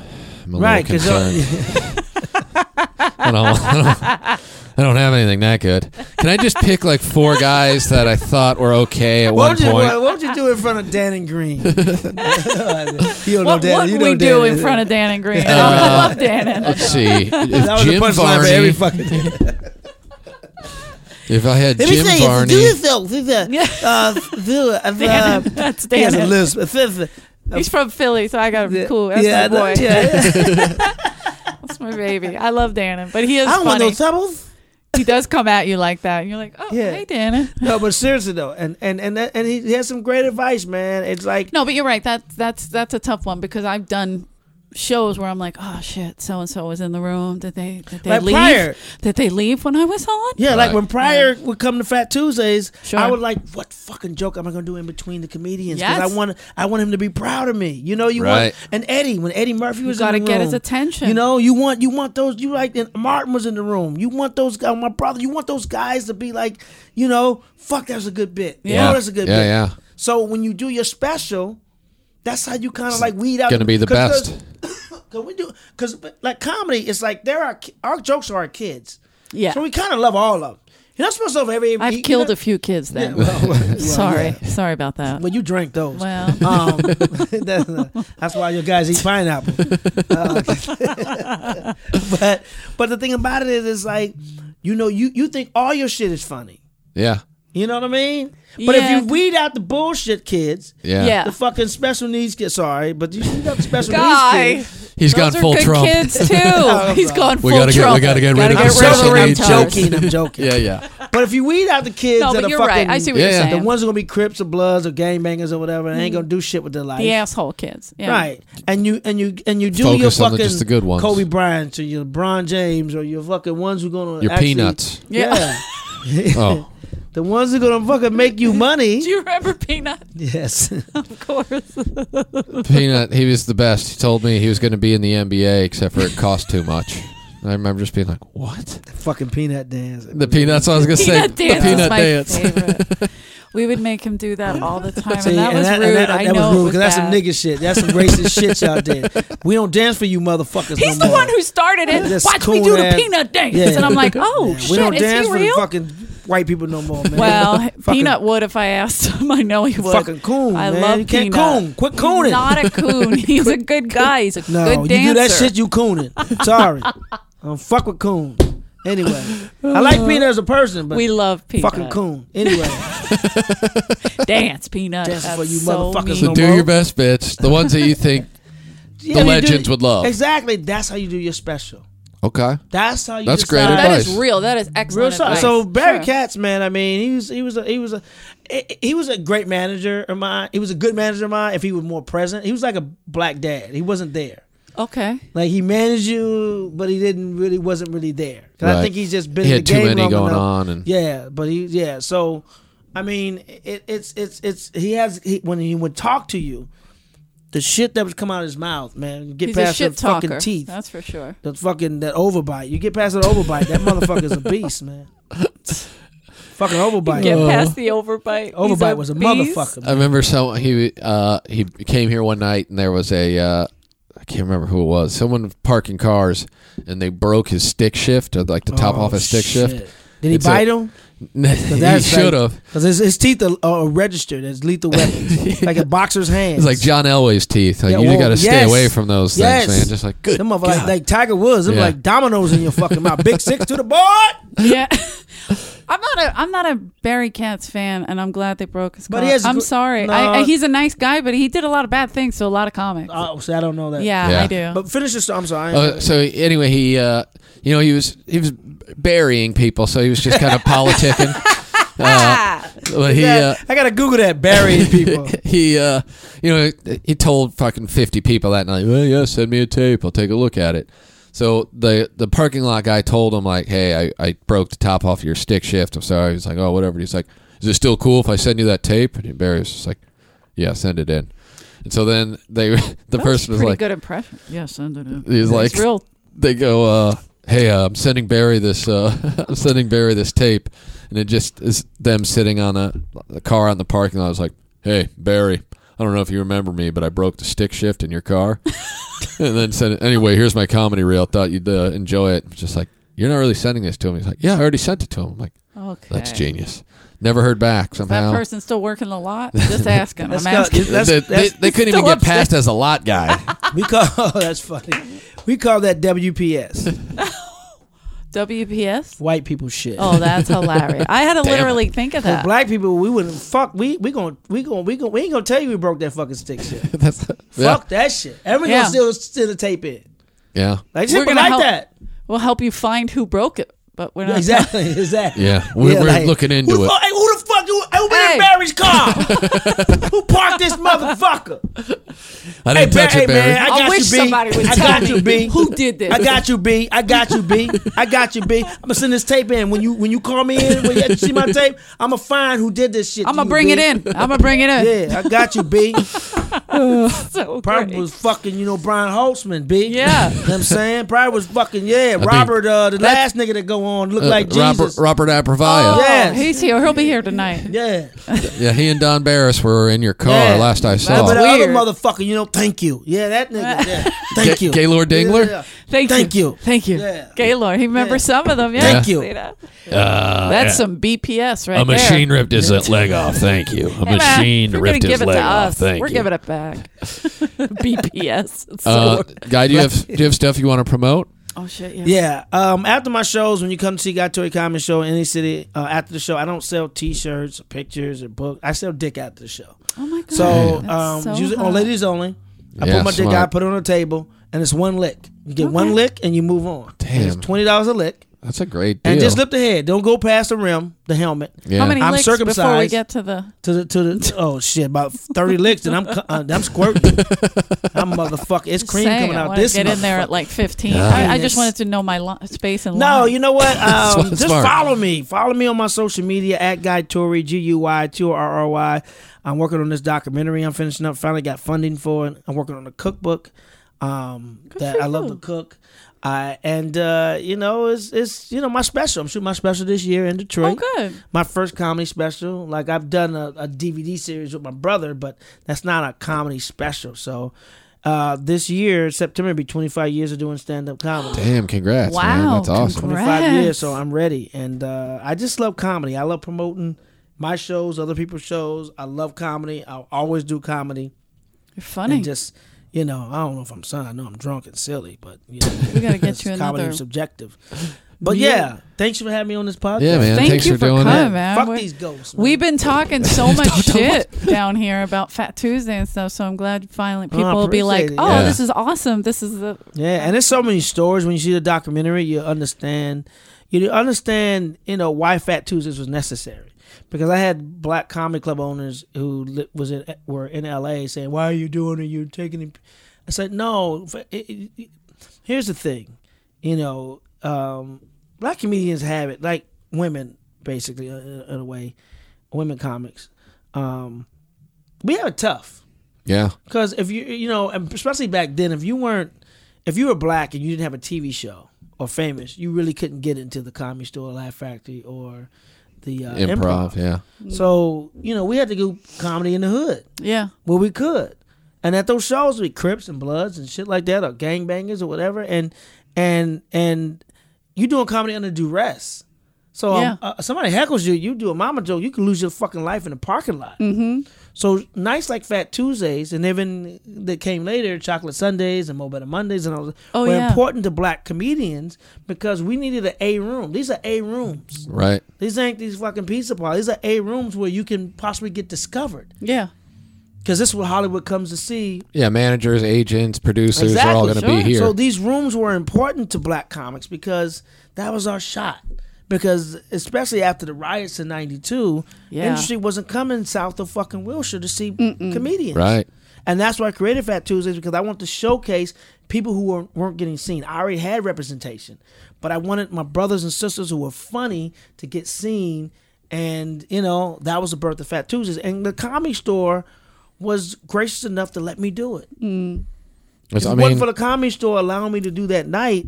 D: I'm a
B: Right, uh, *laughs*
D: little
B: because
D: concerned. I don't, I don't, I don't have anything that good. Can I just pick like four guys that I thought were okay at one
B: Won't you,
D: point?
B: why won't you do it in front of Dan and
D: *laughs*
B: Green? *laughs* you don't know
C: What
B: Dan.
C: would
B: you know
C: we do
B: Dan.
C: in front of Dan
B: *laughs*
C: and Green? I
D: Uh,
C: love Dan and
D: Let's see. If
B: That was
D: Jim
B: a punchline
D: Varney,
B: for every fucking thing.
D: if I had
B: Let me
D: Jim
B: say it.
D: Varney,
B: Do yourself. Do that.
C: Yeah.
B: Uh, do it.
C: *laughs*
B: I've, uh,
C: Dan. That's
B: he has a
C: Dan.
B: lisp. It's- it's-
C: He's from Philly, so I got him.
B: yeah.
C: Cool. That's
B: yeah,
C: my boy.
B: that- yeah.
C: That's my baby. I love Dannon, but he
B: *laughs*
C: is
B: I don't want
C: funny.
B: no troubles.
C: he does come at you like that, and you're like, "Oh,
B: Yeah.
C: hey, Dannon."
B: No, but seriously though, and and and that, and he he has some great advice, man. It's like
C: No, but you're right. That that's that's a tough one because I've done shows where I'm like, "Oh shit, so and so was in the room. Did they did they
B: Like
C: leave?
B: Pryor.
C: Did they leave when I was on?"
B: Yeah, like
D: Right.
B: when Pryor would come to Fat Tuesdays,
C: Sure.
B: I would like, what fucking joke am I going to do in between the comedians? Because
C: Yes.
B: I want, I want him to be proud of me. You know, you
D: Right.
B: want and Eddie when Eddie Murphy was
C: gotta
B: in the
C: get
B: room,
C: his attention.
B: You know, you want, you want those. You like and Martin was in the room. You want those guys, my brother. You want those guys to be like, you know, fuck, that's a good bit.
C: Yeah.
B: Yeah, that's a good
D: Yeah,
B: bit.
D: yeah.
B: So when you do your special, that's how you kind of like weed out.
D: gonna be the
B: 'cause-
D: best.
B: Cause *laughs* we do, cause but, like comedy, it's like there are our jokes are our kids.
C: Yeah.
B: So we kind of love all of them. You're not supposed to love every.
C: I've
B: you
C: killed
B: know-
C: a few kids then. *laughs*
B: Well, *laughs* well,
C: sorry, sorry about that.
B: Well, you drank those. *laughs*
C: Well,
B: Um, that's, uh, that's why your guys eat pineapple. Uh, *laughs* but but the thing about it is, it's like you know you you think all your shit is funny.
D: yeah,
B: You know what I mean? But
C: Yeah.
B: if you weed out the bullshit kids,
D: yeah,
C: Yeah.
B: the fucking special needs kids. Sorry, but you weed out the special needs
C: guy,
B: kids.
D: He's
C: those
D: gone
C: are
D: full
C: good
D: Trump.
B: *laughs*
C: kids too. *laughs* He's gone full
D: We gotta get-
C: Trump.
D: we gotta get rid of the
C: the
D: special
B: I'm
D: needs
C: room tellers.
B: joking. I'm joking.
D: Yeah, yeah.
B: But if you weed out the kids,
C: No,
B: that
C: but
B: are
C: you're
B: fucking,
C: right. I see what
D: Yeah,
C: you're
D: yeah.
C: saying.
B: The ones that are gonna be Crips or Bloods or gangbangers or whatever, and ain't gonna do shit with their life.
C: the asshole kids. Mm. Yeah.
B: Right. And you and you and you do your
D: Focus on the-
B: fucking
D: just the good ones.
B: Kobe Bryant or your LeBron James or your fucking ones who gonna
D: Your
B: actually- *laughs*
D: peanuts.
B: Yeah.
D: Oh,
B: the ones who gonna fucking make you
C: *laughs* Do *laughs*
B: money. *laughs*
C: you remember Peanut?
B: Yes.
C: Of course.
D: Peanut. He was the best. He told me he was going to be in the NBA, except for it cost too much. I remember just being like, "What?"
B: fucking peanut dance.
D: The peanuts. I was going to say
C: peanut dance
D: the
C: is
D: peanut
C: my
D: dance.
C: favorite. We would make him do that all the time,
B: See,
C: and that was
B: and
C: rude.
B: that-
C: I
B: that
C: know
B: was
C: it
B: rude
C: was
B: that's some
C: bad.
B: nigga shit. That's some racist shit out there. We don't dance for you motherfuckers.
C: He's
B: no
C: the
B: more.
C: one who started it.
B: This
C: Watch me do the
B: coon-ass-
C: peanut dance,
B: Yeah.
C: and I'm like, oh
B: Yeah,
C: shit,
B: we don't
C: is
B: dance
C: he
B: for
C: real?
B: the fucking white people no more, man.
C: *laughs* well,
B: Fucking-
C: Peanut would if I asked him. *laughs* I know he would.
B: *laughs* fucking coon.
C: I
B: man.
C: love
B: you can't
C: Peanut.
B: coon. Quit
C: He's
B: cooning.
C: not a
B: *laughs*
C: coon. He's a good guy. He's a
B: No,
C: good dancer.
B: you do that shit, you
C: *laughs*
B: cooning. Sorry. I don't fuck with coon. Anyway, I like Peanut as a person, but
C: we love peanut.
B: fucking coon.
C: *laughs*
B: Anyway,
C: Dance peanut.
B: Dance
C: That's
B: for you
C: so
B: motherfuckers.
C: mean.
D: So
B: No
D: do
B: more.
D: your best, bitch. The ones that you think
B: Yeah,
D: the
B: you do-
D: legends would love.
B: Exactly. That's how you do your special.
D: Okay.
B: That's how you.
D: That's
B: decide-
D: great
C: That is
D: Advice.
C: real. That is excellent.
B: Real sorry.
C: advice.
B: So Barry
C: Sure.
B: Katz, man, I mean, he was he was a he was a he- he was a great manager of mine. He was a good manager of mine. If he was more present, he was like a black dad. He wasn't there.
C: Okay.
B: Like he managed you, but he didn't really wasn't really there. 'Cause
D: Right.
B: I think he's just been
D: He
B: in
D: had
B: the
D: too
B: game
D: many
B: long
D: going
B: enough.
D: on and-
B: yeah, but he yeah. So I mean, it, it's it's it's he has he, when he would talk to you, the shit that would come out of his mouth, man, you get
C: He's a
B: past the
C: shit talker.
B: fucking teeth,
C: That's for sure.
B: the fucking that overbite. You get past that overbite, that motherfucker's a beast,
C: *laughs*
B: man. fucking overbite.
C: Get past the overbite. He's
B: uh, overbite was a
C: beast.
B: motherfucker.
D: I
B: man.
D: remember so he uh, he came here one night and there was a uh, I can't remember who it was. Someone was parking cars and they broke his stick shift, or like the top off
B: Oh,
D: his stick
B: shit.
D: *laughs* shift.
B: Did he
D: It's a-
B: bite him?
D: he
B: that's like- *laughs*
D: should have.
B: Because his, his teeth are, are registered as
D: *laughs*
B: lethal weapons, like a boxer's hands.
D: It's like John Elway's teeth. Like
B: Yeah,
D: you just
B: well,
D: got to stay
B: yes.
D: away from those
B: Yes.
D: things, man. Just like good.
B: Them motherfuckers
D: God.
B: like, like Tiger Woods. Them
D: Yeah.
B: like dominoes in your fucking mouth. Big six to the board.
C: *laughs*
B: *laughs*
C: Yeah. I'm not a I'm not a Barry Katz fan, and I'm glad they broke his.
B: But
C: collar.
B: he has a
C: I'm
B: gr-
C: sorry.
B: No.
C: I, I- he's a nice guy, but he did a lot of bad things to a lot of comics.
B: Oh, see, I don't know that.
C: yeah,
D: Yeah.
C: I do.
B: But finish this. I'm sorry.
D: Uh, so anyway, he uh, you know he was he was burying people, so he was just kind of politicking.
C: Ah!
D: Uh, but he uh,
B: I gotta Google that.
D: *laughs*
B: Burying people.
D: he uh you know he told fucking 50 people that night well yeah send me a tape i'll take a look at it so the the parking lot guy told him like hey i, I broke the top off your stick shift i'm sorry he's like oh whatever he's like is it still cool if i send you that tape and barry was just like yeah send it in and so then they *laughs* the
C: That
D: person was
C: pretty
D: like
C: good impression. Yeah, send it in.
D: He's
C: It's
D: like-
C: real.
D: they go, uh, "Hey, uh, I'm sending Barry this. Uh, *laughs* I'm sending Barry this tape," and it just is them sitting on a, a car out in the parking lot. I was like, "Hey, Barry, I don't know if you remember me, but I broke the stick
B: *laughs*
D: shift in your car," and then said, "Anyway, here's my comedy reel. Thought you'd uh, enjoy it." Just like, you're not really sending this to him. He's like, yeah, I already sent it to him. I'm like,
C: Okay.
D: that's genius. Never heard back
C: That
D: somehow.
C: person still working the
E: *laughs*
C: lot? Just asking.
B: That's
C: I'm
B: got-
C: asking.
B: that's-
D: they, they-
B: that's-
D: they couldn't even
C: still
D: get past as a
B: *laughs*
D: lot guy. *laughs*
B: We call oh, that's funny. We call that WPS,
C: WPS?
B: white people shit.
C: Oh, that's hilarious. I had to literally think of
B: For
C: that.
B: black people, we wouldn't fuck. We we gonna we gonna we gonna we ain't gonna tell you we broke that fucking stick shit.
D: That's- *laughs* yeah.
B: Fuck that shit. Everyone
C: Yeah.
B: gonna still still the tape in.
D: Yeah.
B: Like shit
C: We're
B: like
C: gonna help- Uh-huh.
B: that.
C: We'll help you find who broke it, but we're not.
B: Exactly. *laughs* Exactly.
D: Yeah. We're, we're
B: like,
D: looking into
B: who,
D: it.
B: fu- hey, who the fuck? Who, who been
C: Hey.
B: in Barry's
D: *laughs*
B: car? who parked this motherfucker?
D: I didn't
B: Ba-
D: touch it, Barry.
B: man, I,
C: I
B: got
C: wish
B: you, B.
C: somebody would
B: I
C: tell
B: got
C: me
B: you, B.
C: who did this.
B: I got you, B. I got you, B. I got you, B. I'm gonna send this tape in when you when you call me in when you see my tape. I'm gonna find who did this shit. to
C: I'm gonna
B: you,
C: bring
B: B. *laughs*
C: it in. I'm gonna bring it in. *laughs*
B: Yeah, I got you, B.
C: So
B: Probably
C: great.
B: was fucking, you know, Brian Holtzman, B.
C: Yeah.
B: You know what I'm saying? Probably was fucking, yeah, Robert, uh, the last nigga that go on, look
D: Uh,
B: like
D: Robert,
B: Jesus.
D: Robert Aprovaya.
C: Oh,
B: Yes.
C: he's here. He'll be here tonight.
B: Yeah.
D: Yeah, he and Don Barris were in your car
B: Yeah.
D: Oh, last I
B: But
D: saw.
B: the
C: weird.
B: other motherfucker, you know, thank you. Yeah, that nigga.
C: *laughs*
B: Yeah. Thank
D: Ga-
B: you.
D: Gaylord
B: Yeah,
D: Dingler?
B: yeah.
C: Thank,
B: Thank
C: you.
B: you.
C: Thank you.
B: Yeah.
C: Gaylord. He remembers some of them. Yeah.
B: Thank you.
C: See that?
E: Uh,
C: That's
E: yeah.
C: some BPS right there.
E: a machine ripped his uh, leg off. Thank you. A
C: Hey, man,
E: machine
C: you're
E: ripped
C: gonna
E: his
C: give it
E: leg
C: to
E: off.
C: us.
E: Thank
C: We're
E: you.
C: giving it back. *laughs* BPS. It's so-
D: Uh, guy, do
B: *laughs*
D: you have do you have stuff you want to promote?
C: oh shit. Yeah.
B: Yeah. Um, after my shows, when you come to see Got Toy Comedy Show in any city, uh, after the show, I don't sell t shirts, pictures, or books. I sell dick after the show.
C: Oh my god.
B: So,
C: That's
B: um,
C: so
B: usually on
C: hot.
B: ladies only, I
D: Yeah,
B: put my dick
D: smart.
B: out, put it on the table, and it's one lick. You get one
C: Okay.
B: lick and you move on. And
D: Damn.
B: It's $20 a lick.
D: That's a great deal.
B: And just lift the head. Don't go past the rim, the helmet.
D: yeah.
C: How many
B: I'm
C: licks before we
B: circumcised.
C: get to the?
B: To the to
C: *laughs*
B: the oh shit about thirty licks and I'm cu- uh, I'm
D: *laughs*
B: squirting I'm motherfucker it's cream
C: Saying,
B: coming
C: I
B: out
C: wanna
B: this
C: Get in there
B: motherfucker. *laughs*
C: at like 15. I, I
B: Penis.
C: just wanted to know my li- space and
B: No,
C: line.
B: you know
C: *laughs*
B: what? Um, just
D: smart.
B: follow me. Follow me on my social media at Guy Tory G U Y T O R R Y. I'm working on this documentary. I'm finishing up. Finally got funding for it. I'm working on a cookbook. Um, that
C: for
B: I love to
C: you.
B: cook. I and uh, you know it's it's you know my special. I'm shooting my special this year in
C: Oh,
B: Detroit.
C: good.
B: My first comedy special. Like I've done a, a DVD series with my brother, but that's not a comedy special. So. Uh, this year, September, it'll be 25 years of doing stand up comedy.
D: Damn, congrats, man.
C: Wow,
D: That's awesome.
B: 25 years,
C: Congrats.
B: so I'm ready. And uh, I just love comedy. I love promoting my shows, other people's shows. I love comedy. I'll always do comedy.
C: You're funny.
B: And just, you know, I don't know if I'm son. I know I'm drunk and silly, but you know,
C: we gotta get
B: it's *laughs*
C: you
B: comedy
C: another.
B: is subjective. But yeah, thanks for having me on this podcast.
D: Yeah, man.
C: Thank
D: Thanks
C: you
D: for
C: for
D: doing
C: coming,
D: it.
C: man.
B: Fuck
C: We're-
B: these ghosts. man. *laughs*
C: We've been talking so much shit down here about Fat Tuesday and stuff, so I'm glad finally people will be like,
B: appreciate it.
C: "Oh,
D: Yeah.
C: this is awesome! This is the
B: Yeah, and there's so many stories when you see the documentary, you understand, you understand, you know why Fat Tuesdays was necessary. Because I had black comedy club owners who li- was in, were in L.A. saying, "Why are you doing it? You're taking it." I said, "No." f- it- it- it- here's the thing, you know, um, black comedians have it like women, basically, uh, in in a way, women comics. Um, we have it tough.
D: Yeah.
B: Because if you you know, and especially back then, if you weren't, if you were black and you didn't have a TV show or famous, you really couldn't get into the Comedy Store, Laugh Factory, or the uh,
D: Improv,
B: improv.
D: yeah.
B: So you know, we had to do comedy in the hood
C: yeah."
B: where we could, and at those shows we Crips and Bloods and shit like that, or gangbangers or whatever, and and and you doing comedy under duress. So um,
C: Yeah.
B: uh, somebody heckles you, you do a mama joke, you can lose your fucking life in the parking lot. Mm-hmm. So nights like Fat Tuesdays and even that came later, Chocolate Sundays and Mo Better Mondays and all those
C: Oh,
B: were
C: yeah.
B: important to black comedians because we needed an A room. These are A rooms.
D: Right.
B: These ain't these fucking pizza parlors. These are A rooms where you can possibly get discovered
C: Yeah,
B: because this is what Hollywood comes to see
D: Yeah, managers, agents, producers are all going
B: Exactly,
D: to be
C: sure.
D: here.
B: So these rooms were important to black comics because that was our shot. Because especially after the riots in '92,
C: Yeah.
B: industry wasn't coming south of fucking Wilshire to see comedians,
D: Right.
B: And that's why I created Fat Tuesdays because I want to showcase people who weren't, weren't getting seen. I already had representation, but I wanted my brothers and sisters who were funny to get seen, and you know that was the birth of Fat Tuesdays. And the Comedy Store was gracious enough to let me do it.
D: It's-
B: If
D: I
B: it wasn't
D: mean,
B: for the comedy store allowing me to do that night,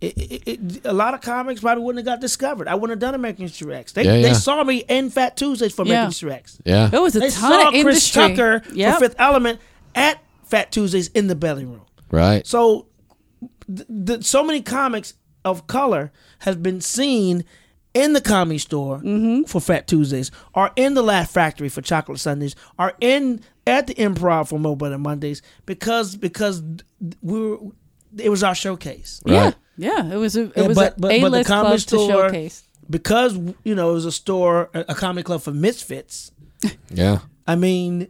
B: it, it, it, a lot of comics probably wouldn't have got discovered. I wouldn't have done American History X. They,
D: Yeah,
B: they
D: yeah.
B: saw me in Fat Tuesdays for
C: Yeah.
B: American History X.
D: yeah.
C: it was a
B: They
C: ton
B: saw
C: of
B: Chris
C: industry.
B: Tucker
C: Yep.
B: for Fifth Element at Fat Tuesdays in the belly room.
D: Right.
B: So, th- th- so many comics of color has been seen in the commie store
C: Mm-hmm.
B: for Fat Tuesdays, or in the Laugh Factory for Chocolate Sundays, or in at the Improv for Mo Better Mondays, because because we were it was our showcase.
C: Yeah,
D: Right.
C: yeah. It was a it
B: Yeah,
C: was
B: but- but- but
C: a
B: the
C: A-list
B: comedy
C: club to
B: store-
C: showcase.
B: Because you know it was a store, a, a comedy club for misfits.
D: Yeah.
B: I mean,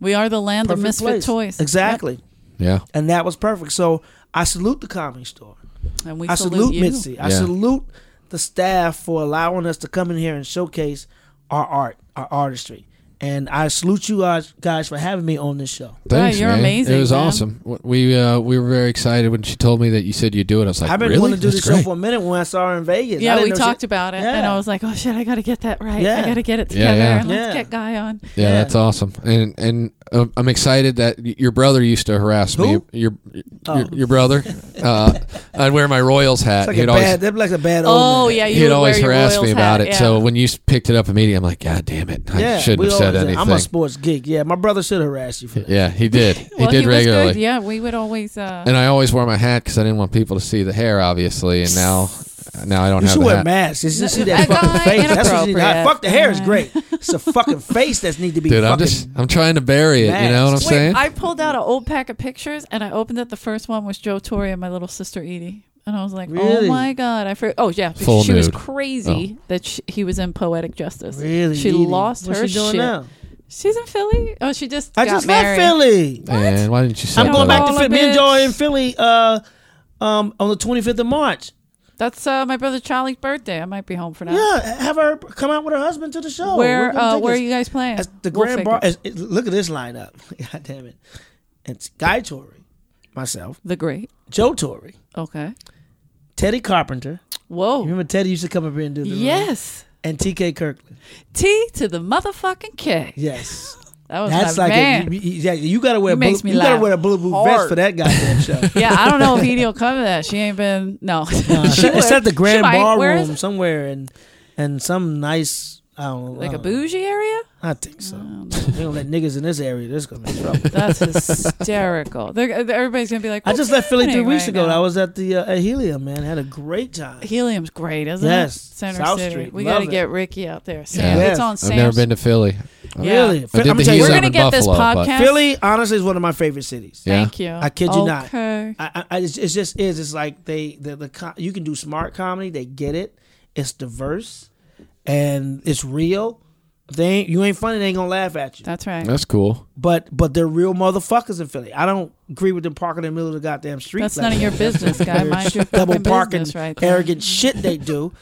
C: We are the land of
B: perfect
C: misfit
B: place.
C: toys.
B: exactly,
D: Yeah.
B: and that was perfect. So I salute the comedy store.
C: Yep. And we
B: I
C: salute,
B: salute
C: you.
B: Mitzi. I
D: Yeah.
B: salute the staff for allowing us to come in here and showcase our art, our artistry. And I salute you guys, guys for having me on this show.
D: Thanks,
C: you're
D: man.
C: amazing,
D: It was
C: man.
D: awesome. W- We uh, we were very excited when she told me that you said you do it. I was like,
B: I've been
D: really?
B: wanting to do
D: That's
B: this show
D: great.
B: for a minute when I saw her in Vegas. I
C: Yeah,
B: didn't
C: we
B: know
C: talked
B: she-
C: about it,
B: Yeah.
C: and I was like, "Oh shit, I got to get that right.
B: Yeah.
C: I got to get it
D: Yeah,
C: together.
D: yeah.
C: Let's
B: Yeah.
C: get Guy on."
D: Yeah,
B: Yeah.
D: that's awesome. And and uh, I'm excited that y- your brother used to harass
B: Who?
D: me. Your your,
B: Oh.
C: *laughs*
D: your brother. Uh, I'd wear my Royals hat.
B: It's like
D: he'd
B: a
D: always
B: bad, that'd be like a bad
C: Oh
B: old man.
C: yeah, you
D: he'd
C: would
D: always
C: wear your
D: harass me
C: Royals hat,
D: about it.
C: yeah.
D: So when you s- picked it up immediately, I'm like, God damn it! I
B: Yeah, we
D: shouldn't have said
B: always-
D: anything.
B: I'm a sports geek. Yeah, my brother should harass you for that.
D: yeah,
C: *laughs*
D: he did. He
C: well,
D: did
C: he
D: regularly.
C: Was good. Yeah, we would always. Uh,
D: And I always wore my hat because I didn't want people to see the hair, obviously. And now, now I don't
B: You
D: have
B: should
D: the
B: wear
D: hat.
B: masks. It's just see
C: A
B: that fucking
C: guy
B: face. That's what you need.
C: inappropriate.
B: Fuck the hair is
C: Uh,
B: great. It's a fucking face that's need to be
D: Dude,
B: fucking.
D: I'm just I'm trying to bury it. You know what I'm
B: Wait,
D: saying?
C: I pulled out an old pack of pictures and I opened it. The first one was Joe Torre and my little sister Edie. And I was like, oh
B: Really?
C: my God. I forgot. Oh, yeah. because
D: Full
C: she was
D: nude. Oh.
C: crazy that she, he was in Poetic Justice.
B: really,
C: She
B: Edie.
C: lost
B: What's
C: her
B: she doing
C: shit.
B: now?
C: She's in Philly. Oh, she just
B: I
C: got
B: just
C: married.
B: left Philly.
D: and why didn't you say
B: I'm going
D: that?
B: back to
C: All
B: Philly. Me and
C: bitch.
B: Joy in Philly uh, um, on the 25th of March.
C: That's uh, my brother Charlie's birthday. I might be home for that.
B: Yeah, have her come out with her husband to the show.
C: Where
B: Oh, We're gonna
C: uh,
B: take
C: where are
B: us.
C: you guys playing?
B: At the
C: We'll
B: Grand
C: figure-
B: Bar. it's- it- look at this lineup. *laughs* God damn it. It's Guy Torrey, myself,
C: The Great.
B: Joe Torrey,
C: Okay.
B: Teddy Carpenter.
C: Whoa.
B: Remember Teddy used to come up here and do the room?
C: Yes.
B: And TK Kirkland.
C: T to the motherfucking K.
B: Yes.
C: That was
B: That's
C: my
B: like
C: man.
B: a, you, you- yeah, you gotta wear
C: He makes
B: blue,
C: me
B: you gotta
C: laugh
B: wear a blue blue
C: hard.
B: vest for that goddamn
C: *laughs*
B: show.
C: yeah, I don't
B: *laughs*
C: know if Edie will come to that. She ain't been. No, *laughs*
B: Uh,
C: She
B: it's
C: would.
B: at the
C: She
B: Grand
C: might.
B: Bar
C: Where is
B: Room
C: it?
B: somewhere and and some nice I don't know. uh, I
C: like a
B: don't know.
C: bougie area.
B: I think so. We don't let niggas in this area. This gonna be trouble. *laughs*
C: That's hysterical. They're, they're- everybody's gonna be like,
B: I
C: "What's
B: just left Philly three
C: happening
B: weeks
C: right
B: ago.
C: now?"
B: I was at the uh, at Helium, man. Had a great time.
C: Helium's great, isn't
B: Yes.
C: it? Center
B: South
C: City.
B: Street.
C: We
B: Love
C: gotta
B: it.
C: get Ricky out there. Sam,
D: Yeah.
C: it's on
D: I've
C: Sam's.
D: never been to Philly.
C: Yeah.
B: Really, Phil-
D: I did
B: I'm
D: the
B: gonna tell you
D: Helium
C: We're
B: something.
C: gonna
D: in
C: get this
D: Buffalo, but-
C: podcast.
B: Philly, honestly, is one of my favorite cities.
D: Yeah.
C: Thank you.
B: I kid you not.
C: Okay.
B: I, I, I just, it just is. It's like they the, the co- you can do smart comedy. They get it. It's diverse, and it's real. If They ain't, you ain't funny. They ain't gonna laugh at you.
C: That's right.
D: That's cool.
B: But but they're real motherfuckers in Philly. I don't agree with them parking in the middle of the goddamn street.
C: That's
B: like
C: none of
B: that.
C: your business,
B: *laughs*
C: guy. Mind your
B: double
C: fucking
B: parking
C: business right there.
B: arrogant shit they do.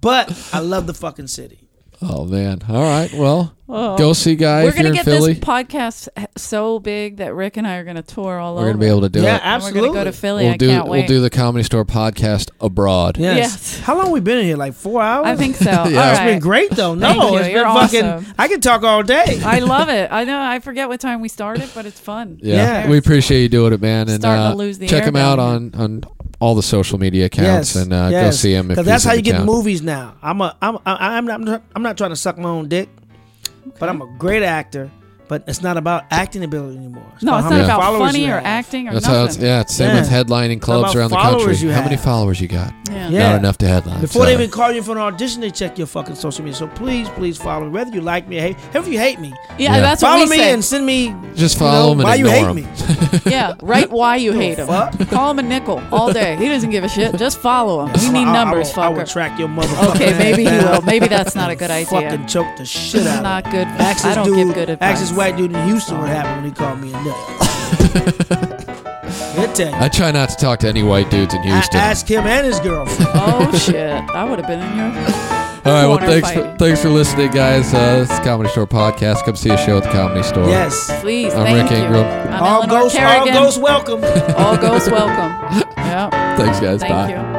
B: But I love the fucking city.
D: Oh man. All right. Well,
C: Oh.
D: go see guy
C: We're
D: if you're
C: gonna
D: in
C: get
D: Philly.
C: this podcast so big that Rick and I are gonna tour all
D: We're
C: over.
D: gonna be able to do
B: yeah,
C: And
D: it.
B: absolutely.
C: We're gonna go to Philly.
D: We'll
C: I
D: do
C: can't
D: we'll
C: wait.
D: do the comedy store podcast abroad.
B: Yes.
C: Yes.
B: How long we been in here? Like four hours. *laughs*
C: I think so. All
D: Yeah.
B: Oh. It's
C: right.
B: been great though. No,
C: Thank you.
B: it's been
C: You're
B: fucking.
C: awesome.
B: I can talk all day.
C: I love it. I know. I forget what time we started, but it's fun.
D: Yeah.
B: Yeah.
D: We appreciate you doing it, man. And
C: Starting to
D: uh,
C: lose the
D: check
C: air
D: him out
C: down
D: on on all the social media accounts and uh, go see him. if
B: Because that's
D: he's in
B: how you
D: the
B: get
D: town.
B: movies now. I'm a I'm I- I'm not I'm not, I'm not trying to suck my own dick, but I'm a great actor. But it's not about acting ability anymore.
C: No, it's
B: how
C: not
B: many
C: about
B: followers you
C: funny or
B: have.
C: acting or
D: That's how it's,
C: nothing.
D: yeah, it's same
B: Yeah.
D: with headlining clubs
B: about
D: around the country.
B: followers you
D: How many
B: have?
D: followers you got?
C: Yeah.
B: Yeah.
D: Not enough to headline.
B: Before they
D: sorry.
B: even call you for an audition, they check your fucking social media. So please, please follow me. Whether you like me or hate, if you hate me,
C: Yeah,
D: Yeah.
C: that's
B: follow
C: what
B: me
C: we say.
B: and send me.
D: just follow
B: you know,
D: him
B: why
D: and
B: you hate
D: ignore
B: me?
D: him.
B: *laughs*
C: *laughs* yeah, write why you hate him.
B: fuck?
C: Call him a nickel all day. He doesn't give a shit. Just follow
B: *laughs*
C: him. You need
B: I- I-
C: numbers,
B: I will, I will
C: fucker.
B: track your motherfucker.
C: okay,
B: *laughs*
C: maybe he will. Maybe that's not a good idea.
B: Fucking choke the shit out.
C: It's
B: of
C: not
B: him.
C: good.
B: Ask
C: I
B: this
C: don't
B: dude,
C: give good advice.
B: Ask this white dude in Houston what happened when he called me a
C: *laughs*
B: nigga. He'll tell you.
D: I try not to talk to any white dudes in
B: I
D: Houston.
B: asked him and his girlfriend.
C: Oh shit! I would have been
B: *laughs*
C: in your.
D: All right, well,
C: corner
D: thanks for,
C: fighting.
D: thanks for listening, guys. Uh, this is Comedy Store Podcast. Come see a show at the Comedy Store.
B: yes.
C: Please,
D: I'm
C: thank
D: Rick
C: you.
D: Ingram.
C: I'm
B: All
C: Eleanor
B: ghosts, all
C: Kerrigan.
B: ghosts welcome.
C: All ghosts welcome. *laughs* Yeah.
D: Thanks, guys.
C: Thank
D: Bye.
C: you.